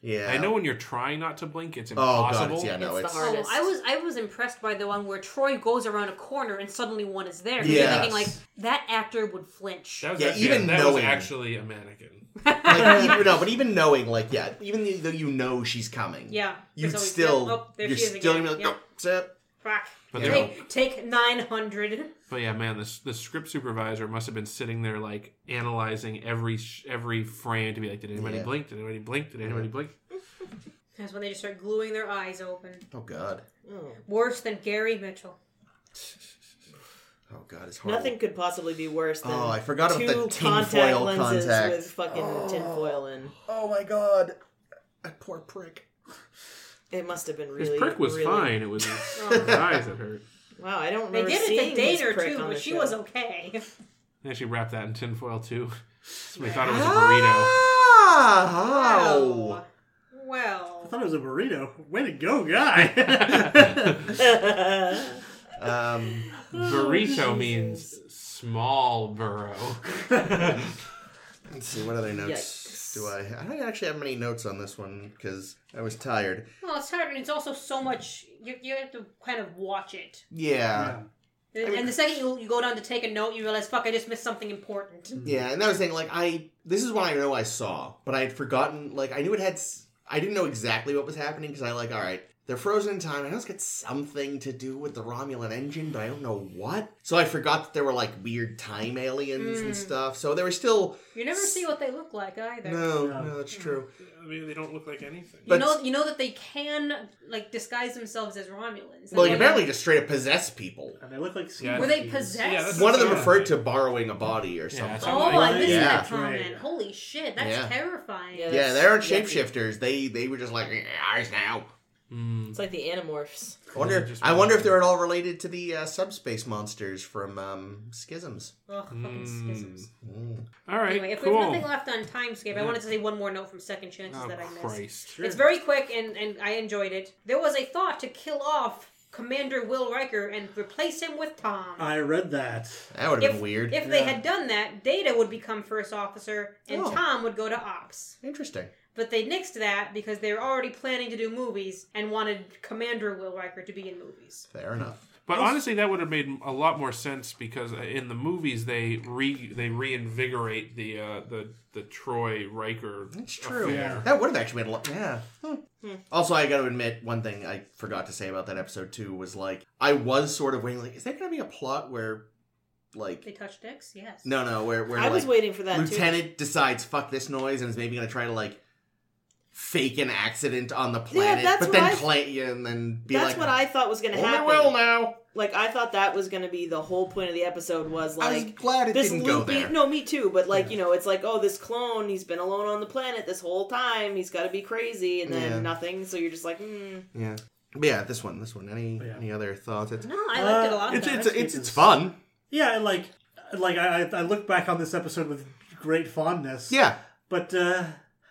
Speaker 3: yeah,
Speaker 6: I know when you're trying not to blink, it's
Speaker 3: Oh
Speaker 6: impossible.
Speaker 3: god, it's, yeah, no,
Speaker 2: It's the
Speaker 3: it's,
Speaker 2: hardest.
Speaker 5: Oh, I was I was impressed by the one where Troy goes around a corner and suddenly one is there. You're
Speaker 3: Yes.
Speaker 5: thinking like that actor would flinch.
Speaker 6: That was
Speaker 3: Yeah,
Speaker 6: actually-
Speaker 3: even
Speaker 6: that was
Speaker 3: knowing-
Speaker 6: actually a mannequin.
Speaker 3: like,
Speaker 5: [LAUGHS]
Speaker 3: even, no, but even knowing, like, yeah, even though you know she's coming,
Speaker 5: yeah,
Speaker 3: you
Speaker 5: it's always-
Speaker 3: still,
Speaker 5: yeah, oh, there
Speaker 3: you're
Speaker 5: she is
Speaker 3: still
Speaker 5: again.
Speaker 3: gonna be
Speaker 5: Yep,
Speaker 3: like, oh, "Nope, step."
Speaker 5: fuck.
Speaker 6: But
Speaker 3: Yeah.
Speaker 6: they're
Speaker 5: Take, take nine hundred.
Speaker 6: But yeah, man, the the script supervisor must have been sitting there like analyzing every sh- every frame to be like, did anybody
Speaker 3: Yeah.
Speaker 6: blink? Did anybody blink? Did anybody blink?
Speaker 5: That's when they just start gluing their eyes open.
Speaker 3: Oh god,
Speaker 5: Worse than Gary Mitchell.
Speaker 3: oh god, it's horrible.
Speaker 2: Nothing could possibly be worse than
Speaker 3: Oh, I forgot about
Speaker 2: two
Speaker 3: the
Speaker 2: contact
Speaker 3: tinfoil
Speaker 2: lenses
Speaker 3: contact.
Speaker 2: with fucking tinfoil in.
Speaker 3: Oh my god, that poor prick.
Speaker 2: It must have been really.
Speaker 6: His prick was
Speaker 2: really-
Speaker 6: fine. It was
Speaker 3: [LAUGHS]
Speaker 6: his eyes that hurt.
Speaker 2: Wow, I don't
Speaker 5: Oh, They
Speaker 2: remember
Speaker 5: did
Speaker 2: seeing
Speaker 5: it to
Speaker 2: this
Speaker 5: Dater
Speaker 2: prick
Speaker 5: too,
Speaker 2: on
Speaker 5: but
Speaker 2: the
Speaker 5: she
Speaker 2: show.
Speaker 5: was [LAUGHS] okay.
Speaker 6: They actually wrapped that in tinfoil too. Somebody thought it was a
Speaker 3: Ah!
Speaker 6: burrito.
Speaker 5: Ah!
Speaker 3: Wow.
Speaker 5: Well,
Speaker 4: I
Speaker 5: well,
Speaker 4: thought it was a burrito. Way to go, guy! [LAUGHS]
Speaker 2: [LAUGHS]
Speaker 3: Um,
Speaker 6: Burrito means small [LAUGHS] burrow.
Speaker 3: let's see what other
Speaker 2: Yikes.
Speaker 3: notes do I? I don't actually have many notes on this one because I was tired.
Speaker 5: well, it's hard, and it's also so much. You, you have to kind of watch it.
Speaker 3: Yeah,
Speaker 5: and the second you, you go down to take a note, you realize, fuck, I just missed something important.
Speaker 3: yeah, and that was the thing. Like I, this is one I know I saw, but I had forgotten. Like I knew it had. s- I didn't know exactly what was happening because I like all right. They're frozen in time. I know it's got something to do with the Romulan engine, but I don't know what. So I forgot that there were like weird time aliens and stuff. So there were still
Speaker 5: You never see what they look like either.
Speaker 3: no, no, that's true.
Speaker 6: I mean, they don't look like anything.
Speaker 5: You
Speaker 3: But-
Speaker 5: know, you know that they can like disguise themselves as Romulans.
Speaker 3: Well, you
Speaker 5: And they-
Speaker 3: apparently just straight up possess people.
Speaker 4: and they look like sea
Speaker 6: Yeah.
Speaker 5: were they
Speaker 4: monkeys.
Speaker 5: possessed?
Speaker 6: Yeah, that's-
Speaker 3: One of them
Speaker 6: Yeah.
Speaker 3: referred to borrowing a body or
Speaker 6: Yeah,
Speaker 3: something.
Speaker 6: it's
Speaker 5: oh,
Speaker 6: like-
Speaker 5: I missed
Speaker 3: Yeah.
Speaker 5: that
Speaker 4: That's right.
Speaker 5: comment. Holy shit, that's
Speaker 3: Yeah.
Speaker 5: terrifying.
Speaker 2: Yeah.
Speaker 3: Yeah,
Speaker 2: That's
Speaker 3: they aren't
Speaker 2: yucky.
Speaker 3: shapeshifters. They they were just like "Eh, ours now.
Speaker 6: Mm.
Speaker 2: [LAUGHS] It's like the Animorphs.
Speaker 3: I wonder.
Speaker 6: just-
Speaker 3: I wonder if they're at all related to the uh, subspace monsters from um, Schisms.
Speaker 5: Ugh, fucking schisms.
Speaker 3: Mm.
Speaker 6: All right,
Speaker 5: Anyway, if we
Speaker 6: cool.
Speaker 5: have nothing left on Timescape, I wanted to say one more note from Second Chances
Speaker 6: oh
Speaker 5: that I missed.
Speaker 6: Christ!
Speaker 5: It's very quick, and, and I enjoyed it. There was a thought to kill off Commander Will Riker and replace him with Tom.
Speaker 6: Uh,
Speaker 4: I read that.
Speaker 3: That would have
Speaker 5: if
Speaker 3: been weird.
Speaker 5: if they had done that, Data would become first officer, and
Speaker 3: Oh.
Speaker 5: Tom would go to ops.
Speaker 3: Interesting.
Speaker 5: But they nixed that because they were already planning to do movies and wanted Commander Will Riker to be in movies.
Speaker 3: Fair enough.
Speaker 6: But honestly, that would have made a lot more sense because uh, in the movies they re they reinvigorate the uh, the the Troy Riker.
Speaker 3: It's true.
Speaker 6: affair.
Speaker 3: That would have actually been a lot. Yeah. Hmm. Also, I got to admit one thing I forgot to say about that episode too was like I was sort of waiting like is there going to be a plot where like
Speaker 1: They touch dicks? Yes.
Speaker 3: no, no, where where
Speaker 2: I was
Speaker 3: like,
Speaker 2: waiting for that
Speaker 3: Lieutenant decides fuck this noise and is maybe gonna try to like fake an accident on the planet,
Speaker 2: that's
Speaker 3: but
Speaker 2: what
Speaker 3: then
Speaker 2: I-
Speaker 3: claim yeah, and then
Speaker 2: too.
Speaker 3: be
Speaker 2: That's
Speaker 3: like,
Speaker 2: what I thought was going to
Speaker 3: "Only
Speaker 2: happen.
Speaker 3: will now.
Speaker 2: Like I thought that was going to be the whole point of the episode was
Speaker 3: I was
Speaker 2: like
Speaker 3: glad it
Speaker 2: this
Speaker 3: didn't go
Speaker 2: loopy.
Speaker 3: there.
Speaker 2: No, me too. But like you know, it's like oh, this clone. He's been alone on the planet this whole time. He's got to be crazy, and then
Speaker 3: Yeah.
Speaker 2: nothing. So you're just like, mm.
Speaker 3: Yeah, but yeah, this one, this one. Any
Speaker 4: Oh, Yeah.
Speaker 3: any other thoughts? It's
Speaker 1: No, I liked it a
Speaker 4: Uh,
Speaker 1: lot.
Speaker 3: it's
Speaker 1: better.
Speaker 3: it's it's, it's
Speaker 4: Jesus.
Speaker 3: fun.
Speaker 4: Yeah, and like, like I, I I look back on this episode with great fondness.
Speaker 3: Yeah,
Speaker 4: But uh,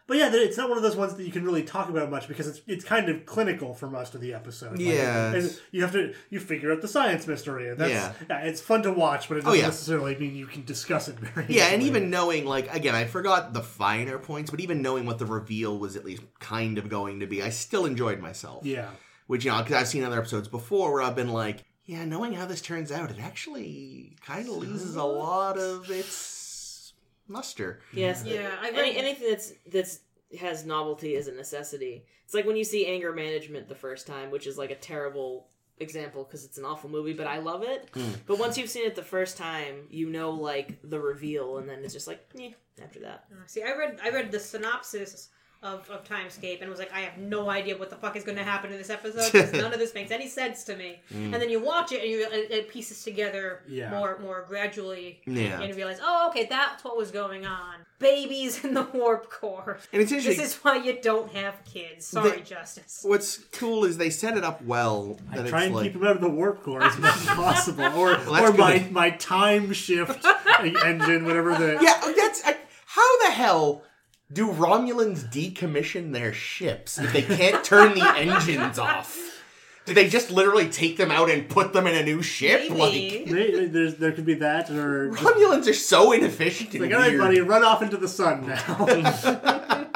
Speaker 4: but yeah, it's not one of those ones that you can really talk about much because it's it's kind of clinical for most of the episode. Like,
Speaker 3: Yeah,
Speaker 4: and
Speaker 3: it's-
Speaker 4: you have to you figure out the science mystery. And that's,
Speaker 3: Yeah. Oh,
Speaker 4: yeah. it's fun to watch, but it doesn't
Speaker 3: yeah.
Speaker 4: necessarily mean you can discuss it very.
Speaker 3: yeah, and
Speaker 4: easily.
Speaker 3: even knowing like again, I forgot the finer points, but even knowing what the reveal was at least kind of going to be, I still enjoyed myself.
Speaker 4: yeah,
Speaker 3: which you know, because I've seen other episodes before where I've been like, yeah, knowing how this turns out, it actually kind of loses a lot of its muster.
Speaker 2: yes,
Speaker 1: Yeah, I
Speaker 2: Any,
Speaker 1: read-
Speaker 2: anything that's that's has novelty is a necessity. It's like when you see anger management the first time, which is like a terrible example because it's an awful movie, but I love it. But once you've seen it the first time, you know like the reveal, and then it's just like, eh, after that.
Speaker 1: Uh, See, I read I read the synopsis of, of Timescape and was like, I have no idea what the fuck is going to happen in this episode.
Speaker 3: [LAUGHS]
Speaker 1: 'cause none of this makes any sense to me. And
Speaker 3: Mm.
Speaker 1: then you watch it and you it, it pieces together
Speaker 4: Yeah.
Speaker 1: more more gradually.
Speaker 3: Yeah.
Speaker 1: And you realize, oh, okay, that's what was going on. Babies in the [LAUGHS] warp core.
Speaker 3: And it's
Speaker 1: This
Speaker 3: interesting.
Speaker 1: is why you don't have kids. Sorry,
Speaker 3: The-
Speaker 1: Justice.
Speaker 3: What's cool is they set it up well. That
Speaker 4: I
Speaker 3: it's
Speaker 4: try and
Speaker 3: like,
Speaker 4: keep him out of the warp core as
Speaker 6: [LAUGHS]
Speaker 4: much as possible, or
Speaker 3: that's
Speaker 4: or my
Speaker 3: good.
Speaker 4: my time shift [LAUGHS] engine, whatever the
Speaker 3: yeah, oh, that's I, how the hell do Romulans decommission their ships if they
Speaker 1: [LAUGHS]
Speaker 3: can't turn the engines off? Did they just literally take them out and put them in a new ship?
Speaker 1: Maybe.
Speaker 3: Like
Speaker 4: May- There's, there could be that, or just
Speaker 3: Romulans are so inefficient. And
Speaker 4: like, all right,
Speaker 3: weird.
Speaker 4: buddy, run off into
Speaker 3: [LAUGHS]
Speaker 4: the sun now. [LAUGHS]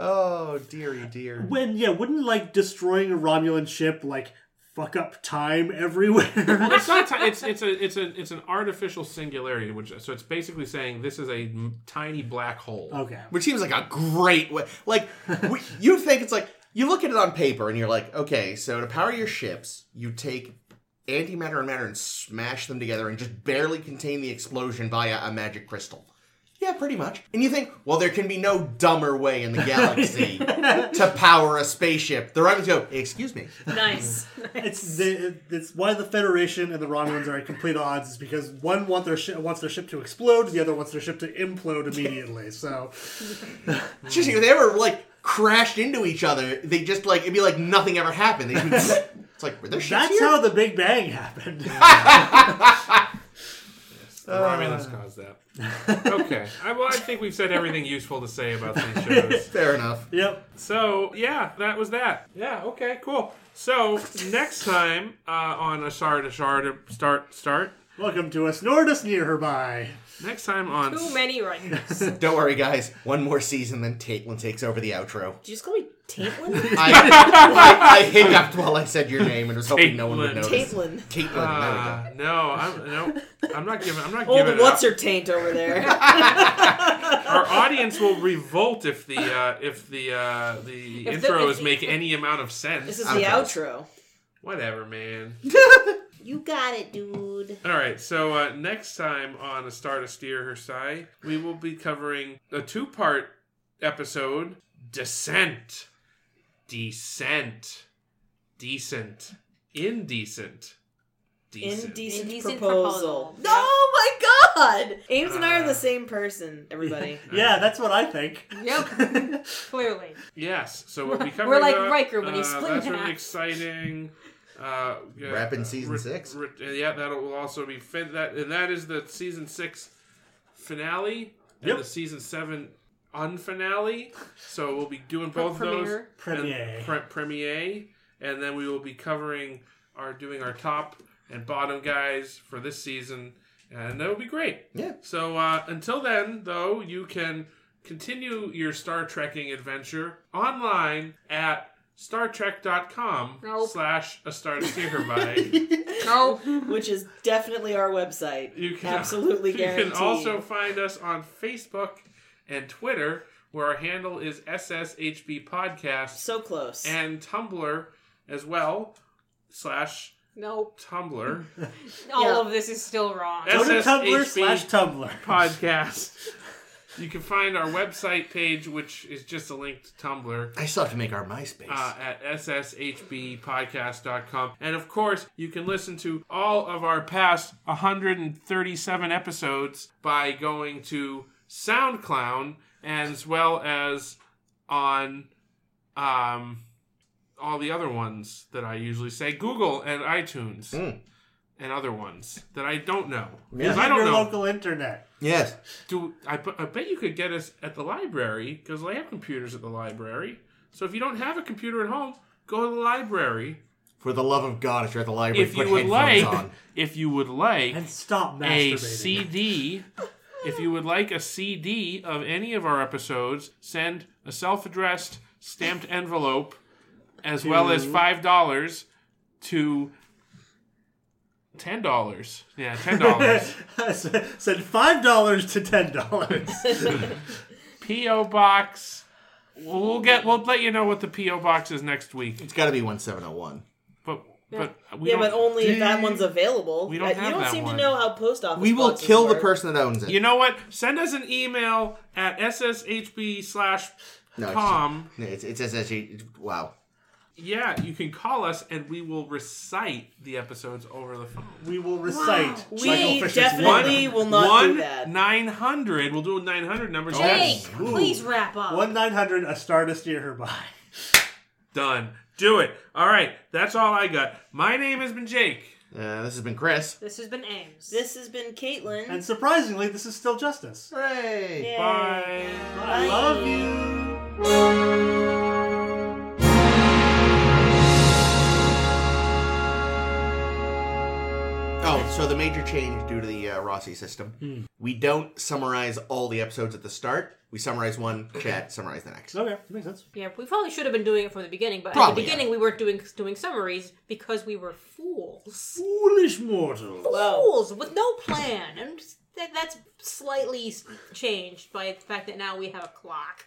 Speaker 3: Oh dearie dear.
Speaker 4: when, yeah, wouldn't like destroying a Romulan ship like fuck up time everywhere?
Speaker 6: Well, it's not. Ti- it's it's a it's a it's an artificial singularity, which so it's basically saying this is a m- tiny black hole.
Speaker 4: [LAUGHS] okay.
Speaker 3: which seems like a great way. Like
Speaker 4: [LAUGHS]
Speaker 3: we, you think it's like you look at it on paper and you're like, okay, so to power your ships, you take antimatter and matter and smash them together and just barely contain the explosion via a magic crystal. Yeah, pretty much. And you think, well, there can be no dumber way
Speaker 4: [LAUGHS]
Speaker 3: in the galaxy to power a spaceship. The Romulans go, excuse
Speaker 4: [LAUGHS]
Speaker 3: me.
Speaker 5: [LAUGHS]
Speaker 1: Nice.
Speaker 4: It's the, it's why the Federation and the Romulans are at complete odds is because one want their shi wants their ship to explode, the other wants their ship to implode immediately. So
Speaker 3: It's just if they ever like crashed into each other, they just like it'd be like nothing ever happened. They just,
Speaker 4: [LAUGHS]
Speaker 3: it's like were there ships
Speaker 4: that's
Speaker 3: here?
Speaker 4: how the Big Bang happened.
Speaker 6: [LAUGHS] The Romulans caused that. Okay. I, well, I think we've said everything useful to say about
Speaker 3: [LAUGHS]
Speaker 6: these shows.
Speaker 3: Fair enough.
Speaker 4: yep.
Speaker 6: So yeah, that was that. Yeah. Okay. Cool. So next time uh, on a shard, a shard, a start, start.
Speaker 4: Welcome to a Snortus near herby.
Speaker 6: Next time on
Speaker 1: Too many writers.
Speaker 5: [LAUGHS]
Speaker 3: Don't worry, guys. One more season, then Caitlin takes over the outro.
Speaker 2: Did you just call me Taintlin?
Speaker 3: I, [LAUGHS] I, I hiccuped while I said your name and was hoping no one would
Speaker 6: Caitlin.
Speaker 3: notice.
Speaker 2: Taintlin.
Speaker 3: Caitlin. there we
Speaker 6: Uh, no, I'm no, I'm not giving. I'm not giving.
Speaker 2: Old
Speaker 6: it up.
Speaker 2: what's her taint over there?
Speaker 6: Our audience will revolt if the uh, if the uh, the
Speaker 2: If the-
Speaker 6: intros
Speaker 2: if-
Speaker 6: make any amount of
Speaker 2: this
Speaker 6: sense.
Speaker 2: is the outro.
Speaker 6: Whatever, man.
Speaker 2: You got it, dude.
Speaker 6: All right, so uh, next time on A Star to Steer Her Sigh, we will be covering a two part episode Descent. Descent. Decent. Indecent. Decent.
Speaker 2: Indecent,
Speaker 1: Indecent
Speaker 2: proposal.
Speaker 1: proposal.
Speaker 2: Oh my god! Ames and I are the same person,
Speaker 4: [LAUGHS]
Speaker 2: everybody.
Speaker 4: Yeah, that's what I think. [LAUGHS]
Speaker 1: yep. Clearly.
Speaker 6: yes, so we'll be covering
Speaker 1: We're like
Speaker 6: that.
Speaker 1: Riker when he
Speaker 6: Uh,
Speaker 1: split
Speaker 6: That's
Speaker 1: in
Speaker 6: really
Speaker 1: half.
Speaker 6: exciting. Uh, yeah,
Speaker 3: Wrapping
Speaker 6: uh,
Speaker 3: season
Speaker 6: re-
Speaker 3: six.
Speaker 6: re- uh, yeah, that will also be fin- that, and that is the season six finale and
Speaker 4: Yep.
Speaker 6: the season seven unfinale. So we'll be doing both of those.
Speaker 1: Premiere.
Speaker 4: Premiere.
Speaker 6: and pre- premiere, and then we will be covering our doing our top and bottom guys for this season, and that will be great.
Speaker 3: Yeah.
Speaker 6: So uh, until then, though, you can continue your Star Trekking adventure online at StarTrek.com
Speaker 1: Nope.
Speaker 6: slash a star to steer her by.
Speaker 1: No.
Speaker 2: Which is definitely our website.
Speaker 6: You can
Speaker 2: [LAUGHS] Absolutely guaranteed.
Speaker 6: [LAUGHS] You can also find us on Facebook and Twitter, where our handle is SSHB Podcast.
Speaker 2: so close.
Speaker 6: and Tumblr as well, slash
Speaker 5: Nope.
Speaker 6: Tumblr
Speaker 5: All
Speaker 2: Yeah.
Speaker 5: of this is still wrong.
Speaker 4: Go to Tumblr
Speaker 6: SSHB.
Speaker 4: slash Tumblr. [LAUGHS]
Speaker 6: podcast. You can find our website page, which is just a link to Tumblr.
Speaker 3: I still have to make our MySpace.
Speaker 6: Uh, at sshbpodcast.com. And of course, you can listen to all of our past 137 episodes by going to SoundCloud as well as on um, all the other ones that I usually say Google and iTunes and other ones that I don't know. Because I don't
Speaker 4: your
Speaker 6: know.
Speaker 4: local internet.
Speaker 3: yes.
Speaker 6: Do I, bu- I bet you could get us at the library because they have computers at the library. So if you don't have a computer at home, go to the library.
Speaker 3: For the love of God, if you're at the library,
Speaker 6: If
Speaker 3: put
Speaker 6: you would
Speaker 3: headphones
Speaker 6: like,
Speaker 3: on.
Speaker 6: [LAUGHS] if you would like
Speaker 4: And stop masturbating.
Speaker 6: a CD, if you would like a CD of any of our episodes, send a self-addressed stamped envelope as well as five dollars to ten dollars. Yeah, ten dollars.
Speaker 4: [LAUGHS] Send five dollars to ten dollars.
Speaker 6: P.O. Box. We'll get. We'll let you know what the P.O. Box is next week.
Speaker 3: It's got to be 1701.
Speaker 6: But but we
Speaker 2: yeah,
Speaker 6: don't.
Speaker 2: but only if that one's available.
Speaker 6: We don't
Speaker 2: Uh,
Speaker 6: have
Speaker 2: you don't
Speaker 6: that
Speaker 2: seem
Speaker 6: one.
Speaker 2: to know how post office.
Speaker 3: We will
Speaker 2: boxes
Speaker 3: kill the
Speaker 2: work.
Speaker 3: person that owns it.
Speaker 6: you know what? Send us an email at sshb slash
Speaker 3: No, it's-
Speaker 6: com.
Speaker 3: No, It's, it's, it's actually, wow.
Speaker 6: Yeah, you can call us and we will recite the episodes over the phone.
Speaker 4: we will recite.
Speaker 2: We
Speaker 4: Fisher's
Speaker 2: definitely
Speaker 4: one-
Speaker 2: will not
Speaker 6: One
Speaker 2: do that.
Speaker 6: nine hundred. We'll do a nine hundred number. so
Speaker 1: Jake,
Speaker 6: that's
Speaker 4: Ooh.
Speaker 1: please wrap up.
Speaker 4: one nine hundred a star to steer her by.
Speaker 6: done. Do it. All right. That's all I got. My name has been Jake.
Speaker 3: Uh, this has been Chris.
Speaker 1: This has been Ames.
Speaker 2: This has been Caitlin.
Speaker 4: And surprisingly, this is still justice.
Speaker 3: Hooray!
Speaker 2: Yay.
Speaker 6: Bye.
Speaker 4: I love you.
Speaker 3: Oh, so the major change due to the uh, Rossi system,
Speaker 6: Hmm.
Speaker 3: we don't summarize all the episodes at the start. We summarize one, chat, summarize the next.
Speaker 4: Okay, makes sense.
Speaker 5: Yeah, we probably should have been doing it from the beginning, but at
Speaker 3: Probably,
Speaker 5: the beginning we weren't doing doing summaries because we were fools.
Speaker 4: Foolish mortals.
Speaker 2: Oh.
Speaker 5: Fools with no plan, and that, that's slightly s- changed by the fact that now we have a clock.